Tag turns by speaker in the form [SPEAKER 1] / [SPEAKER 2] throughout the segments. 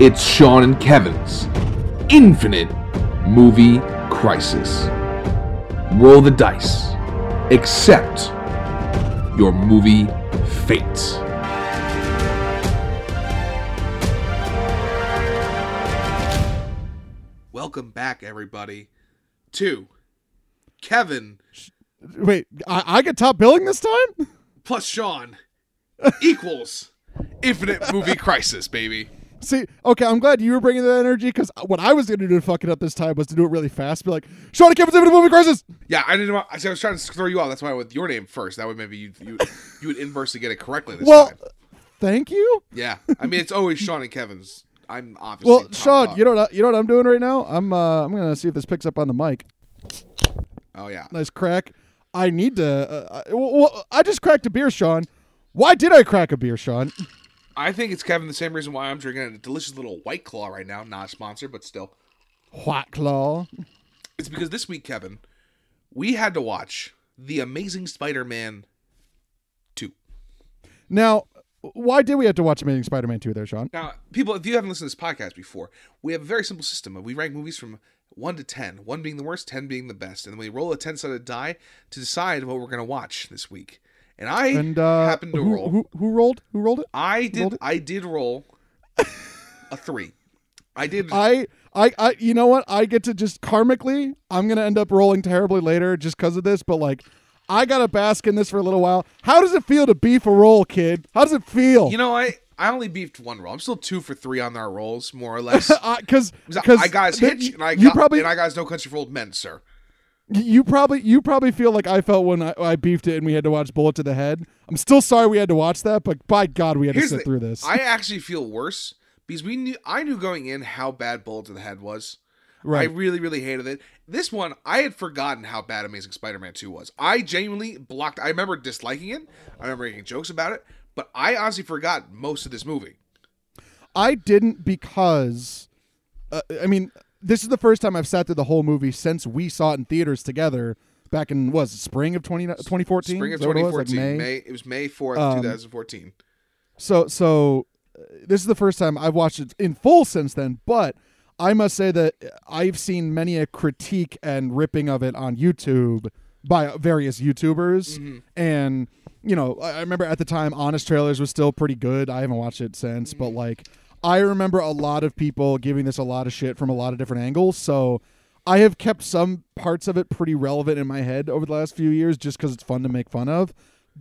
[SPEAKER 1] It's Sean and Kevin's Infinite Movie Crisis. Roll the dice. Accept your movie fate.
[SPEAKER 2] Welcome back, everybody, to Kevin
[SPEAKER 3] Wait, I, I get top billing this time?
[SPEAKER 2] plus Sean equals Infinite Movie Crisis, baby.
[SPEAKER 3] See, okay, I'm glad you were bringing that energy because what I was going to do to fuck it up this time was to do it really fast. Be like, Sean and Kevin's having a movie crisis.
[SPEAKER 2] Yeah, I didn't. Want, I was trying to throw you off. That's why I went with your name first. That way, maybe you you you would inversely get it correctly this
[SPEAKER 3] well,
[SPEAKER 2] time.
[SPEAKER 3] thank you.
[SPEAKER 2] Yeah, I mean it's always Sean and Kevin's. I'm obviously
[SPEAKER 3] Well,
[SPEAKER 2] top
[SPEAKER 3] Sean,
[SPEAKER 2] dog.
[SPEAKER 3] you know what I, you know what I'm doing right now? I'm uh, I'm gonna see if this picks up on the mic.
[SPEAKER 2] Oh yeah,
[SPEAKER 3] Nice crack. I need to. Uh, I, well, well, I just cracked a beer, Sean. Why did I crack a beer, Sean?
[SPEAKER 2] I think it's Kevin. The same reason why I'm drinking a delicious little White Claw right now. Not sponsored, but still,
[SPEAKER 3] White claw.
[SPEAKER 2] it's because this week, Kevin, we had to watch the Amazing Spider-Man two.
[SPEAKER 3] Now, why did we have to watch Amazing Spider-Man 2 there, Sean?
[SPEAKER 2] Now, people, if you haven't listened to this podcast before, we have a very simple system. We rank movies from one to ten, one being the worst, ten being the best, and then we roll a ten-sided die to decide what we're going to watch this week. And I
[SPEAKER 3] And uh,
[SPEAKER 2] happened to
[SPEAKER 3] who,
[SPEAKER 2] roll.
[SPEAKER 3] Who, who rolled? Who rolled it?
[SPEAKER 2] I did.
[SPEAKER 3] it?
[SPEAKER 2] I did roll a three. I did.
[SPEAKER 3] I, I, I, you know what? I get to just karmically, I'm gonna end up rolling terribly later just because of this. But like, I gotta bask in this for a little while. How does it feel to beef a roll, kid? How does it feel?
[SPEAKER 2] you know, I I only beefed one roll. I'm still two for three on our rolls, more or less.
[SPEAKER 3] because because
[SPEAKER 2] I guys hitch and I
[SPEAKER 3] you
[SPEAKER 2] got,
[SPEAKER 3] probably
[SPEAKER 2] and I guys no country for old men, sir.
[SPEAKER 3] you probably you probably feel like I felt when I, I beefed it and we had to watch Bullet to the Head. I'm still sorry we had to watch that, but by God, we had
[SPEAKER 2] Here's
[SPEAKER 3] to sit
[SPEAKER 2] the-
[SPEAKER 3] through this.
[SPEAKER 2] I actually feel worse because we knew I knew going in how bad Bullet to the Head was.
[SPEAKER 3] Right.
[SPEAKER 2] I really, really hated it. This one, I had forgotten how bad Amazing Spider-Man 2 was. I genuinely blocked I remember disliking it. I remember making jokes about it, but I honestly forgot most of this movie.
[SPEAKER 3] I didn't because, uh, I mean, this is the first time I've sat through the whole movie since we saw it in theaters together back in what was it, spring of 20, 2014?
[SPEAKER 2] Spring of
[SPEAKER 3] Is that what it was?
[SPEAKER 2] 2014.
[SPEAKER 3] Like
[SPEAKER 2] May.
[SPEAKER 3] May?
[SPEAKER 2] It was May 4th,
[SPEAKER 3] Um,
[SPEAKER 2] 2014.
[SPEAKER 3] So so uh, this is the first time I've watched it in full since then, but I must say that I've seen many a critique and ripping of it on YouTube by various YouTubers and you know, I I remember at the time Honest Trailers was still pretty good. I haven't watched it since, but like I remember a lot of people giving this a lot of shit from a lot of different angles, so I have kept some parts of it pretty relevant in my head over the last few years just because it's fun to make fun of.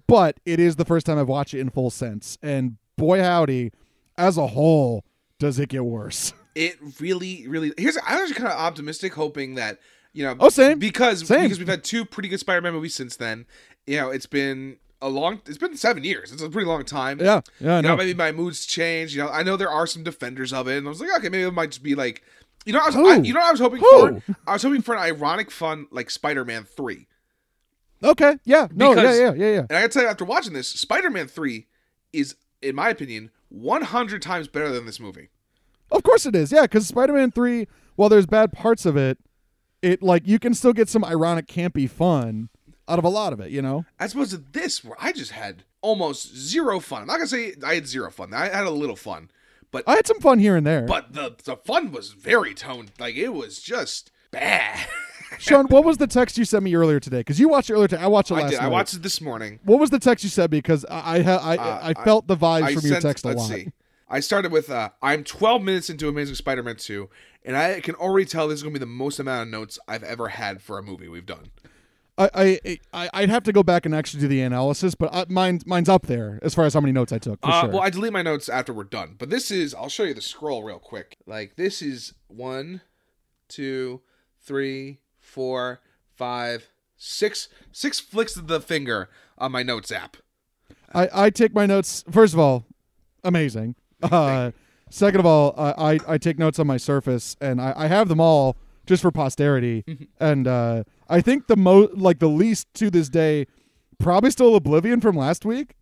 [SPEAKER 3] But it is the first time I've watched it in full sense. And boy, howdy, as a whole, does it get worse.
[SPEAKER 2] It really, really. Here's I was kind of optimistic, hoping that you know.
[SPEAKER 3] Oh, same.
[SPEAKER 2] Because
[SPEAKER 3] Same.
[SPEAKER 2] because we've had two pretty good Spider-Man movies since then. You know, it's been a long. It's been seven years. It's a pretty long time.
[SPEAKER 3] Yeah. Yeah.
[SPEAKER 2] You
[SPEAKER 3] No.
[SPEAKER 2] know, maybe my moods change. You know, I know there are some defenders of it, and I was like, okay, maybe it might just be like, you know, I was, I,
[SPEAKER 3] Who?
[SPEAKER 2] you know, what I was hoping
[SPEAKER 3] Who?
[SPEAKER 2] for. I was hoping for an ironic, fun like Spider-Man three.
[SPEAKER 3] Okay. Yeah. No. Yeah.
[SPEAKER 2] Because-
[SPEAKER 3] Yeah. Yeah. Yeah.
[SPEAKER 2] And I gotta tell you, after watching this, Spider-Man three is, in my opinion, 100 times better than this movie.
[SPEAKER 3] Of course it is. Yeah. Because Spider Man 3, while there's bad parts of it, it like you can still get some ironic, campy fun out of a lot of it, you know?
[SPEAKER 2] as opposed to this where I just had almost zero fun. I'm not gonna say I had zero fun. I had a little fun, but
[SPEAKER 3] I had some fun here and there.
[SPEAKER 2] but the the fun was very toned. Like it was just bad.
[SPEAKER 3] Sean, what was the text you sent me earlier today? Because you watched it earlier today. I watched it last
[SPEAKER 2] I did.
[SPEAKER 3] night.
[SPEAKER 2] I watched it this morning.
[SPEAKER 3] What was the text you sent me? Because I I, ha- I,
[SPEAKER 2] Uh,
[SPEAKER 3] I felt the vibes
[SPEAKER 2] I
[SPEAKER 3] from your
[SPEAKER 2] sent-
[SPEAKER 3] text a
[SPEAKER 2] let's
[SPEAKER 3] lot.
[SPEAKER 2] see. I started with uh, I'm 12 minutes into Amazing Spider-Man 2, and I can already tell this is gonna be the most amount of notes I've ever had for a movie we've done.
[SPEAKER 3] I, I I I'd have to go back and actually do the analysis, but I, mine mine's up there as far as how many notes I took. For
[SPEAKER 2] Uh,
[SPEAKER 3] sure.
[SPEAKER 2] Well, I delete my notes after we're done. But this is, I'll show you the scroll real quick. Like, this is one, two, three, four, five, six, six flicks of the finger on my notes app.
[SPEAKER 3] I, I take my notes. First of all, amazing. Uh, second of all, I, I I take notes on my Surface, and I, I have them all just for posterity.
[SPEAKER 2] Mm-hmm.
[SPEAKER 3] And uh, I think the mo like the least to this day, probably still Oblivion from last week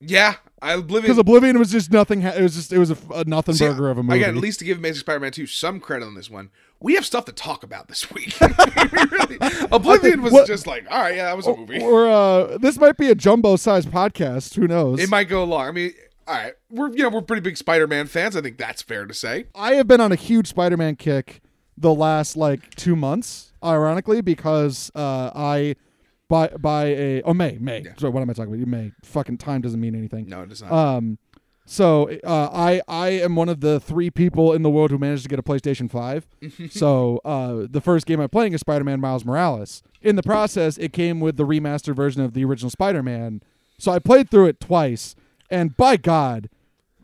[SPEAKER 2] Yeah, I Oblivion.
[SPEAKER 3] because Oblivion was just nothing. Ha- it was just it was a, f- a nothing
[SPEAKER 2] See,
[SPEAKER 3] burger of a movie.
[SPEAKER 2] Again, at least to give Amazing Spider-Man 2 some credit on this one. We have stuff to talk about this week. Really. Oblivion was
[SPEAKER 3] what- Oh,
[SPEAKER 2] just like, all right, yeah, that was a movie.
[SPEAKER 3] or uh, this might be a jumbo-sized podcast. Who knows?
[SPEAKER 2] It might go long. I mean, all right, we're you know we're pretty big Spider-Man fans. I think that's fair to say.
[SPEAKER 3] I have been on a huge Spider-Man kick the last like two months, ironically, because uh, I by by a oh May May. So what am I talking about? May fucking time doesn't mean anything.
[SPEAKER 2] No, it is not.
[SPEAKER 3] Um, so uh, I I am one of the three people in the world who managed to get a PlayStation Five. so uh, the first game I'm playing is Spider-Man Miles Morales. In the process, it came with the remastered version of the original Spider-Man. So I played through it twice, and by God,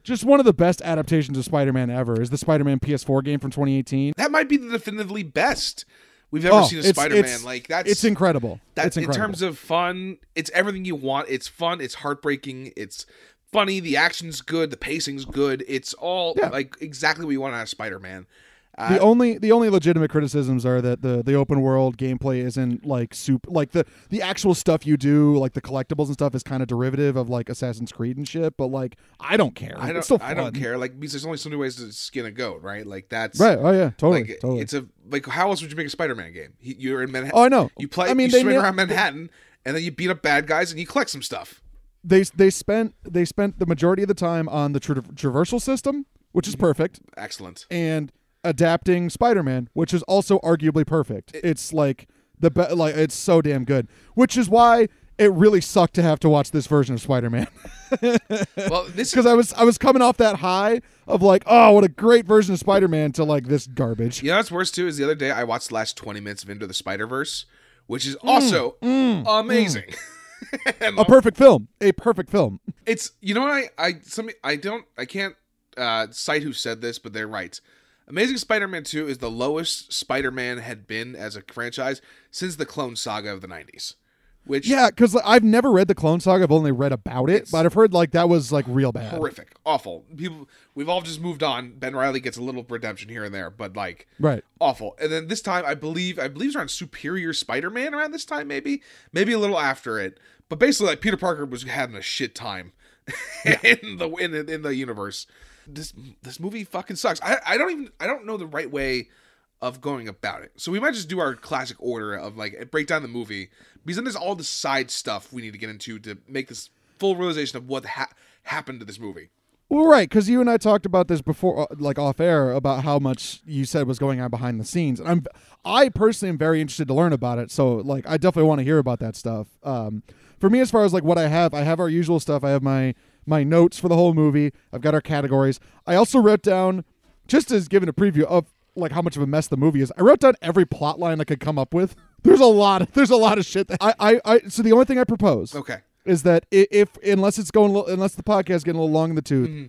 [SPEAKER 3] just one of the best adaptations of Spider-Man ever is the Spider-Man PS4 game from 2018.
[SPEAKER 2] that might be the definitively best we've ever
[SPEAKER 3] Oh,
[SPEAKER 2] seen a
[SPEAKER 3] it's-
[SPEAKER 2] Spider-Man.
[SPEAKER 3] it's-
[SPEAKER 2] like that's
[SPEAKER 3] It's incredible.
[SPEAKER 2] That's
[SPEAKER 3] it's
[SPEAKER 2] in
[SPEAKER 3] incredible.
[SPEAKER 2] terms of fun. It's everything you want. It's fun. It's heartbreaking. It's funny. The action's good. The pacing's good. It's all
[SPEAKER 3] Yeah.
[SPEAKER 2] like exactly what you want out of Spider-Man.
[SPEAKER 3] the only the only legitimate criticisms are that the the open world gameplay isn't like soup like the the actual stuff you do like the collectibles and stuff is kind of derivative of like Assassin's Creed and shit. But like I don't care.
[SPEAKER 2] I
[SPEAKER 3] it's
[SPEAKER 2] don't.
[SPEAKER 3] still
[SPEAKER 2] I
[SPEAKER 3] fun.
[SPEAKER 2] don't care. Like because there's only so many ways to skin a goat, right? Like that's
[SPEAKER 3] Right? Oh yeah, totally,
[SPEAKER 2] Like
[SPEAKER 3] totally.
[SPEAKER 2] it's a like how else would you make a Spider-Man game? He- You're in Manhattan.
[SPEAKER 3] oh, I know.
[SPEAKER 2] You play.
[SPEAKER 3] I mean,
[SPEAKER 2] you
[SPEAKER 3] they
[SPEAKER 2] swing
[SPEAKER 3] nailed-
[SPEAKER 2] around Manhattan, and then you beat up bad guys and you collect some stuff.
[SPEAKER 3] they they spent they spent the majority of the time on the tra- traversal system, which
[SPEAKER 2] Mm-hmm.
[SPEAKER 3] is perfect,
[SPEAKER 2] Excellent.
[SPEAKER 3] and adapting Spider-Man, which is also arguably perfect. it's like the be- like it's so damn good, which is why it really sucked to have to watch this version of Spider-Man.
[SPEAKER 2] Well, this is
[SPEAKER 3] because I was I was coming off that high of like, oh, what a great version of Spider Man to like this garbage.
[SPEAKER 2] You know what's worse too is the other day I watched the last twenty minutes of Into the Spider Verse, which
[SPEAKER 3] Mm,
[SPEAKER 2] is also amazing. And
[SPEAKER 3] A perfect film, a perfect film.
[SPEAKER 2] it's you know what I I some I don't I can't uh, cite who said this, but they're right. Amazing Spider-Man Two is the lowest Spider-Man had been as a franchise since the Clone Saga of the '90s, which
[SPEAKER 3] Yeah, because I've never read the Clone Saga. I've only read about it,
[SPEAKER 2] It's-
[SPEAKER 3] but I've heard like that was like real bad.
[SPEAKER 2] horrific, awful. People, we've all just moved on. Ben Riley gets a little redemption here and there, but like
[SPEAKER 3] Right.
[SPEAKER 2] awful. And then this time, I believe, I believe it's around Superior Spider-Man around this time, maybe, maybe a little after it. But basically, like Peter Parker was having a shit time in the in, the- in the universe. This this movie fucking sucks. I I don't even I don't know the right way of going about it. So we might just do our classic order of like break down the movie because then there's all the side stuff we need to get into to make this full realization of what ha- happened to this movie.
[SPEAKER 3] Well, right, because you and I talked about this before, uh, like off air, about how much you said was going on behind the scenes, and I'm, I personally am very interested to learn about it. So, like, I definitely want to hear about that stuff. Um, for me, as far as like what I have, I have our usual stuff. I have my my notes for the whole movie. I've got our categories. I also wrote down, just as giving a preview of like how much of a mess the movie is. I wrote down every plot line I could come up with. There's a lot. There's a lot of shit. That I, I, I. So the only thing I propose
[SPEAKER 2] Okay.
[SPEAKER 3] is that i- if unless it's going a little- unless the podcast is getting a little long in the tooth,
[SPEAKER 2] Mm-hmm.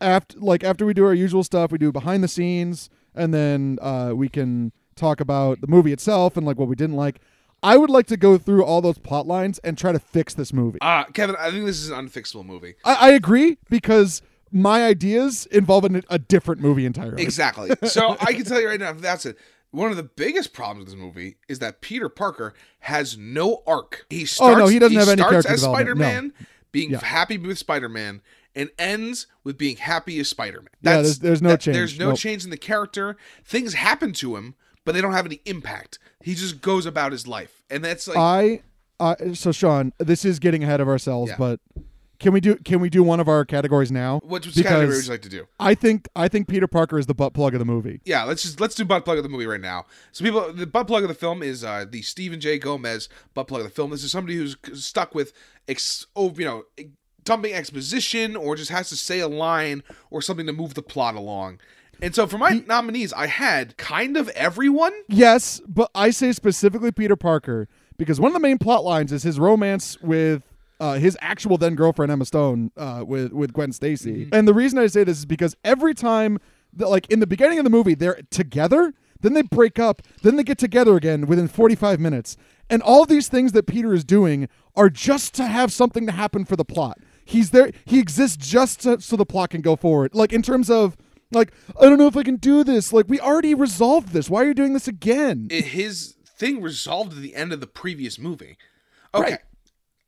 [SPEAKER 3] after like after we do our usual stuff, we do behind the scenes, and then uh, we can talk about the movie itself and like what we didn't like. I would like to go through all those plot lines and try to fix this movie.
[SPEAKER 2] Uh, Kevin, I think this is an unfixable movie.
[SPEAKER 3] I, I agree because my ideas involve an, a different movie entirely.
[SPEAKER 2] Exactly. So I can tell you right now, that's it. One of the biggest problems with this movie is that Peter Parker has no arc. He starts,
[SPEAKER 3] Oh, no, he doesn't have any
[SPEAKER 2] starts
[SPEAKER 3] character
[SPEAKER 2] as
[SPEAKER 3] development, no.
[SPEAKER 2] Spider-Man, being
[SPEAKER 3] Yeah.
[SPEAKER 2] happy with Spider-Man, and ends with being happy as Spider-Man.
[SPEAKER 3] Yeah, there's- there's no
[SPEAKER 2] There's
[SPEAKER 3] change.
[SPEAKER 2] no
[SPEAKER 3] Nope.
[SPEAKER 2] change in the character. Things happen to him, but they don't have any impact. He just goes about his life, and that's like
[SPEAKER 3] I, I so Sean, this is getting ahead of ourselves,
[SPEAKER 2] Yeah.
[SPEAKER 3] but can we do can we do one of our categories now?
[SPEAKER 2] what what
[SPEAKER 3] because
[SPEAKER 2] category would you like to do?
[SPEAKER 3] I think I think Peter Parker is the butt plug of the movie.
[SPEAKER 2] yeah, let's just let's do butt plug of the movie right now. So people, the butt plug of the film is uh, the Stephen J. Gomez butt plug of the film. This is somebody who's c- stuck with, ex- oh, you know, dumping exposition or just has to say a line or something to move the plot along. And so for my nominees, I had kind of everyone.
[SPEAKER 3] Yes, but I say specifically Peter Parker because one of the main plot lines is his romance with uh, his actual then girlfriend Emma Stone uh, with with Gwen Stacy. And the reason I say this is because every time, that, like in the beginning of the movie, they're together, then they break up, then they get together again within 45 minutes, and all these things that Peter is doing are just to have something to happen for the plot. He's there. He exists just so, so the plot can go forward. Like in terms of like, I don't know if I can do this. Like, we already resolved this. Why are you doing this again?
[SPEAKER 2] I- His thing resolved at the end of the previous movie. Okay,
[SPEAKER 3] Right.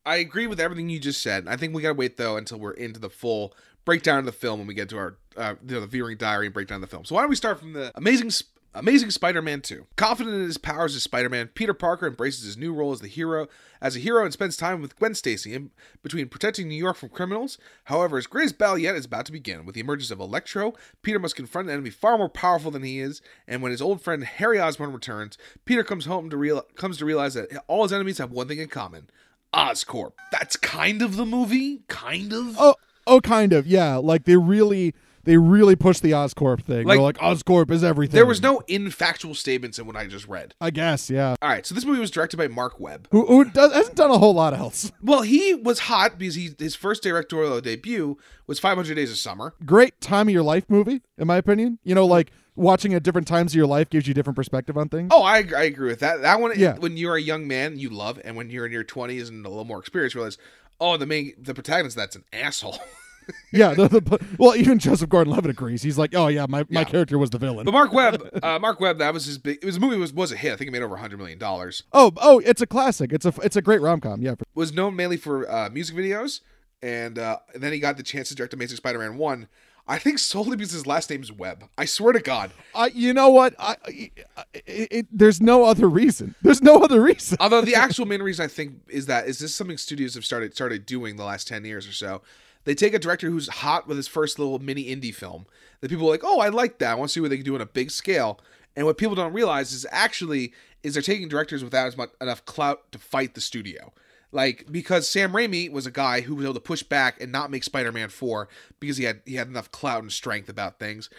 [SPEAKER 2] I agree with everything you just said. I think we gotta wait though until we're into the full breakdown of the film when we get to our uh, you know, the viewing diary and breakdown of the film. So why don't we start from the amazing Sp- Amazing Spider-Man 2. Confident in his powers as Spider-Man, Peter Parker embraces his new role as the hero, as a hero and spends time with Gwen Stacy in between protecting New York from criminals. However, his greatest battle yet is about to begin. With the emergence of Electro, Peter must confront an enemy far more powerful than he is, and when his old friend Harry Osborn returns, Peter comes home to real- comes to realize that all his enemies have one thing in common. Oscorp. That's kind of the movie, kind of.
[SPEAKER 3] Oh, oh, kind of. Yeah, like they really, they really pushed the Oscorp thing.
[SPEAKER 2] Like-
[SPEAKER 3] They're like Oscorp is everything.
[SPEAKER 2] There was no infactual statements in what I just read.
[SPEAKER 3] I guess, yeah.
[SPEAKER 2] All right, so this movie was directed by Mark Webb.
[SPEAKER 3] Who, who does, hasn't done a whole lot else?
[SPEAKER 2] Well, he was hot because he his first directorial debut was 500 Days of Summer.
[SPEAKER 3] Great time of your life movie, in my opinion. You know, like watching at different times of your life gives you different perspective on things.
[SPEAKER 2] Oh, I, I agree with that. That one,
[SPEAKER 3] Yeah.
[SPEAKER 2] when you're a young man, you love, and when you're in your 20s and a little more experience, you realize, oh, the main the protagonist that's an asshole.
[SPEAKER 3] Yeah, the, the, well, even Joseph Gordon-Levitt agrees. He's like, oh yeah, my,
[SPEAKER 2] Yeah.
[SPEAKER 3] my character was the villain.
[SPEAKER 2] But Mark Webb, uh, Mark Webb, that was his big. His movie was was a hit. I think it made over 100 million dollars.
[SPEAKER 3] Oh, oh, it's a classic. It's a it's a great rom com. Yeah, for-
[SPEAKER 2] was known mainly for uh, music videos, and, uh, and then he got the chance to direct Amazing Spider-Man one. I think solely because his last name's Webb. I swear to God.
[SPEAKER 3] I you know what? I, I- it, it, there's no other reason. There's no other reason.
[SPEAKER 2] Although the actual main reason I think is that is this is something studios have started started doing the last ten years or so. They take a director who's hot with his first little mini indie film that people are like, oh, I like that. I want to see what they can do on a big scale. And what people don't realize is actually is they're taking directors without as much enough clout to fight the studio. Like because Sam Raimi was a guy who was able to push back and not make Spider-Man four because he had he had enough clout and strength about things.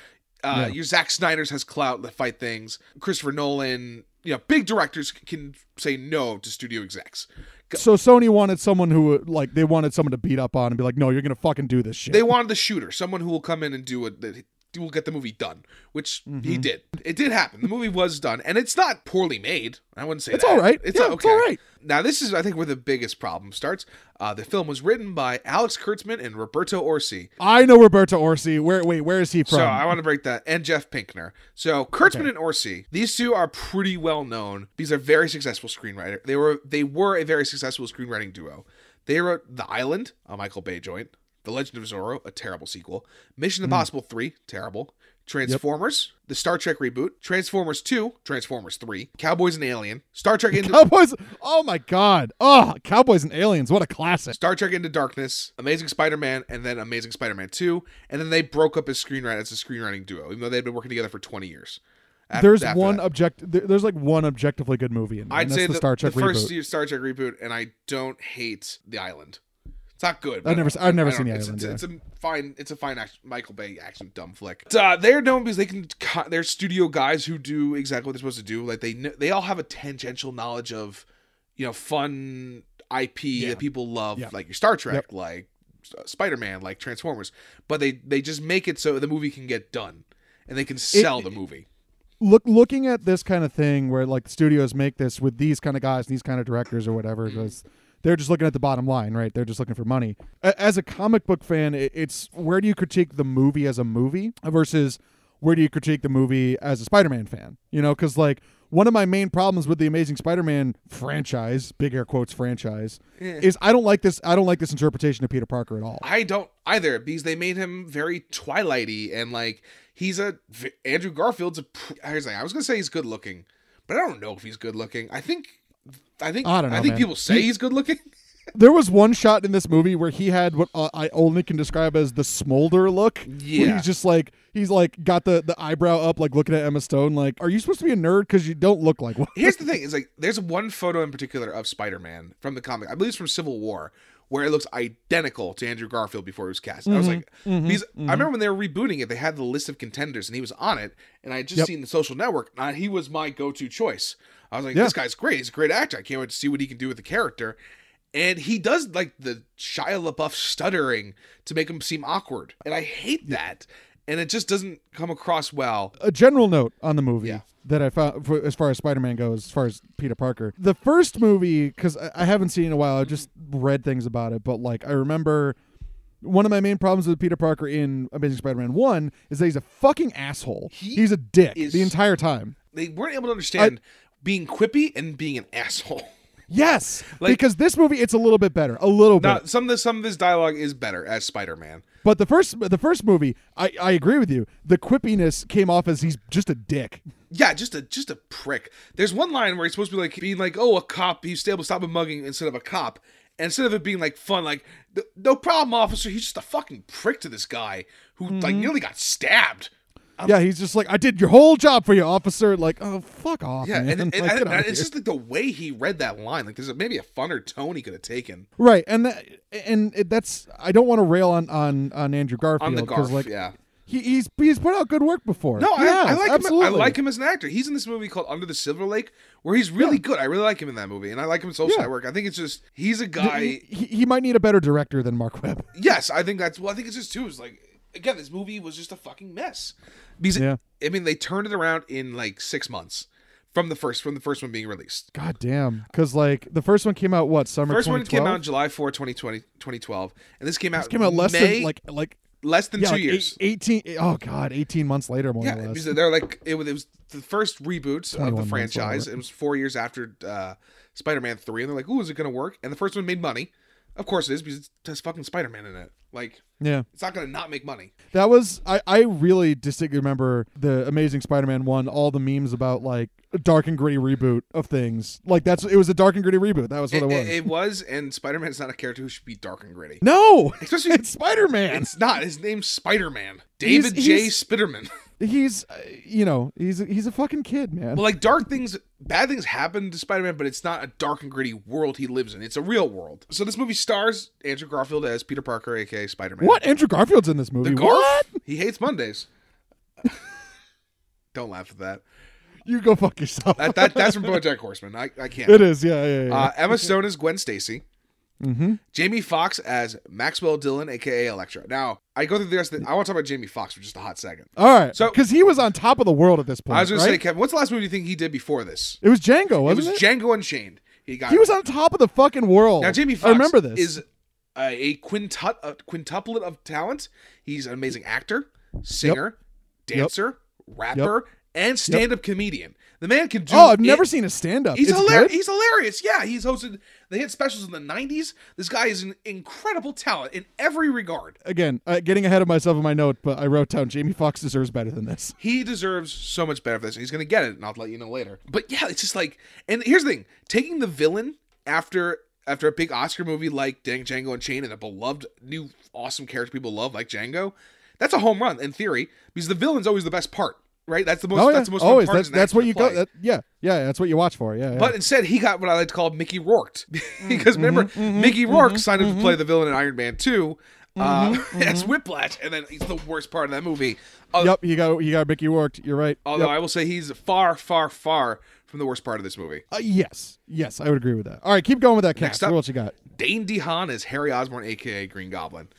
[SPEAKER 2] Uh, Your Zack Snyder's has clout to fight things. Christopher Nolan, you know, big directors c- can say no to studio execs. G-
[SPEAKER 3] So Sony wanted someone who like they wanted someone to beat up on and be like, no, you're gonna fucking do this shit.
[SPEAKER 2] They wanted the shooter, someone who will come in and do what that he will get the movie done, which
[SPEAKER 3] Mm-hmm.
[SPEAKER 2] he did. It did happen. The movie was done, and it's not poorly made. I wouldn't say
[SPEAKER 3] It's
[SPEAKER 2] that.
[SPEAKER 3] all right.
[SPEAKER 2] It's
[SPEAKER 3] Yeah,
[SPEAKER 2] okay.
[SPEAKER 3] it's all right.
[SPEAKER 2] Now this is, I think, where the biggest problem starts. Uh, the film was written by Alex Kurtzman and Roberto Orsi.
[SPEAKER 3] I know Roberto Orsi. Where wait, where is he from?
[SPEAKER 2] So I want to break that. And Jeff Pinkner. So Kurtzman and Orsi, these two are pretty well known. These are very successful screenwriter. They were they were a very successful screenwriting duo. They wrote The Island, a Michael Bay joint, The Legend of Zorro, a terrible sequel, Mission Impossible 3, terrible, Transformers, the Star Trek reboot, Transformers 2, Transformers 3, Cowboys and Alien, Star Trek into
[SPEAKER 3] Cowboys. Oh my god. Oh, Cowboys and Aliens. What a classic.
[SPEAKER 2] Star Trek Into Darkness, Amazing Spider-Man, and then Amazing Spider-Man 2, and then they broke up as screenwriting as a screenwriting duo, even though they'd been working together for 20 years. Af-
[SPEAKER 3] There's
[SPEAKER 2] after
[SPEAKER 3] one
[SPEAKER 2] that.
[SPEAKER 3] object. there- There's like one objectively good movie in there.
[SPEAKER 2] I'd
[SPEAKER 3] and that's
[SPEAKER 2] say
[SPEAKER 3] the Star Trek
[SPEAKER 2] first
[SPEAKER 3] reboot.
[SPEAKER 2] year Star Trek reboot, and I don't hate The Island. It's not good. but
[SPEAKER 3] I've never-
[SPEAKER 2] I don't-
[SPEAKER 3] I've never
[SPEAKER 2] I don't-
[SPEAKER 3] seen The
[SPEAKER 2] it's,
[SPEAKER 3] Island,
[SPEAKER 2] It's, it's a fine. It's a fine action, Michael Bay action dumb flick. It's, uh, they're known because they can. co- They're studio guys who do exactly what they're supposed to do. Like they kn- they all have a tangential knowledge of, you know, fun IP that people love,
[SPEAKER 3] Yeah.
[SPEAKER 2] like your Star Trek, like like Spider Man, like Transformers. But they they just make it so the movie can get done, and they can sell the movie.
[SPEAKER 3] look looking at this kind of thing where like studios make this with these kind of guys and these kind of directors or whatever because they're just looking at the bottom line right they're just looking for money A- as a comic book fan i- it's where do you critique the movie as a movie versus where do you critique the movie as a spider-man fan you know because like one of my main problems with the amazing spider-man franchise big air quotes franchise is i don't like this i don't like this interpretation of peter parker at all
[SPEAKER 2] I don't either because they made him very twilighty and like he's a v- Andrew Garfield's a pr- here's the thing, I was gonna say he's good looking, but I don't know if he's good looking. I think I think I,
[SPEAKER 3] I don't know,
[SPEAKER 2] think
[SPEAKER 3] man.
[SPEAKER 2] people say he's good looking.
[SPEAKER 3] there was one shot in this movie where he had what uh, I only can describe as the smolder look. where
[SPEAKER 2] Yeah.
[SPEAKER 3] he's just like he's like got the the eyebrow up, like looking at Emma Stone, like, "Are you supposed to be a nerd? Because you don't look like one."
[SPEAKER 2] Here's the thing: is like there's one photo in particular of Spider-Man from the comic. I believe it's from Civil War, where it looks identical to Andrew Garfield before he was cast. I was like,
[SPEAKER 3] Mm-hmm,
[SPEAKER 2] because I remember when they were rebooting it, they had the list of contenders, and he was on it. And I had just
[SPEAKER 3] Yep.
[SPEAKER 2] seen the Social Network, and I- he was my go-to choice. I was like,
[SPEAKER 3] Yeah.
[SPEAKER 2] this guy's great. He's a great actor. I can't wait to see what he can do with the character. And he does like the Shia LaBeouf stuttering to make him seem awkward, and I hate that. And it just doesn't come across well.
[SPEAKER 3] A general note on the movie
[SPEAKER 2] Yeah.
[SPEAKER 3] that I found, for, as far as Spider-Man goes, as far as Peter Parker, the first movie, because I, I haven't seen it in a while, I just read things about it, but like I remember. One of my main problems with Peter Parker in Amazing Spider-Man One is that he's a fucking asshole. he's a dick
[SPEAKER 2] is-
[SPEAKER 3] the entire time.
[SPEAKER 2] They weren't able to understand being quippy and being an asshole.
[SPEAKER 3] Yes,
[SPEAKER 2] Like-
[SPEAKER 3] because this movie it's a little bit better, a little bit.
[SPEAKER 2] Now, Uh, some of this some of this dialogue is better as Spider Man.
[SPEAKER 3] But the first the first movie, I, I agree with you. The quippiness came off as he's just a dick.
[SPEAKER 2] Yeah, just a just a prick. There's one line where he's supposed to be like being like, "Oh, a cop, he's able to stop a mugging," instead of a cop. And instead of it being like fun, like "No- no problem, officer. He's just a fucking prick to this guy who like nearly got stabbed.
[SPEAKER 3] yeah, he's just like, I did your whole job for you, officer. Like, oh fuck off,
[SPEAKER 2] Yeah,
[SPEAKER 3] man.
[SPEAKER 2] and, and, and-
[SPEAKER 3] Like, get out
[SPEAKER 2] and
[SPEAKER 3] of
[SPEAKER 2] it's
[SPEAKER 3] here.
[SPEAKER 2] just like the way he read that line. Like, there's maybe a funner tone he could have taken.
[SPEAKER 3] right, and that, and it, that's I don't want to rail on on on Andrew
[SPEAKER 2] On
[SPEAKER 3] Garfield
[SPEAKER 2] the
[SPEAKER 3] because
[SPEAKER 2] Garf,
[SPEAKER 3] like
[SPEAKER 2] yeah.
[SPEAKER 3] he, he's he's put out good work before.
[SPEAKER 2] No, I, I
[SPEAKER 3] Yes,
[SPEAKER 2] like
[SPEAKER 3] absolutely.
[SPEAKER 2] him. I like him as an actor. He's in this movie called Under the Silver Lake, where he's really good. I really like him in that movie, and I like him in Social
[SPEAKER 3] Yeah.
[SPEAKER 2] Network. I think it's just he's a
[SPEAKER 3] He-
[SPEAKER 2] guy.
[SPEAKER 3] he, he might need a better director than Mark Webb.
[SPEAKER 2] yes, I think that's. Well, I think it's just too. It's like again, this movie was just a fucking mess. Because
[SPEAKER 3] Yeah.
[SPEAKER 2] I mean, they turned it around in like six months from the first from the first one being released.
[SPEAKER 3] God damn, because like the first one came out what summer.
[SPEAKER 2] First one came
[SPEAKER 3] 2012?
[SPEAKER 2] out July 4, 2020, 2012, and this came out
[SPEAKER 3] came out less
[SPEAKER 2] May,
[SPEAKER 3] than like like
[SPEAKER 2] less than
[SPEAKER 3] yeah,
[SPEAKER 2] two
[SPEAKER 3] like eight-
[SPEAKER 2] years.
[SPEAKER 3] 18 oh god 18 months later more
[SPEAKER 2] Yeah,
[SPEAKER 3] or
[SPEAKER 2] because
[SPEAKER 3] less
[SPEAKER 2] they're like it was, it was the first reboots of
[SPEAKER 3] 21
[SPEAKER 2] the
[SPEAKER 3] months,
[SPEAKER 2] franchise.
[SPEAKER 3] whatever.
[SPEAKER 2] It was four years after uh, Spider-Man three, and they're like, "Ooh, is it gonna work?" And the first one made money. Of course it is because it has fucking Spider-Man in it. Like
[SPEAKER 3] yeah
[SPEAKER 2] it's not gonna not make money.
[SPEAKER 3] that was i i really distinctly remember the amazing spider-man one all the memes about like a dark and gritty reboot of things like that's it was a dark and gritty reboot that was
[SPEAKER 2] It,
[SPEAKER 3] what it, was
[SPEAKER 2] it- it was, and Spider-Man's not a character who should be dark and gritty.
[SPEAKER 3] no
[SPEAKER 2] Especially-
[SPEAKER 3] it's spider-man
[SPEAKER 2] It's not. His name's Spider-Man.
[SPEAKER 3] He's-
[SPEAKER 2] David J.
[SPEAKER 3] he's-
[SPEAKER 2] Spiderman.
[SPEAKER 3] he's uh, you know he's he's a fucking kid man
[SPEAKER 2] well, like dark things, bad things happen to Spider-Man, but it's not a dark and gritty world he lives in. It's a real world. So this movie stars Andrew Garfield as Peter Parker, aka Spider-Man.
[SPEAKER 3] what andrew garfield's in this movie
[SPEAKER 2] Garf?
[SPEAKER 3] what
[SPEAKER 2] He hates Mondays. Don't laugh at that.
[SPEAKER 3] you go fuck yourself
[SPEAKER 2] That, that that's from BoJack Horseman. I, I can't.
[SPEAKER 3] it is yeah yeah, yeah.
[SPEAKER 2] Uh, Emma Stone as Gwen Stacy.
[SPEAKER 3] mm-hmm.
[SPEAKER 2] Jamie Foxx as Maxwell Dillon, aka Electra. Now I go through the rest. Of the, I want to talk about Jamie Foxx for just a hot second.
[SPEAKER 3] all right
[SPEAKER 2] so-
[SPEAKER 3] because he was on top of the world at this point
[SPEAKER 2] I was going to say,
[SPEAKER 3] right?
[SPEAKER 2] Kevin, what's the last movie you think he did before this?
[SPEAKER 3] it was django
[SPEAKER 2] It
[SPEAKER 3] wasn't
[SPEAKER 2] was Django Unchained. He got
[SPEAKER 3] He was on top of the fucking world.
[SPEAKER 2] now Jamie Foxx.
[SPEAKER 3] Oh, I remember this.
[SPEAKER 2] is uh, a quintet a quintuplet of talent. He's an amazing actor, singer, dancer, rapper, and stand-up comedian. The man can do.
[SPEAKER 3] oh, I've never
[SPEAKER 2] it
[SPEAKER 3] seen a stand up.
[SPEAKER 2] He's
[SPEAKER 3] it's
[SPEAKER 2] hilarious.
[SPEAKER 3] Good?
[SPEAKER 2] He's hilarious. Yeah, he's hosted. They had specials in the '90s. This guy is an incredible talent in every regard.
[SPEAKER 3] Again, uh, getting ahead of myself in my note, but I wrote down Jamie Foxx deserves better than this.
[SPEAKER 2] He deserves so much better for this. and He's gonna get it, and I'll let you know later. But yeah, it's just like, and here's the thing: taking the villain after after a big Oscar movie like Dang Django and Chain and a beloved new awesome character people love like Django, that's a home run in theory because the villain's always the best part, right? That's the most.
[SPEAKER 3] oh, yeah.
[SPEAKER 2] That's the most. fun
[SPEAKER 3] Always.
[SPEAKER 2] part
[SPEAKER 3] That's,
[SPEAKER 2] as an
[SPEAKER 3] that's
[SPEAKER 2] actor
[SPEAKER 3] what
[SPEAKER 2] to
[SPEAKER 3] you go.
[SPEAKER 2] play.
[SPEAKER 3] That, yeah. Yeah. That's what you watch for. Yeah. yeah.
[SPEAKER 2] But instead, he got what I like to call Mickey Rourke.
[SPEAKER 3] Mm-hmm,
[SPEAKER 2] because remember, Mickey Rourke signed up to play the villain in Iron Man 2 uh,
[SPEAKER 3] Mm-hmm,
[SPEAKER 2] as Whiplash, and then he's the worst part of that movie. Uh,
[SPEAKER 3] yep. You got you got Mickey Rourke. You're right.
[SPEAKER 2] Although
[SPEAKER 3] Yep.
[SPEAKER 2] I will say he's far, far, far from the worst part of this movie.
[SPEAKER 3] Uh, yes. Yes. I would agree with that. All right. Keep going with that
[SPEAKER 2] Next
[SPEAKER 3] cast.
[SPEAKER 2] up-
[SPEAKER 3] What else you got?
[SPEAKER 2] Dane DeHaan is Harry Osborn, aka Green Goblin.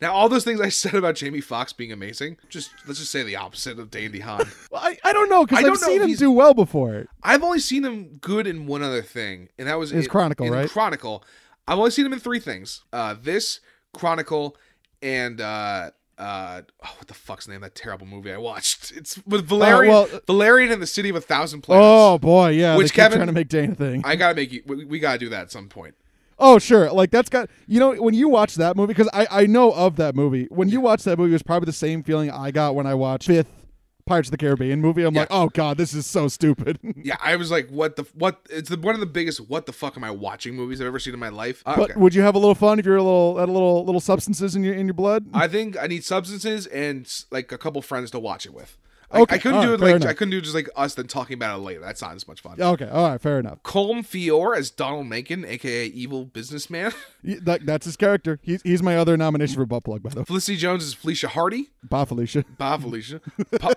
[SPEAKER 2] now, all those things I said about Jamie Foxx being amazing, just let's just say the opposite of Dane DeHaan.
[SPEAKER 3] Well, I, I don't know
[SPEAKER 2] I
[SPEAKER 3] because
[SPEAKER 2] don't
[SPEAKER 3] I've
[SPEAKER 2] know
[SPEAKER 3] seen
[SPEAKER 2] if
[SPEAKER 3] him
[SPEAKER 2] he's-
[SPEAKER 3] do well before.
[SPEAKER 2] I've only seen him good in one other thing, and that was
[SPEAKER 3] His
[SPEAKER 2] in-
[SPEAKER 3] Chronicle,
[SPEAKER 2] in
[SPEAKER 3] right?
[SPEAKER 2] Chronicle. I've only seen him in three things: uh, this Chronicle, and uh, uh, oh, what the fuck's the name of that terrible movie I watched? It's with Valerian,
[SPEAKER 3] well, uh,
[SPEAKER 2] Valerian and the City of a Thousand Planets.
[SPEAKER 3] Oh boy, yeah.
[SPEAKER 2] Which
[SPEAKER 3] they kept
[SPEAKER 2] Kevin-
[SPEAKER 3] trying to make Dane a thing.
[SPEAKER 2] I gotta make you. We, we gotta do that at some point.
[SPEAKER 3] Oh sure, like that's got you know when you watch that movie because I I know of that movie. When you watch that movie, it was probably the same feeling I got when I watched fifth Pirates of the Caribbean movie. I'm like, oh god, this is so stupid.
[SPEAKER 2] Yeah, I was like, what the what? It's the, one of the biggest what the fuck am I watching movies I've ever seen in my life. Uh,
[SPEAKER 3] But
[SPEAKER 2] okay.
[SPEAKER 3] would you have a little fun if you're a little had a little little substances in your in your blood?
[SPEAKER 2] I think I need substances and s- like a couple friends to watch it with. I,
[SPEAKER 3] Okay,
[SPEAKER 2] I couldn't
[SPEAKER 3] all
[SPEAKER 2] do
[SPEAKER 3] right,
[SPEAKER 2] it
[SPEAKER 3] fair
[SPEAKER 2] like
[SPEAKER 3] enough.
[SPEAKER 2] I couldn't do just like us then talking about it later. That's not as much fun.
[SPEAKER 3] okay, all right, fair enough.
[SPEAKER 2] Colm Fior as Donald Macon, aka Evil Businessman.
[SPEAKER 3] Y- That, that's his character. He's he's my other nomination for butt plug by the way.
[SPEAKER 2] Felicity Jones as Felicia Hardy.
[SPEAKER 3] Bye, Felicia.
[SPEAKER 2] Bah, Felicia. Pa-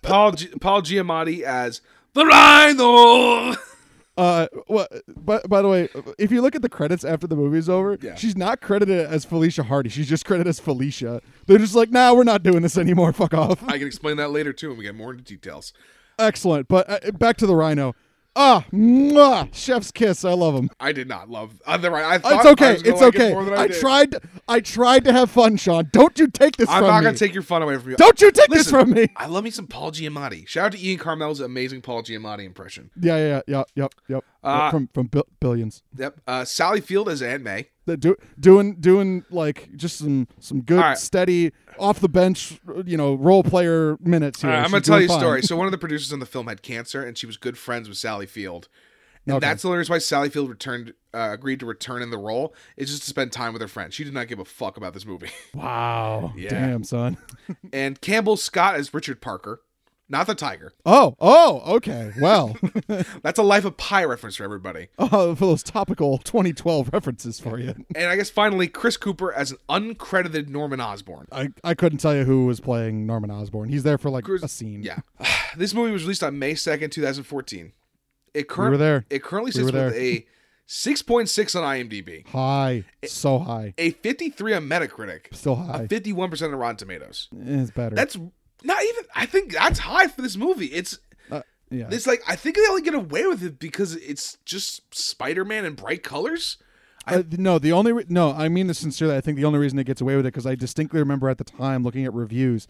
[SPEAKER 2] Paul, G- Paul Giamatti as the Rhino.
[SPEAKER 3] Uh, what? But by the way, if you look at the credits after the movie's over,
[SPEAKER 2] Yeah.
[SPEAKER 3] she's not credited as Felicia Hardy. She's just credited as Felicia. They're just like, nah, we're not doing this anymore. Fuck off.
[SPEAKER 2] I can explain that later too when we get more into details.
[SPEAKER 3] Excellent. But uh, back to the rhino. Ah, mwah, chef's kiss. I love him.
[SPEAKER 2] I did not love. Other, I thought
[SPEAKER 3] It's
[SPEAKER 2] I
[SPEAKER 3] okay.
[SPEAKER 2] was gonna
[SPEAKER 3] It's
[SPEAKER 2] like it
[SPEAKER 3] okay.
[SPEAKER 2] more than
[SPEAKER 3] I
[SPEAKER 2] did.
[SPEAKER 3] tried. I tried to have fun, Sean. Don't you take this
[SPEAKER 2] I'm
[SPEAKER 3] from
[SPEAKER 2] not
[SPEAKER 3] me.
[SPEAKER 2] gonna take your fun away from you.
[SPEAKER 3] Don't you take this
[SPEAKER 2] Listen,
[SPEAKER 3] from me.
[SPEAKER 2] I love me some Paul Giamatti. Shout out to Ian Carmel's amazing Paul Giamatti impression.
[SPEAKER 3] Yeah, yeah, yeah, yeah, yep, yep.
[SPEAKER 2] Uh,
[SPEAKER 3] from from bil- billions.
[SPEAKER 2] Yep. Uh, Sally Field as Aunt May.
[SPEAKER 3] That do, doing doing like just some some good
[SPEAKER 2] All right.
[SPEAKER 3] steady off the bench you know role player minutes here.
[SPEAKER 2] All right, I'm
[SPEAKER 3] She's
[SPEAKER 2] gonna tell
[SPEAKER 3] doing
[SPEAKER 2] you a
[SPEAKER 3] fine.
[SPEAKER 2] story. So one of the producers on the film had cancer, and she was good friends with Sally Field. And
[SPEAKER 3] Okay.
[SPEAKER 2] that's the reason why Sally Field returned, uh, agreed to return in the role, is just to spend time with her friend. She did not give a fuck about this movie.
[SPEAKER 3] Wow.
[SPEAKER 2] Yeah.
[SPEAKER 3] Damn, son.
[SPEAKER 2] and Campbell Scott as Richard Parker, not the tiger.
[SPEAKER 3] Oh, oh, okay. Well,
[SPEAKER 2] That's a Life of Pi reference for everybody.
[SPEAKER 3] oh, for those topical 2012 references for you,
[SPEAKER 2] And I guess finally, Chris Cooper as an uncredited Norman Osborn.
[SPEAKER 3] I, I couldn't tell you who was playing Norman Osborn. He's there for like
[SPEAKER 2] Cruz-
[SPEAKER 3] a scene.
[SPEAKER 2] Yeah, this movie was released on May second, two thousand fourteen. It
[SPEAKER 3] we were
[SPEAKER 2] currently
[SPEAKER 3] there.
[SPEAKER 2] it currently
[SPEAKER 3] We
[SPEAKER 2] sits
[SPEAKER 3] were
[SPEAKER 2] with a six point six on IMDb,
[SPEAKER 3] High, so high,
[SPEAKER 2] a fifty three on Metacritic,
[SPEAKER 3] still high.
[SPEAKER 2] fifty one percent on Rotten Tomatoes.
[SPEAKER 3] It's better.
[SPEAKER 2] That's not even. I think that's high for this movie. It's
[SPEAKER 3] Uh, yeah.
[SPEAKER 2] it's like I think they only get away with it because it's just Spider Man and bright colors. I-
[SPEAKER 3] Uh, no, the only re- no, I mean this sincerely. I think the only reason it gets away with it because I distinctly remember at the time looking at reviews,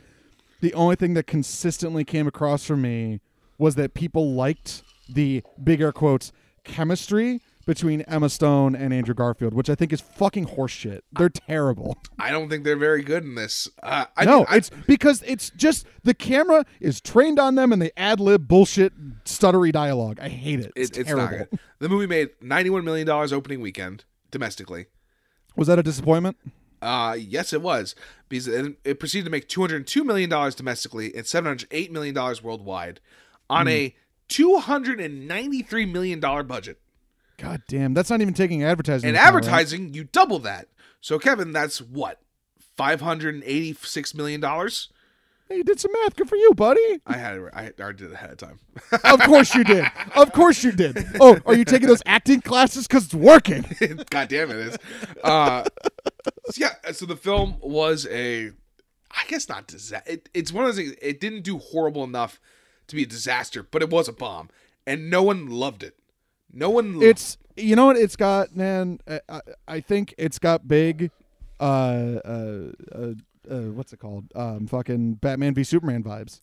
[SPEAKER 3] the only thing that consistently came across for me was that people liked the big air quotes chemistry between Emma Stone and Andrew Garfield, which I think is fucking horseshit. They're terrible.
[SPEAKER 2] I don't think they're very good in this. Uh, I
[SPEAKER 3] no,
[SPEAKER 2] think- I,
[SPEAKER 3] it's because it's just the camera is trained on them and they ad lib bullshit stuttery dialogue. I hate it. It's,
[SPEAKER 2] it- it's
[SPEAKER 3] terrible.
[SPEAKER 2] not good. The movie made ninety one million dollars opening weekend domestically.
[SPEAKER 3] Was that a disappointment?
[SPEAKER 2] Uh, yes, it was because it, it proceeded to make two hundred two million dollars domestically and seven hundred eight million dollars worldwide on a two hundred and ninety three million dollar budget.
[SPEAKER 3] God damn, that's not even taking advertising.
[SPEAKER 2] In
[SPEAKER 3] account, right?
[SPEAKER 2] advertising, you double that. So Kevin, that's what five hundred and eighty six million dollars.
[SPEAKER 3] Hey, you did some math. Good for you, buddy.
[SPEAKER 2] I had it. I already did it ahead of time.
[SPEAKER 3] Of course you did. Of course you did. Oh, are you taking those acting classes? Because it's working.
[SPEAKER 2] God damn it is. Uh, so yeah, so the film was a, I guess not disaster. It, it's one of those things. It didn't do horrible enough to be a disaster, but it was a bomb, and no one loved it. No one. lo-
[SPEAKER 3] It's you know what it's got, man. I- I, I think it's got big. Uh, uh, uh, uh, what's it called? Um, fucking Batman v Superman vibes.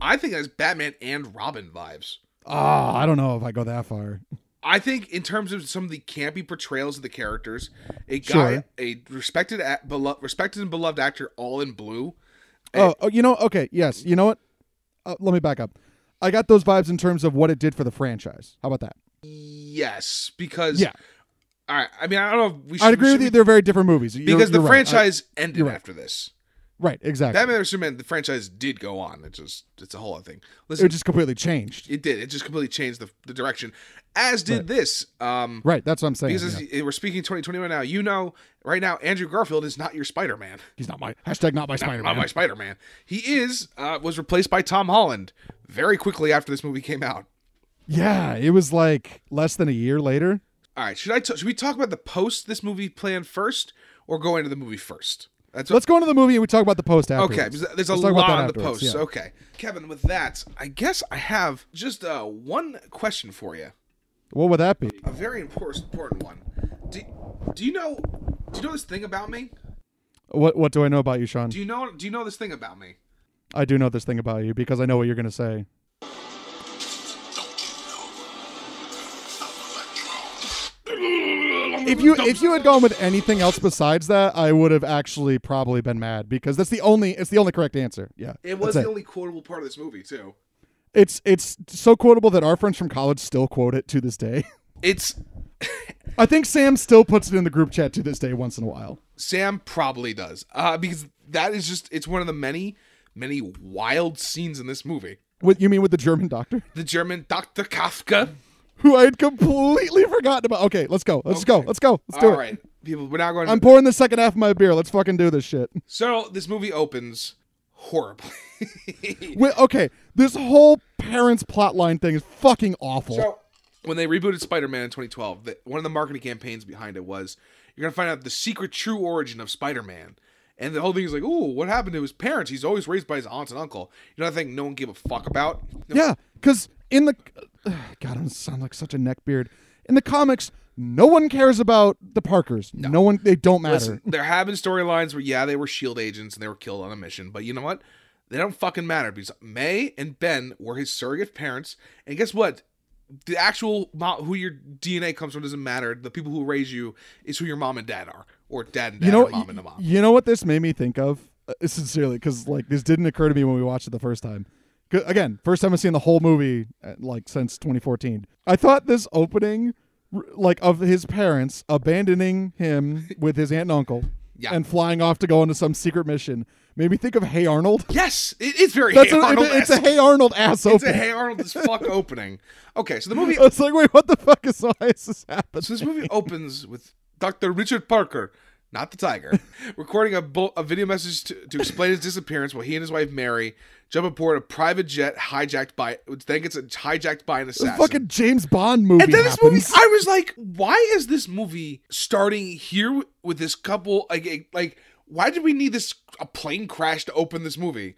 [SPEAKER 2] I think it has Batman and Robin vibes.
[SPEAKER 3] Ah, I don't know if I go that far.
[SPEAKER 2] I think in terms of some of the campy portrayals of the characters, a guy,
[SPEAKER 3] Sure.
[SPEAKER 2] a respected, a, belo- respected and beloved actor, all in blue. Eh.
[SPEAKER 3] Oh, oh, you know, okay, yes. You know what? Uh, let me back up. I got those vibes in terms of what it did for the franchise. How about that?
[SPEAKER 2] Yes, because
[SPEAKER 3] Yeah,
[SPEAKER 2] All right. I mean, I don't know. If we should,
[SPEAKER 3] I'd agree
[SPEAKER 2] should
[SPEAKER 3] with
[SPEAKER 2] we-
[SPEAKER 3] you. They're very different movies You're-
[SPEAKER 2] because the
[SPEAKER 3] you're right. I-
[SPEAKER 2] franchise ended
[SPEAKER 3] you're right.
[SPEAKER 2] after this.
[SPEAKER 3] right, exactly.
[SPEAKER 2] Batman vs Superman, the franchise did go on. It just it's a whole other thing. Listen,
[SPEAKER 3] it
[SPEAKER 2] it,
[SPEAKER 3] just completely changed.
[SPEAKER 2] did. It just completely changed the, the direction. As did this. Um,
[SPEAKER 3] Right, that's what I'm saying.
[SPEAKER 2] because
[SPEAKER 3] yeah.
[SPEAKER 2] this- eh, we're speaking 2020 right now. You know, right now Andrew Garfield is not your Spider Man.
[SPEAKER 3] He's not my hashtag. Not my Spider
[SPEAKER 2] Not
[SPEAKER 3] Man.
[SPEAKER 2] my Spider Man. He is uh, was replaced by Tom Holland very quickly after this movie came out.
[SPEAKER 3] yeah, it was like less than a year later.
[SPEAKER 2] All right. Should I t- should we talk about the post this movie plan first, or go into the movie first? That's what
[SPEAKER 3] Let's go into the movie and we talk about the post after.
[SPEAKER 2] Okay, because there's a
[SPEAKER 3] Let's talk about
[SPEAKER 2] lot
[SPEAKER 3] that
[SPEAKER 2] on the
[SPEAKER 3] afterwards,
[SPEAKER 2] posts.
[SPEAKER 3] yeah.
[SPEAKER 2] Okay, Kevin, with that, I guess I have just uh, one question for you,
[SPEAKER 3] What would that be?
[SPEAKER 2] a very important important one. Do, do you know do you know this thing about me?
[SPEAKER 3] What What do I know about you, Sean?
[SPEAKER 2] Do you know do you know this thing about me?
[SPEAKER 3] I do know this thing about you because I know what you're gonna say. If you if you had gone with anything else besides that, I would have actually probably been mad because that's the only it's the only correct answer. Yeah,
[SPEAKER 2] It was
[SPEAKER 3] that's
[SPEAKER 2] the only quotable part of this movie too.
[SPEAKER 3] It's it's so quotable that our friends from college still quote it to this day.
[SPEAKER 2] It's
[SPEAKER 3] I think Sam still puts it in the group chat to this day once in a while.
[SPEAKER 2] Sam probably does uh, because that is just it's one of the many many wild scenes in this movie.
[SPEAKER 3] What you mean with the German doctor?
[SPEAKER 2] The German Dr. Kafka.
[SPEAKER 3] Who I had completely forgotten about. Okay, let's go. Let's go. Let's go. Let's do
[SPEAKER 2] All
[SPEAKER 3] it.
[SPEAKER 2] right, people, we're now going.
[SPEAKER 3] I'm pouring the second half of my beer. Let's fucking do this shit.
[SPEAKER 2] so this movie opens horribly.
[SPEAKER 3] Wait, okay, this whole parents plotline thing is fucking awful.
[SPEAKER 2] So when they rebooted Spider-Man in 2012, the, one of the marketing campaigns behind it was you're gonna find out the secret true origin of Spider-Man. And the whole thing is like, ooh, what happened to his parents? He's always raised by his aunts and uncle. You know that thing no one gave a fuck about?
[SPEAKER 3] yeah, Because in the God, I sound like such a neckbeard. In the comics, no one cares about the Parkers. No, one. They don't matter.
[SPEAKER 2] Listen, there have been storylines where yeah, they were shield E agents and they were killed on a mission, but you know what? They don't fucking matter because May and Ben were his surrogate parents, and guess what? The actual mo- who your DNA comes from doesn't matter. The people who raise you is who your mom and dad are, or dad and dad,
[SPEAKER 3] you know,
[SPEAKER 2] or mom
[SPEAKER 3] y-
[SPEAKER 2] and the mom.
[SPEAKER 3] You know what this made me think of Uh, sincerely, because like this didn't occur to me when we watched it the first time. 'Cause, Again, first time I've seen the whole movie uh, like since 2014. I thought this opening, r- like of his parents abandoning him with his aunt and uncle,
[SPEAKER 2] Yeah.
[SPEAKER 3] and flying off to go into some secret mission, made me think of Hey Arnold.
[SPEAKER 2] Yes, it is very
[SPEAKER 3] That's
[SPEAKER 2] Hey
[SPEAKER 3] what-
[SPEAKER 2] Arnold.
[SPEAKER 3] it's a Hey Arnold ass
[SPEAKER 2] it's a
[SPEAKER 3] opening. Oh.
[SPEAKER 2] Hey Arnold this fuck opening. Okay, so the movie
[SPEAKER 3] it's like, wait, what the fuck is why is this happening?
[SPEAKER 2] So this movie opens with Dr. Richard Parker, not the tiger, recording a, bu- a video message to, to explain his disappearance while he and his wife Mary jump aboard a private jet hijacked by, which then gets hijacked by an assassin.
[SPEAKER 3] fucking James Bond movie.
[SPEAKER 2] and then this movie,
[SPEAKER 3] happens.
[SPEAKER 2] I was like, why is this movie starting here with this couple? Like, eh, like why did we need this a plane crash to open this movie?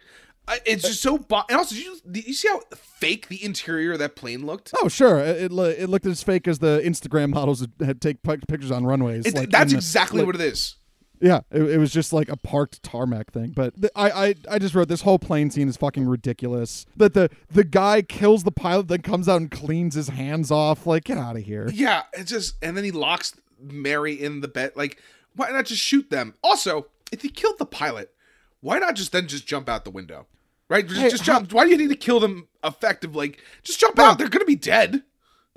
[SPEAKER 2] I- It's just so. Bo- and also, did you, did you see how fake the interior of that plane looked?
[SPEAKER 3] Oh sure, it it, lo- it looked as fake as the Instagram models had- had take pic- pictures on runways.
[SPEAKER 2] It,
[SPEAKER 3] like,
[SPEAKER 2] that's
[SPEAKER 3] in the-
[SPEAKER 2] exactly
[SPEAKER 3] like-
[SPEAKER 2] what it is.
[SPEAKER 3] Yeah, it, it was just like a parked tarmac thing. But th- I, I I just wrote this whole plane scene is fucking ridiculous. That the the guy kills the pilot, then comes out and cleans his hands off. Like get out of here.
[SPEAKER 2] Yeah, it's just and then he locks Mary in the bed. Like, why not just shoot them? Also, if he killed the pilot, why not just then just jump out the window? Right? Just,
[SPEAKER 3] Hey,
[SPEAKER 2] just jump. Why do you need to kill them effective? Like, just jump out. They're gonna be dead.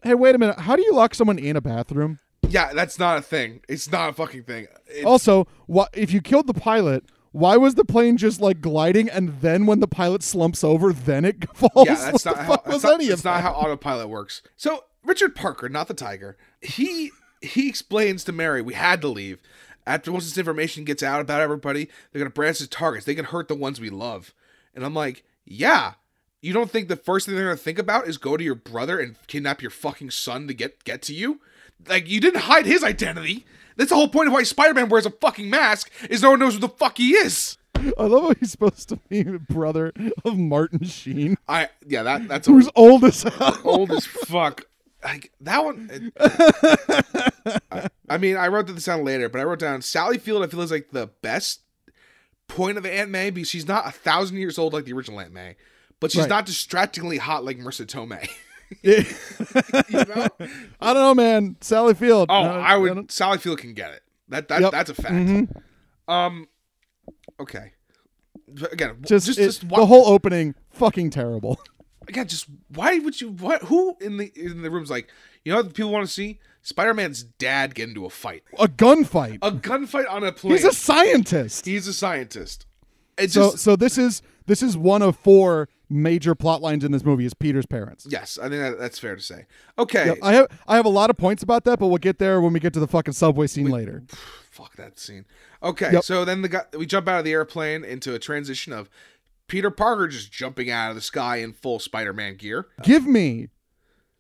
[SPEAKER 3] Hey, wait a minute. How do you lock someone in a bathroom?
[SPEAKER 2] Yeah, that's not a thing. It's not a fucking thing. It-
[SPEAKER 3] Also, wh- if you killed the pilot, why was the plane just like gliding and then when the pilot slumps over, then it falls?
[SPEAKER 2] yeah, that's
[SPEAKER 3] Oh,
[SPEAKER 2] not
[SPEAKER 3] What the
[SPEAKER 2] how
[SPEAKER 3] fuck
[SPEAKER 2] that's
[SPEAKER 3] was
[SPEAKER 2] not,
[SPEAKER 3] any of
[SPEAKER 2] that's not
[SPEAKER 3] that?
[SPEAKER 2] how autopilot works. So Richard Parker, not the tiger, he he explains to Mary we had to leave. After once this information gets out about everybody, they're gonna branch his targets. They can hurt the ones we love. And I'm like, yeah. You don't think the first thing they're gonna think about is go to your brother and kidnap your fucking son to get get to you? Like you didn't hide his identity. That's the whole point of why Spider-Man wears a fucking mask is no one knows who the fuck he is.
[SPEAKER 3] I love how he's supposed to be the brother of Martin Sheen,
[SPEAKER 2] I yeah that that's a
[SPEAKER 3] who's old as hell.
[SPEAKER 2] old as fuck. Like that one. I, I mean, I wrote this down later, but I wrote down Sally Field. I feel is like the best point of Aunt May because she's not a thousand years old like the original Aunt May, but she's
[SPEAKER 3] Right.
[SPEAKER 2] not distractingly hot like Marissa Tomei.
[SPEAKER 3] I
[SPEAKER 2] you know?
[SPEAKER 3] don't know, man. Sally Field.
[SPEAKER 2] Oh,
[SPEAKER 3] Uh,
[SPEAKER 2] I would.
[SPEAKER 3] don't-
[SPEAKER 2] Sally Field can get it. That that
[SPEAKER 3] Yep. Mm-hmm.
[SPEAKER 2] that's a fact. Um, okay. Again,
[SPEAKER 3] just,
[SPEAKER 2] just just,
[SPEAKER 3] it-
[SPEAKER 2] why,
[SPEAKER 3] the whole opening, fucking terrible.
[SPEAKER 2] again, just why would you? What? Who in the in the room's like? You know what people want to see? Spider Man's dad get into a fight.
[SPEAKER 3] A gunfight.
[SPEAKER 2] a gunfight on a plane.
[SPEAKER 3] he's a scientist.
[SPEAKER 2] He's a scientist. It's
[SPEAKER 3] so,
[SPEAKER 2] just
[SPEAKER 3] so this is this is one of four major plot lines in this movie. Is Peter's parents.
[SPEAKER 2] yes, I think that, that's fair to say. Okay,
[SPEAKER 3] Yep, I have I have a lot of points about that, but we'll get there when we get to the fucking subway scene later.
[SPEAKER 2] fuck that scene. Okay,
[SPEAKER 3] Yep.
[SPEAKER 2] so then the guy we jump out of the airplane into a transition of Peter Parker just jumping out of the sky in full Spider-Man gear.
[SPEAKER 3] Give me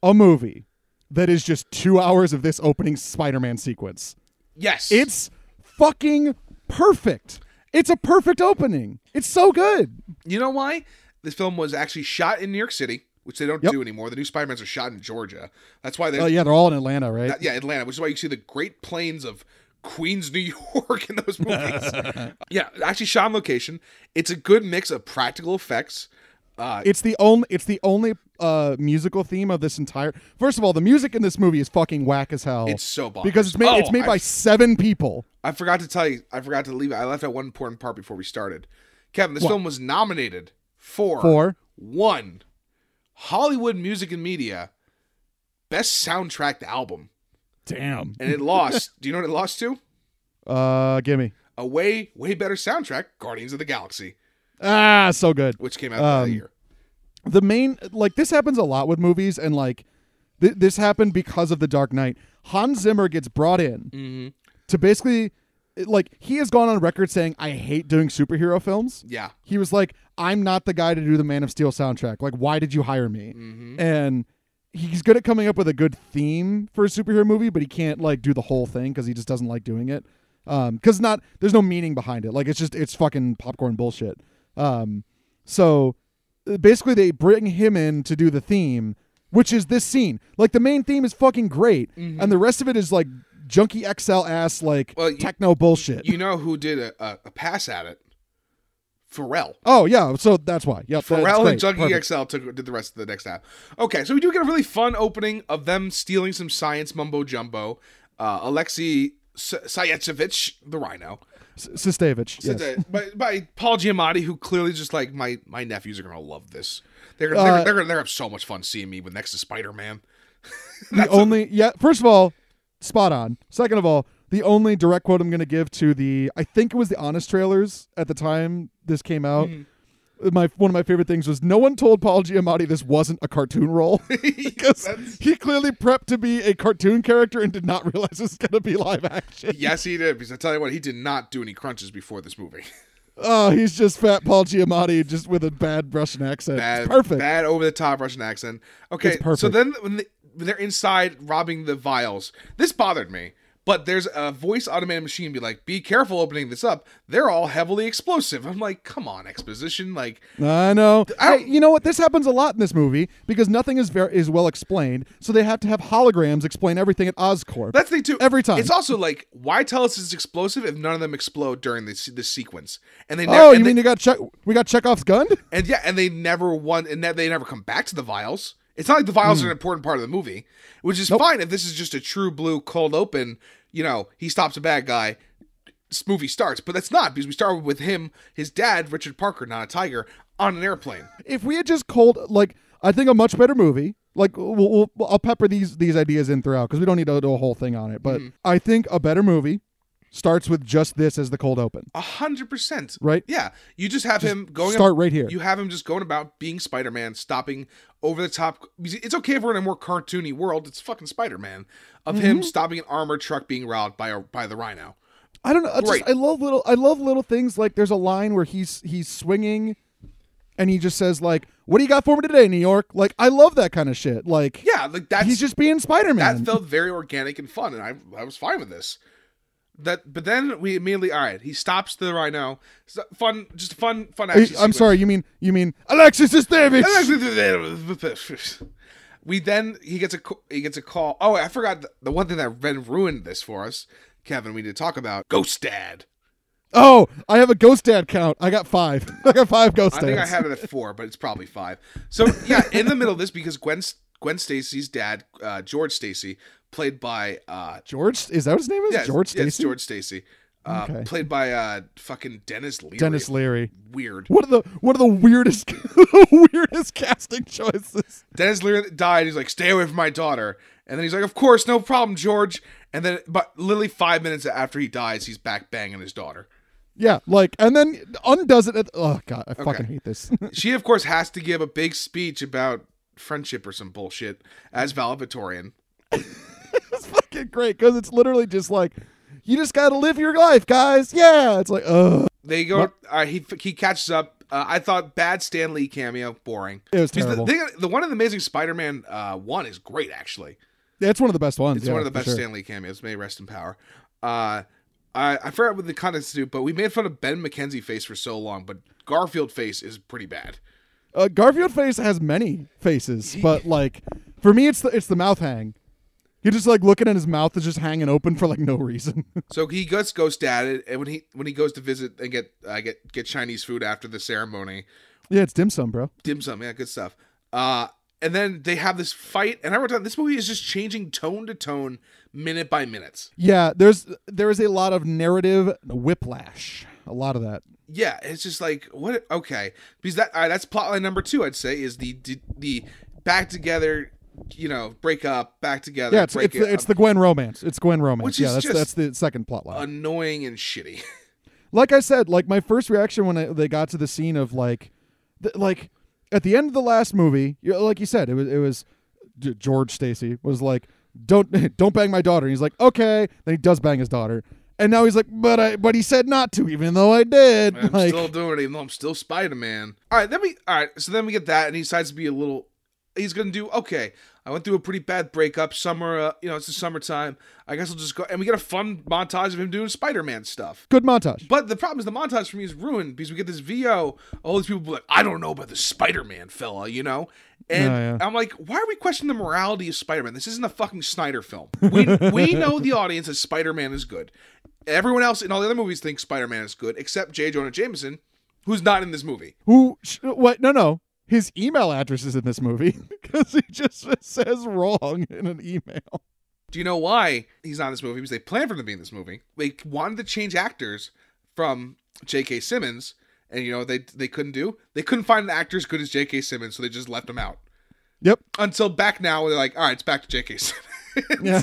[SPEAKER 3] a movie that is just two hours of this opening Spider-Man sequence.
[SPEAKER 2] Yes,
[SPEAKER 3] It's fucking perfect. It's a perfect opening. It's so good.
[SPEAKER 2] you know why this film was actually shot in New York City, which they don't
[SPEAKER 3] Yep.
[SPEAKER 2] do anymore. The new Spider-Mans are shot in Georgia. That's why they
[SPEAKER 3] Oh yeah, they're all in Atlanta, right?
[SPEAKER 2] Uh, yeah, Atlanta, which is why you see the Great Plains of Queens, New York in those movies. yeah, actually shot on location. It's a good mix of practical effects. Uh,
[SPEAKER 3] It's the only it's the only uh musical theme of this entire First of all, the music in this movie is fucking whack as hell.
[SPEAKER 2] It's so bonkers.
[SPEAKER 3] Because it's made
[SPEAKER 2] Oh,
[SPEAKER 3] it's made
[SPEAKER 2] I-
[SPEAKER 3] by 7 people.
[SPEAKER 2] I forgot to tell you, I forgot to leave. I left out one important part before we started. Kevin, this film was nominated for,
[SPEAKER 3] For?
[SPEAKER 2] one Hollywood Music and Media Best Soundtrack Album,
[SPEAKER 3] Damn.
[SPEAKER 2] and it lost. do you know what it lost to?
[SPEAKER 3] Uh gimme.
[SPEAKER 2] A way, way better soundtrack, Guardians of the Galaxy,
[SPEAKER 3] Ah, so good.
[SPEAKER 2] which came out that
[SPEAKER 3] Um,
[SPEAKER 2] year.
[SPEAKER 3] the main like this happens a lot with movies and like th- this happened because of the dark knight hans zimmer gets brought in to basically like he has gone on record saying i hate doing superhero films
[SPEAKER 2] Yeah.
[SPEAKER 3] he was like i'm not the guy to do the man of steel soundtrack like why did you hire me
[SPEAKER 2] Mm-hmm.
[SPEAKER 3] and he's good at coming up with a good theme for a superhero movie but he can't like do the whole thing because he just doesn't like doing it um because not there's no meaning behind it like it's just it's fucking popcorn bullshit um so basically they bring him in to do the theme, which is this scene. Like the main theme is fucking great, and the rest of it is like junky XL ass like
[SPEAKER 2] Mm-hmm. Well, you-
[SPEAKER 3] techno bullshit.
[SPEAKER 2] You know who did a, a, a pass at it? Pharrell.
[SPEAKER 3] oh yeah, so that's why. Yep, that's
[SPEAKER 2] Pharrell and
[SPEAKER 3] great.
[SPEAKER 2] Junkie
[SPEAKER 3] Perfect.
[SPEAKER 2] XL took, did the rest of the next half. Okay, so we do get a really fun opening of them stealing some science mumbo jumbo. Uh, Alexei Sayetsevich, the Rhino,
[SPEAKER 3] S- Sistevich.
[SPEAKER 2] said
[SPEAKER 3] yes.
[SPEAKER 2] that- by, by Paul Giamatti, who clearly just like my my nephews are gonna love this. They're they're,
[SPEAKER 3] Uh,
[SPEAKER 2] they're, gonna- they're gonna have so much fun seeing me with next to Spider Man.
[SPEAKER 3] the only yeah first of all spot on second of all the only direct quote i'm going to give to the i think it was the honest trailers at the time this came out my one of my favorite things was no one told paul giamatti this wasn't a cartoon role because he clearly prepped to be a cartoon character and did not realize it's going to be live action
[SPEAKER 2] Yes, he did. Because I tell you what, he did not do any crunches before this movie.
[SPEAKER 3] oh he's just fat paul giamatti just with a bad russian accent
[SPEAKER 2] bad,
[SPEAKER 3] It's perfect
[SPEAKER 2] bad over the top Russian accent. Okay,
[SPEAKER 3] It's perfect.
[SPEAKER 2] so then when, they, when they're inside robbing the vials, this bothered me. But there's a voice automated machine be like, "Be careful opening this up. They're all heavily explosive." I'm like, "Come on, exposition!" Like,
[SPEAKER 3] I know.
[SPEAKER 2] I-
[SPEAKER 3] Hey, you know what? This happens a lot in this movie because nothing is very is well explained, so they have to have holograms explain everything at Oscorp.
[SPEAKER 2] That's the thing too.
[SPEAKER 3] Every time.
[SPEAKER 2] It's also like, why tell us it's explosive if none of them explode during this this sequence? And they never,
[SPEAKER 3] oh,
[SPEAKER 2] and
[SPEAKER 3] you
[SPEAKER 2] they-
[SPEAKER 3] mean you got check? We got Chekhov's gun?
[SPEAKER 2] and yeah, and they never won, and ne- they never come back to the vials. It's not like the
[SPEAKER 3] Hmm.
[SPEAKER 2] vials are an important part of the movie, which is fine if this is just a true blue cold open. You know, he stops a bad guy. s- Movie starts, but that's not because we start with him, his dad, Richard Parker, not a tiger, on an airplane.
[SPEAKER 3] If we had just cold, like I think a much better movie. Like we'll, we'll, I'll pepper these these ideas in throughout because we don't need to do a whole thing on it. But I think a better movie starts with just this as the cold open.
[SPEAKER 2] A hundred percent,
[SPEAKER 3] Right.
[SPEAKER 2] Yeah, you just have him going
[SPEAKER 3] Start right here.
[SPEAKER 2] You have him just going about being Spider Man, stopping over the top. It's okay if we're in a more cartoony world. It's fucking Spider Man of
[SPEAKER 3] Mm-hmm.
[SPEAKER 2] him stopping an armored truck being robbed by a by the Rhino.
[SPEAKER 3] I don't know. I, just,
[SPEAKER 2] Great.
[SPEAKER 3] I love little. I love little things like there's a line where he's he's swinging, and he just says like, "What do you got for me today, New York?" Like I love that kind of shit. Like
[SPEAKER 2] Yeah, like that's
[SPEAKER 3] he's just being Spider
[SPEAKER 2] that
[SPEAKER 3] Man.
[SPEAKER 2] felt very organic and fun, and I I was fine with this. That but then we immediately all right. He stops the Rhino. So- fun, just a fun, fun action.
[SPEAKER 3] I'm
[SPEAKER 2] sequence.
[SPEAKER 3] sorry. You mean you mean Alexis is
[SPEAKER 2] We then he gets a c- he gets a call. Oh, I forgot the, the one thing that then ruined this for us, Kevin. We need to talk about Ghost Dad.
[SPEAKER 3] Oh, I have a ghost dad count. I got five. I got five ghost
[SPEAKER 2] I
[SPEAKER 3] dads.
[SPEAKER 2] think I had it at four, but it's probably five. So yeah, in the middle of this, because Gwen Gwen Stacy's dad, uh, George Stacy, played by uh,
[SPEAKER 3] George is that what his name is?
[SPEAKER 2] yeah,
[SPEAKER 3] George
[SPEAKER 2] yeah, it's
[SPEAKER 3] Stacy.
[SPEAKER 2] George Stacy, uh,
[SPEAKER 3] Okay.
[SPEAKER 2] played by uh, fucking Dennis Leary.
[SPEAKER 3] Dennis Leary.
[SPEAKER 2] Weird.
[SPEAKER 3] One of the one of the weirdest the weirdest casting choices.
[SPEAKER 2] Dennis Leary died. He's like, stay away from my daughter. And then he's like, of course, no problem, George. And then, but literally five minutes after he dies, he's back banging his daughter.
[SPEAKER 3] Yeah, like and then undoes it at oh god, I fucking hate this.
[SPEAKER 2] She, of course, has to give a big speech about friendship or some bullshit as valedictorian.
[SPEAKER 3] it's fucking great because it's literally just like you just gotta live your life, guys. Yeah. It's like uh
[SPEAKER 2] They go. Uh, he he catches up. Uh, I thought bad Stan Lee cameo boring.
[SPEAKER 3] It was
[SPEAKER 2] Because
[SPEAKER 3] terrible.
[SPEAKER 2] The, thing- the one in the Amazing Spider-Man uh, one is great actually.
[SPEAKER 3] That's one of the best ones.
[SPEAKER 2] It's
[SPEAKER 3] yeah,
[SPEAKER 2] one of the
[SPEAKER 3] for
[SPEAKER 2] best
[SPEAKER 3] sure.
[SPEAKER 2] Stan Lee cameos. May he rest in power. Uh, I I forgot what the contents do, but we made fun of Ben McKenzie face for so long, but Garfield face is pretty bad.
[SPEAKER 3] Uh, Garfield face has many faces, but like for me, it's the it's the mouth hang. You're just like looking at his mouth is just hanging open for like no reason.
[SPEAKER 2] So he gets ghost dadded, and when he when he goes to visit and get uh, get get Chinese food after the ceremony,
[SPEAKER 3] yeah, it's dim sum, bro.
[SPEAKER 2] dim sum, yeah, good stuff. Uh, and then they have this fight, and I wrote down this movie is just changing tone to tone, minute by minute.
[SPEAKER 3] Yeah, there's there is a lot of narrative whiplash. A lot of that.
[SPEAKER 2] yeah, it's just like what? Okay, because that all right, that's plotline number two. I'd say is the the, the back together, you know, break up, back together.
[SPEAKER 3] Yeah, it's
[SPEAKER 2] break
[SPEAKER 3] it's,
[SPEAKER 2] it,
[SPEAKER 3] it's the Gwen romance. It's Gwen
[SPEAKER 2] Which
[SPEAKER 3] romance. Yeah,
[SPEAKER 2] is
[SPEAKER 3] that's
[SPEAKER 2] just-
[SPEAKER 3] that's the second plot line.
[SPEAKER 2] annoying and shitty.
[SPEAKER 3] like I said, like my first reaction when I, they got to the scene of like, th- like at the end of the last movie, you know, like you said, it was it was G- George Stacy was like, don't don't bang my daughter. And he's like, okay. Then he does bang his daughter, and now he's like, but I but he said not to, even though I did.
[SPEAKER 2] I'm
[SPEAKER 3] like,
[SPEAKER 2] still doing it, even though I'm still Spider Man. All right, then we all right. So then we get that, and he decides to be a little. He's gonna do okay. I went through a pretty bad breakup. Summer, uh, you know, it's the summertime. I guess I'll just go. And we get a fun montage of him doing Spider Man stuff.
[SPEAKER 3] Good montage.
[SPEAKER 2] But the problem is the montage for me is ruined because we get this VO. All these people be like, I don't know about the Spider Man fella, you know? And
[SPEAKER 3] Oh, Yeah, yeah.
[SPEAKER 2] I'm like, why are we questioning the morality of Spider Man? This isn't a fucking Snyder film. We, we know the audience that Spider Man is good. Everyone else in all the other movies thinks Spider Man is good except J. Jonah Jameson, who's not in this movie.
[SPEAKER 3] Who? Sh- what? No, no. His email address is in this movie because he just says wrong in an email.
[SPEAKER 2] Do you know why he's not in this movie? Because they planned for him to be in this movie. They wanted to change actors from J.K. Simmons, and you know what they they couldn't do. They couldn't find an actor as good as J.K. Simmons, so they just left him out.
[SPEAKER 3] Yep.
[SPEAKER 2] Until back now, they're like, all right, it's back to J.K. Simmons.
[SPEAKER 3] Yeah.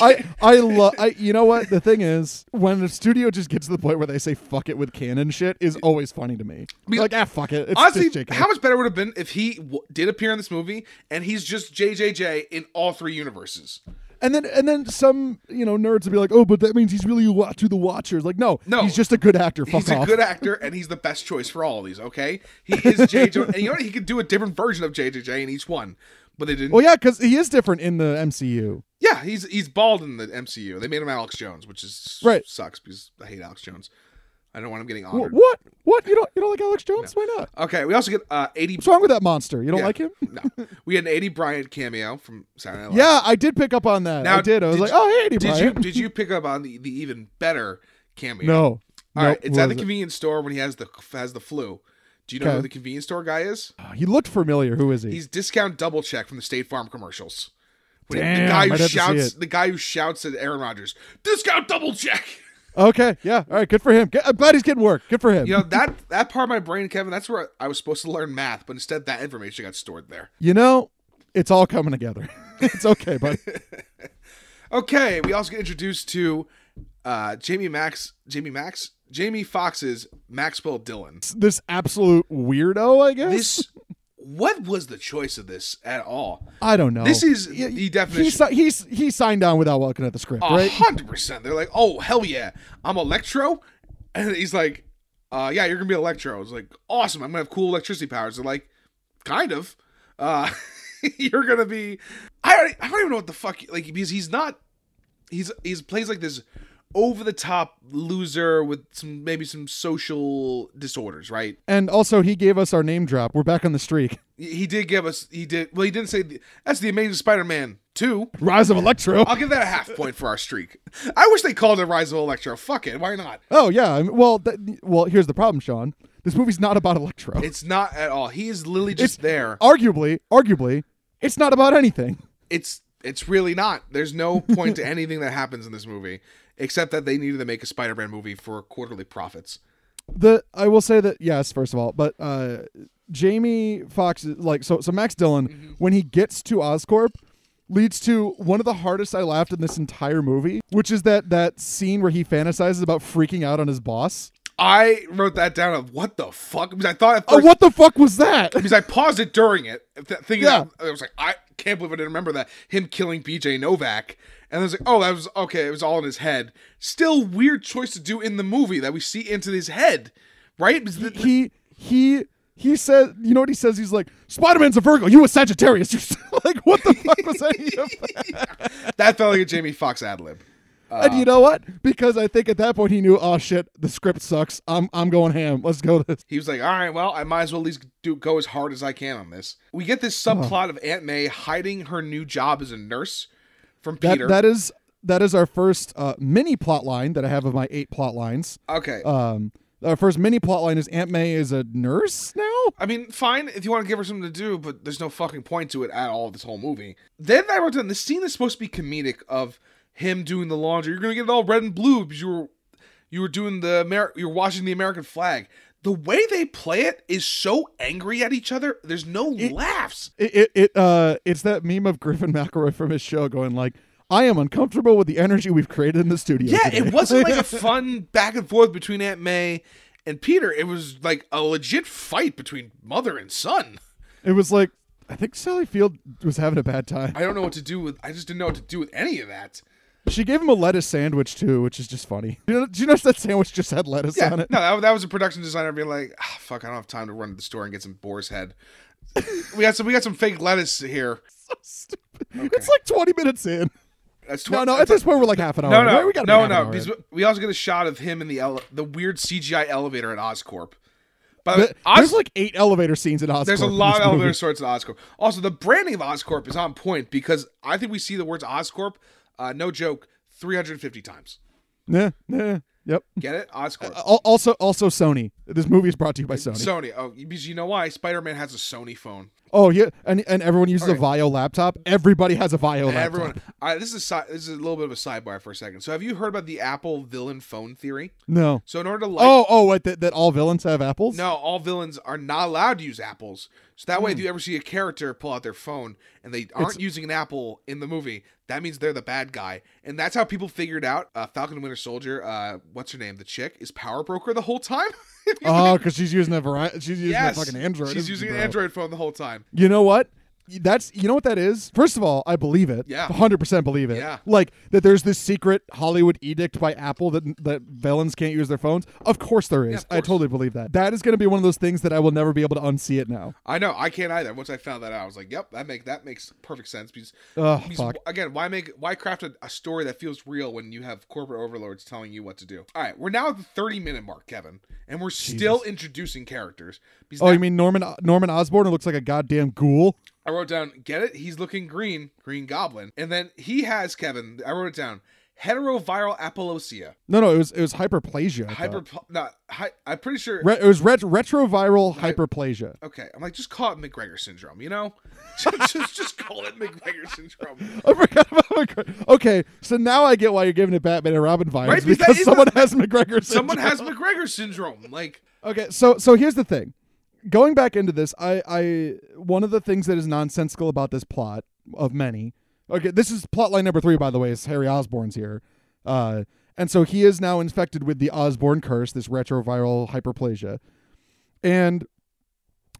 [SPEAKER 3] I I love I you know what the thing is when the studio just gets to the point where they say fuck it with canon shit is always funny to me.
[SPEAKER 2] mean,
[SPEAKER 3] like ah fuck it. It's
[SPEAKER 2] Honestly,
[SPEAKER 3] just J.K.
[SPEAKER 2] how much better would it have been if he w- did appear in this movie and he's just JJJ in all three universes?
[SPEAKER 3] and then and then some you know nerds would be like oh but that means he's really wa- to the Watchers. Like no
[SPEAKER 2] No.
[SPEAKER 3] he's just a good actor. Fuck
[SPEAKER 2] he's
[SPEAKER 3] off.
[SPEAKER 2] a good actor and he's the best choice for all of these. Okay, he is J. Jo- and you know what? he could do a different version of JJJ in each one, but they didn't.
[SPEAKER 3] well yeah because he is different in the MCU.
[SPEAKER 2] Yeah, he's he's bald in the MCU. They made him Alex Jones, which is
[SPEAKER 3] Right.
[SPEAKER 2] sucks because I hate Alex Jones. I don't want him getting
[SPEAKER 3] Wh-
[SPEAKER 2] honored.
[SPEAKER 3] what what you don't you don't like Alex Jones? Why not?
[SPEAKER 2] Okay, we also get uh eighty.
[SPEAKER 3] What's wrong with that monster? You don't
[SPEAKER 2] Yeah. Oh,
[SPEAKER 3] like him?
[SPEAKER 2] No, we had an eighty Bryant cameo from Saturday Night Live.
[SPEAKER 3] Yeah, I did pick up on that.
[SPEAKER 2] Now,
[SPEAKER 3] I did. I was
[SPEAKER 2] did
[SPEAKER 3] like,
[SPEAKER 2] you-
[SPEAKER 3] oh, hey, Eddie
[SPEAKER 2] Did you
[SPEAKER 3] Bryant.
[SPEAKER 2] did you pick up on the, the even better cameo?
[SPEAKER 3] No.
[SPEAKER 2] All right,
[SPEAKER 3] Nope.
[SPEAKER 2] it's at the
[SPEAKER 3] What was it?
[SPEAKER 2] convenience store when he has the has the flu. Do you know
[SPEAKER 3] Okay.
[SPEAKER 2] who the convenience store guy is?
[SPEAKER 3] He looked familiar. Who is he?
[SPEAKER 2] He's discount double check from the State Farm commercials. When
[SPEAKER 3] Damn,
[SPEAKER 2] the guy who
[SPEAKER 3] I'd have to see
[SPEAKER 2] shouts
[SPEAKER 3] it.
[SPEAKER 2] the guy who shouts at Aaron Rodgers, discount double check.
[SPEAKER 3] Okay, yeah, all right, good for him. Good- I'm glad he's getting work. Good for him.
[SPEAKER 2] You know that that part of my brain, Kevin. That's where I was supposed to learn math, but instead that information got stored there.
[SPEAKER 3] You know, it's all coming together. it's okay, buddy.
[SPEAKER 2] Okay, we also get introduced to uh, Jamie Max, Jamie Max, Jamie Fox's Maxwell Dillon.
[SPEAKER 3] It's this absolute weirdo, I guess.
[SPEAKER 2] This, what was the choice of this at all?
[SPEAKER 3] I don't know.
[SPEAKER 2] This is
[SPEAKER 3] Y-
[SPEAKER 2] the
[SPEAKER 3] he,
[SPEAKER 2] definition. Oh.
[SPEAKER 3] si- he's he signed on without looking at the script,
[SPEAKER 2] A
[SPEAKER 3] right?
[SPEAKER 2] hundred percent. They're like, oh hell yeah, I'm Electro, and he's like, uh, yeah, you're gonna be Electro. It's like awesome. I'm gonna have cool electricity powers. They're like, kind of. Uh, you're gonna be. I already- I don't even know what the fuck like because he's not. He's he's plays like this over the top loser with some maybe some social disorders, right?
[SPEAKER 3] And also, he gave us our name drop. We're back on the streak.
[SPEAKER 2] He he did give us he did well he didn't say the, that's the Amazing Spider-Man two.
[SPEAKER 3] Rise of Electro.
[SPEAKER 2] I'll give that a half point for our streak. I wish they called it Rise of Electro. Fuck it, why not?
[SPEAKER 3] oh yeah. I mean, well, that, well, here's the problem, Sean. This movie's not about Electro.
[SPEAKER 2] It's not at all. He is literally just there.
[SPEAKER 3] arguably, arguably, it's not about anything.
[SPEAKER 2] It's it's really not. There's no point to anything that happens in this movie except that they needed to make a Spider-Man movie for quarterly profits.
[SPEAKER 3] the I will say that yes, first of all, but uh Jamie Fox like so so Max Dillon when he gets to Oscorp leads to one of the hardest I laughed in this entire movie, which is that that scene where he fantasizes about freaking out on his boss.
[SPEAKER 2] I wrote that down of what the fuck because I thought at
[SPEAKER 3] Oh,
[SPEAKER 2] first
[SPEAKER 3] what the fuck was that?
[SPEAKER 2] because I paused it during it th- thinking
[SPEAKER 3] Yeah.
[SPEAKER 2] I was like I can't believe I didn't remember that him killing BJ Novak and I was like oh that was okay it was all in his head. Still weird choice to do in the movie that we see into his head, right? Because the-
[SPEAKER 3] he he he said, you know what he says? He's like, Spider-Man's a Virgo, you a Sagittarius. You're like, what the fuck was any of that?
[SPEAKER 2] that felt like a Jamie Foxx ad lib.
[SPEAKER 3] and you know what? Because I think at that point he knew, oh shit, the script sucks. I'm I'm going ham. Let's go this.
[SPEAKER 2] he was like, "All right, well, I might as well at least do go as hard as I can on this." We get this subplot of Aunt May hiding her new job as a nurse from
[SPEAKER 3] That,
[SPEAKER 2] Peter.
[SPEAKER 3] that is that is our first uh, mini plot line that I have of my eight plot lines.
[SPEAKER 2] okay,
[SPEAKER 3] Um, our first mini plot line is Aunt May is a nurse now.
[SPEAKER 2] I mean, fine if you want to give her something to do, but there's no fucking point to it at all. This whole movie. Then I wrote down the scene is supposed to be comedic of him doing the laundry. You're gonna get it all red and blue because you were you were doing the Amer- you're watching the American flag. The way they play it is so angry at each other. There's no laughs.
[SPEAKER 3] It it, it uh it's that meme of Griffin McElroy from his show going like, "I am uncomfortable with the energy we've created in the studio."
[SPEAKER 2] Yeah,
[SPEAKER 3] today."
[SPEAKER 2] it wasn't like a fun back and forth between Aunt May and Peter. It was like a legit fight between mother and son.
[SPEAKER 3] It was like I think Sally Field was having a bad time.
[SPEAKER 2] I don't know what to do with. I just didn't know what to do with any of that.
[SPEAKER 3] She gave him a lettuce sandwich too, which is just funny. Do you, know, do you notice that sandwich just had lettuce
[SPEAKER 2] Yeah,
[SPEAKER 3] on
[SPEAKER 2] no,
[SPEAKER 3] it?
[SPEAKER 2] that, that was a production designer being like, ah, "Fuck, I don't have time to run to the store and get some boar's head." we got some we got some fake lettuce here.
[SPEAKER 3] so stupid. It's like 20 minutes in.
[SPEAKER 2] That's tw-
[SPEAKER 3] No, no. At
[SPEAKER 2] that's
[SPEAKER 3] this point, we're like half an hour.
[SPEAKER 2] No,
[SPEAKER 3] in.
[SPEAKER 2] no,
[SPEAKER 3] Right? we gotta be
[SPEAKER 2] no,
[SPEAKER 3] half an
[SPEAKER 2] no.
[SPEAKER 3] hour
[SPEAKER 2] because
[SPEAKER 3] in.
[SPEAKER 2] we also get a shot of him in the ele- the weird CGI elevator at Oscorp. By the way,
[SPEAKER 3] But
[SPEAKER 2] Os-
[SPEAKER 3] there's like eight elevator scenes in Oscorp.
[SPEAKER 2] there's a
[SPEAKER 3] in
[SPEAKER 2] lot
[SPEAKER 3] this
[SPEAKER 2] of
[SPEAKER 3] movie.
[SPEAKER 2] elevator sorts at Oscorp. Also, the branding of Oscorp is on point because I think we see the words Oscorp, uh, no joke, 350 times.
[SPEAKER 3] Yeah, yeah. Yep.
[SPEAKER 2] Get it? Oscorp.
[SPEAKER 3] Al- Also, also Sony. This movie is brought to you by Sony.
[SPEAKER 2] Sony. Oh, because you know why? Spider Man has a Sony phone.
[SPEAKER 3] oh yeah, and and everyone uses
[SPEAKER 2] Okay.
[SPEAKER 3] a Vio laptop. Everybody has a Vio laptop.
[SPEAKER 2] Everyone. All right, this is a side, this is a little bit of a sidebar for a second. So, have you heard about the Apple villain phone theory?
[SPEAKER 3] No.
[SPEAKER 2] So, in order to like
[SPEAKER 3] Oh, oh, what, that, that all villains Hmm. have apples?
[SPEAKER 2] No, all villains are not allowed to use apples. So that way, if you ever see a character pull out their phone and they aren't using an apple in the movie, that means they're the bad guy. And that's how people figured out uh, Falcon and Winter Soldier. Uh, what's her name? The chick is Power Broker the whole time. If you
[SPEAKER 3] Oh,
[SPEAKER 2] look-
[SPEAKER 3] because she's using a variety. She's using
[SPEAKER 2] yes,
[SPEAKER 3] a fucking Android.
[SPEAKER 2] She's
[SPEAKER 3] isn't
[SPEAKER 2] using
[SPEAKER 3] she,
[SPEAKER 2] an
[SPEAKER 3] bro?
[SPEAKER 2] Android phone the whole time.
[SPEAKER 3] You know what? That's you know what that is. First of all, I believe it.
[SPEAKER 2] Yeah.
[SPEAKER 3] hundred percent believe it.
[SPEAKER 2] Yeah.
[SPEAKER 3] like that. There's this secret Hollywood edict by Apple that that villains can't use their phones. Of course there is.
[SPEAKER 2] of
[SPEAKER 3] I
[SPEAKER 2] course.
[SPEAKER 3] totally believe that. That is going to be one of those things that I will never be able to unsee it now.
[SPEAKER 2] I know. I can't either. Once I found that out, I was like, "Yep, that make that makes perfect sense." Because,
[SPEAKER 3] Ugh,
[SPEAKER 2] because
[SPEAKER 3] fuck.
[SPEAKER 2] again, why make why craft a, a story that feels real when you have corporate overlords telling you what to do? All right, we're now at the thirty minute mark, Kevin, and we're still introducing characters. Because
[SPEAKER 3] Oh,
[SPEAKER 2] now-
[SPEAKER 3] you mean Norman Norman Osborn who looks like a goddamn ghoul?
[SPEAKER 2] I wrote down, get it? He's looking green, Green Goblin, and then he has Kevin. I wrote it down. Heteroviral apolosia.
[SPEAKER 3] No, no, it was it was hyperplasia. I thought.
[SPEAKER 2] Hyper. Not. Hi, I'm pretty sure.
[SPEAKER 3] Re- it was ret- retroviral hyperplasia.
[SPEAKER 2] Okay, I'm like, just call it McGregor syndrome. You know, just, just just call it McGregor syndrome.
[SPEAKER 3] I forgot about McGregor. Okay, so now I get why you're giving it Batman and Robin vibes
[SPEAKER 2] Right, because that
[SPEAKER 3] because
[SPEAKER 2] is
[SPEAKER 3] someone has McGregor.
[SPEAKER 2] Someone
[SPEAKER 3] syndrome.
[SPEAKER 2] has McGregor syndrome. Like,
[SPEAKER 3] Okay, so so here's the thing. Going back into this, I I one of the things that is nonsensical about this plot of many. Okay, this is plot line number three, by the way, is Harry Osborn's here, uh, and so he is now infected with the Osborn curse, this retroviral hyperplasia, and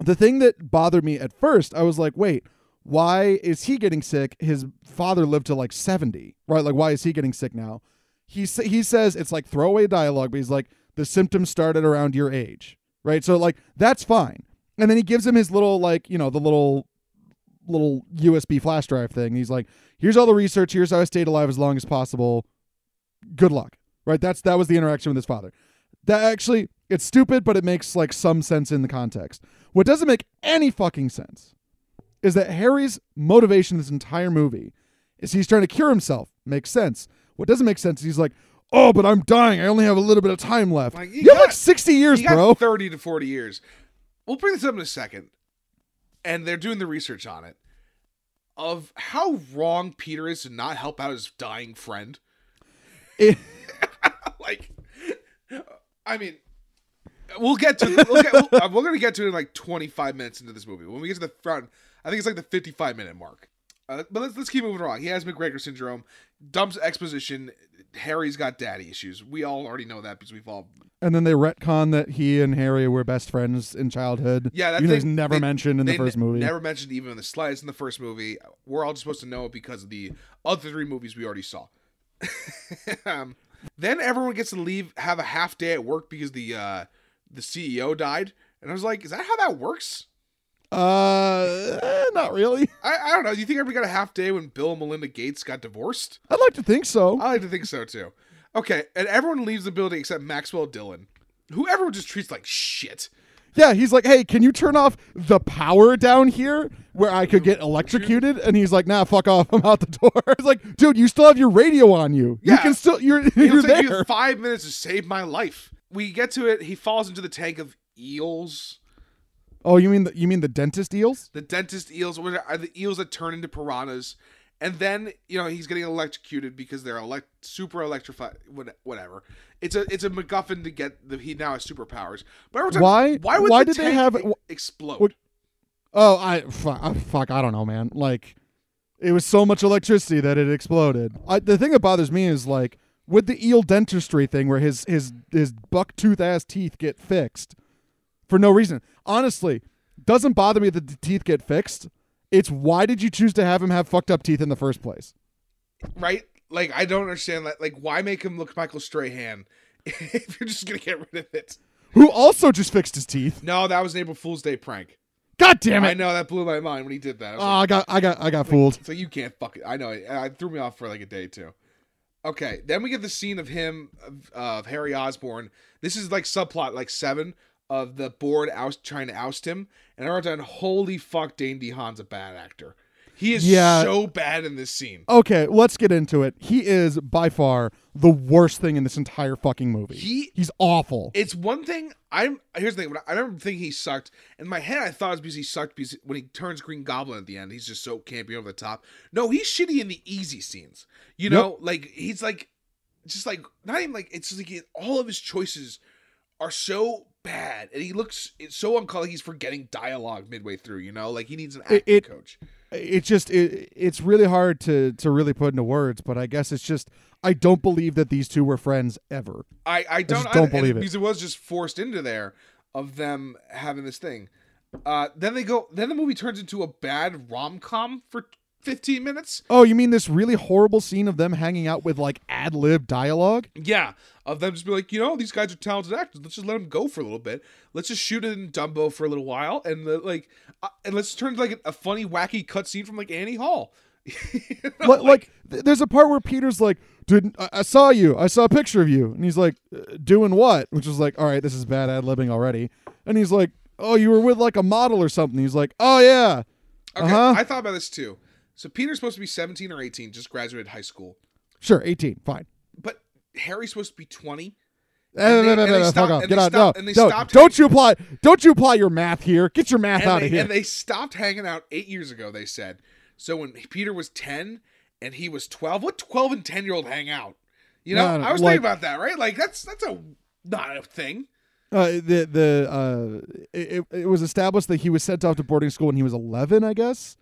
[SPEAKER 3] the thing that bothered me at first, I was like, wait, why is he getting sick? His father lived to like 70, right? Like, why is he getting sick now? He, sa- he says it's like throwaway dialogue, but he's like, the symptoms started around your age, right? So, like, that's fine. And then he gives him his little, like, you know, the little little USB flash drive thing. He's like, here's all the research, here's how I stayed alive as long as possible. Good luck. Right? That's that was the interaction with his father. That actually it's stupid, but it makes like some sense in the context. What doesn't make any fucking sense is that Harry's motivation this entire movie is he's trying to cure himself. Makes sense. What doesn't make sense is he's like, oh, but I'm dying. I only have a little bit of time left.
[SPEAKER 2] Like, you
[SPEAKER 3] you have
[SPEAKER 2] got-
[SPEAKER 3] like 60 years,
[SPEAKER 2] you got
[SPEAKER 3] bro.
[SPEAKER 2] 30 to 40 years. We'll bring this up in a second. And they're doing the research on it of how wrong Peter is to not help out his dying friend.
[SPEAKER 3] It-
[SPEAKER 2] like, I mean, we'll get to we'll get, we'll, uh, we're going to get to it in like 25 minutes into this movie. When we get to the front, I think it's like the 55 minute mark. Uh, but let's let's keep moving along. He has McGregor syndrome, dumps exposition. Harry's got daddy issues. We all already know that because we've all
[SPEAKER 3] and then they retcon that he and Harry were best friends in childhood.
[SPEAKER 2] Yeah, that
[SPEAKER 3] you know,
[SPEAKER 2] thing-
[SPEAKER 3] he's never
[SPEAKER 2] they-
[SPEAKER 3] mentioned in the
[SPEAKER 2] They
[SPEAKER 3] first
[SPEAKER 2] ne-
[SPEAKER 3] movie.
[SPEAKER 2] Never mentioned even in the slightest in the first movie. We're all just supposed to know it because of the other three movies we already saw. um, then everyone gets to leave, have a half day at work because the uh, the CEO died, and I was like, is that how that works?
[SPEAKER 3] Uh, eh, not really.
[SPEAKER 2] I, I don't know. Do you think everybody got a half day when Bill and Melinda Gates got divorced?
[SPEAKER 3] I'd like to think so.
[SPEAKER 2] I like to think so too. Okay, and everyone leaves the building except Maxwell Dillon, who everyone just treats like shit.
[SPEAKER 3] Yeah, he's like, hey, can you turn off the power down here where I could get electrocuted? And he's like, nah, fuck off. I'm out the door. It's like, dude, you still have your radio on you. You
[SPEAKER 2] Yeah.
[SPEAKER 3] can still, you're,
[SPEAKER 2] It'll
[SPEAKER 3] you're
[SPEAKER 2] take you
[SPEAKER 3] there.
[SPEAKER 2] five minutes to save my life. We get to it. He falls into the tank of eels.
[SPEAKER 3] oh, you mean the, you mean the dentist eels?
[SPEAKER 2] The dentist eels what are the eels that turn into piranhas. And then you know he's getting electrocuted because they're elect- super electrified. What- Whatever. It's a it's a MacGuffin to get the he now has superpowers. But everyone's like,
[SPEAKER 3] Why-
[SPEAKER 2] Why would
[SPEAKER 3] why
[SPEAKER 2] the
[SPEAKER 3] did they
[SPEAKER 2] tank
[SPEAKER 3] have-
[SPEAKER 2] e-
[SPEAKER 3] wh-
[SPEAKER 2] explode?
[SPEAKER 3] what- Oh, I fuck, I fuck, I don't know, man. Like, it was so much electricity that it exploded. I, the thing that bothers me is like with the eel dentistry thing, where his his his buck tooth ass teeth get fixed for no reason. Honestly, doesn't bother me that the teeth get fixed. It's why did you choose to have him have fucked up teeth in the first place?
[SPEAKER 2] right? Like I don't understand that. Like why make him look Michael Strahan if you're just gonna get rid of it?
[SPEAKER 3] Who also just fixed his teeth.
[SPEAKER 2] No, that was an April Fool's Day prank.
[SPEAKER 3] God damn
[SPEAKER 2] I
[SPEAKER 3] it!
[SPEAKER 2] know that blew my mind when he did that. I was
[SPEAKER 3] Oh,
[SPEAKER 2] like,
[SPEAKER 3] I got, I got, I got fooled.
[SPEAKER 2] so you can't fuck it. I know it, I threw me off for like a day too. Okay, then we get the scene of him of, of Harry Osborne. This is like subplot like seven of the board oust trying to oust him, and I wrote down, "Holy fuck, Dane DeHaan's a bad actor. He is
[SPEAKER 3] Yeah.
[SPEAKER 2] so bad in this scene.
[SPEAKER 3] Okay, let's get into it. He is by far the worst thing in this entire fucking movie.
[SPEAKER 2] He
[SPEAKER 3] He's awful.
[SPEAKER 2] It's one thing. I'm here's the thing. when I I remember thinking he sucked. In my head, I thought it was because he sucked because when he turns Green Goblin at the end, he's just so campy over the top. No, he's shitty in the easy scenes. You know, like he's like, just like not even like it's just like he- all of his choices are so bad, and he looks it's so uncalled. He's forgetting dialogue midway through. You know, like he needs an acting
[SPEAKER 3] it-
[SPEAKER 2] coach.
[SPEAKER 3] it's just it, it's really hard to to really put into words but i guess it's just i don't believe that these two were friends ever
[SPEAKER 2] I I don't
[SPEAKER 3] just don't
[SPEAKER 2] and-
[SPEAKER 3] believe it.
[SPEAKER 2] because it was just forced into there of them having this thing. Uh, then they go. Then the movie turns into a bad rom com for fifteen minutes.
[SPEAKER 3] oh you mean this really horrible scene of them hanging out with like ad lib dialogue
[SPEAKER 2] Yeah, of them just be like, you know, these guys are talented actors. Let's just let them go for a little bit. Let's just shoot it in Dumbo for a little while, and the, like, uh, and let's turn it like a, a funny, wacky cutscene from like Annie Hall. You know,
[SPEAKER 3] like, like th- there's a part where peter's like did I, I saw you i saw a picture of you and he's like "Uh, doing what which is like all right this is bad ad libbing already and he's like oh you were with like a model or something he's like oh yeah
[SPEAKER 2] okay,
[SPEAKER 3] uh-huh.
[SPEAKER 2] I thought about this too. So Peter's supposed to be seventeen or eighteen, just graduated high school,
[SPEAKER 3] sure 18 fine
[SPEAKER 2] but Harry's supposed to be twenty.
[SPEAKER 3] Eh,
[SPEAKER 2] And
[SPEAKER 3] no,
[SPEAKER 2] they-
[SPEAKER 3] no,
[SPEAKER 2] and
[SPEAKER 3] no,
[SPEAKER 2] they
[SPEAKER 3] no, fuck
[SPEAKER 2] stopped-
[SPEAKER 3] off.
[SPEAKER 2] and
[SPEAKER 3] Get
[SPEAKER 2] they
[SPEAKER 3] out.
[SPEAKER 2] stopped-
[SPEAKER 3] no,
[SPEAKER 2] and they
[SPEAKER 3] no.
[SPEAKER 2] stopped
[SPEAKER 3] Don't you apply. Don't you apply your math here. Get your math
[SPEAKER 2] and
[SPEAKER 3] out
[SPEAKER 2] they,
[SPEAKER 3] of here.
[SPEAKER 2] And they stopped hanging out eight years ago. They said so when Peter was ten and he was twelve. What twelve and ten year old hang out? You know,
[SPEAKER 3] No, no,
[SPEAKER 2] I was
[SPEAKER 3] like-
[SPEAKER 2] thinking about that. Right? Like that's that's a not a thing.
[SPEAKER 3] Uh, the the uh, it, it- it was established that he was sent off to boarding school when he was 11, I guess.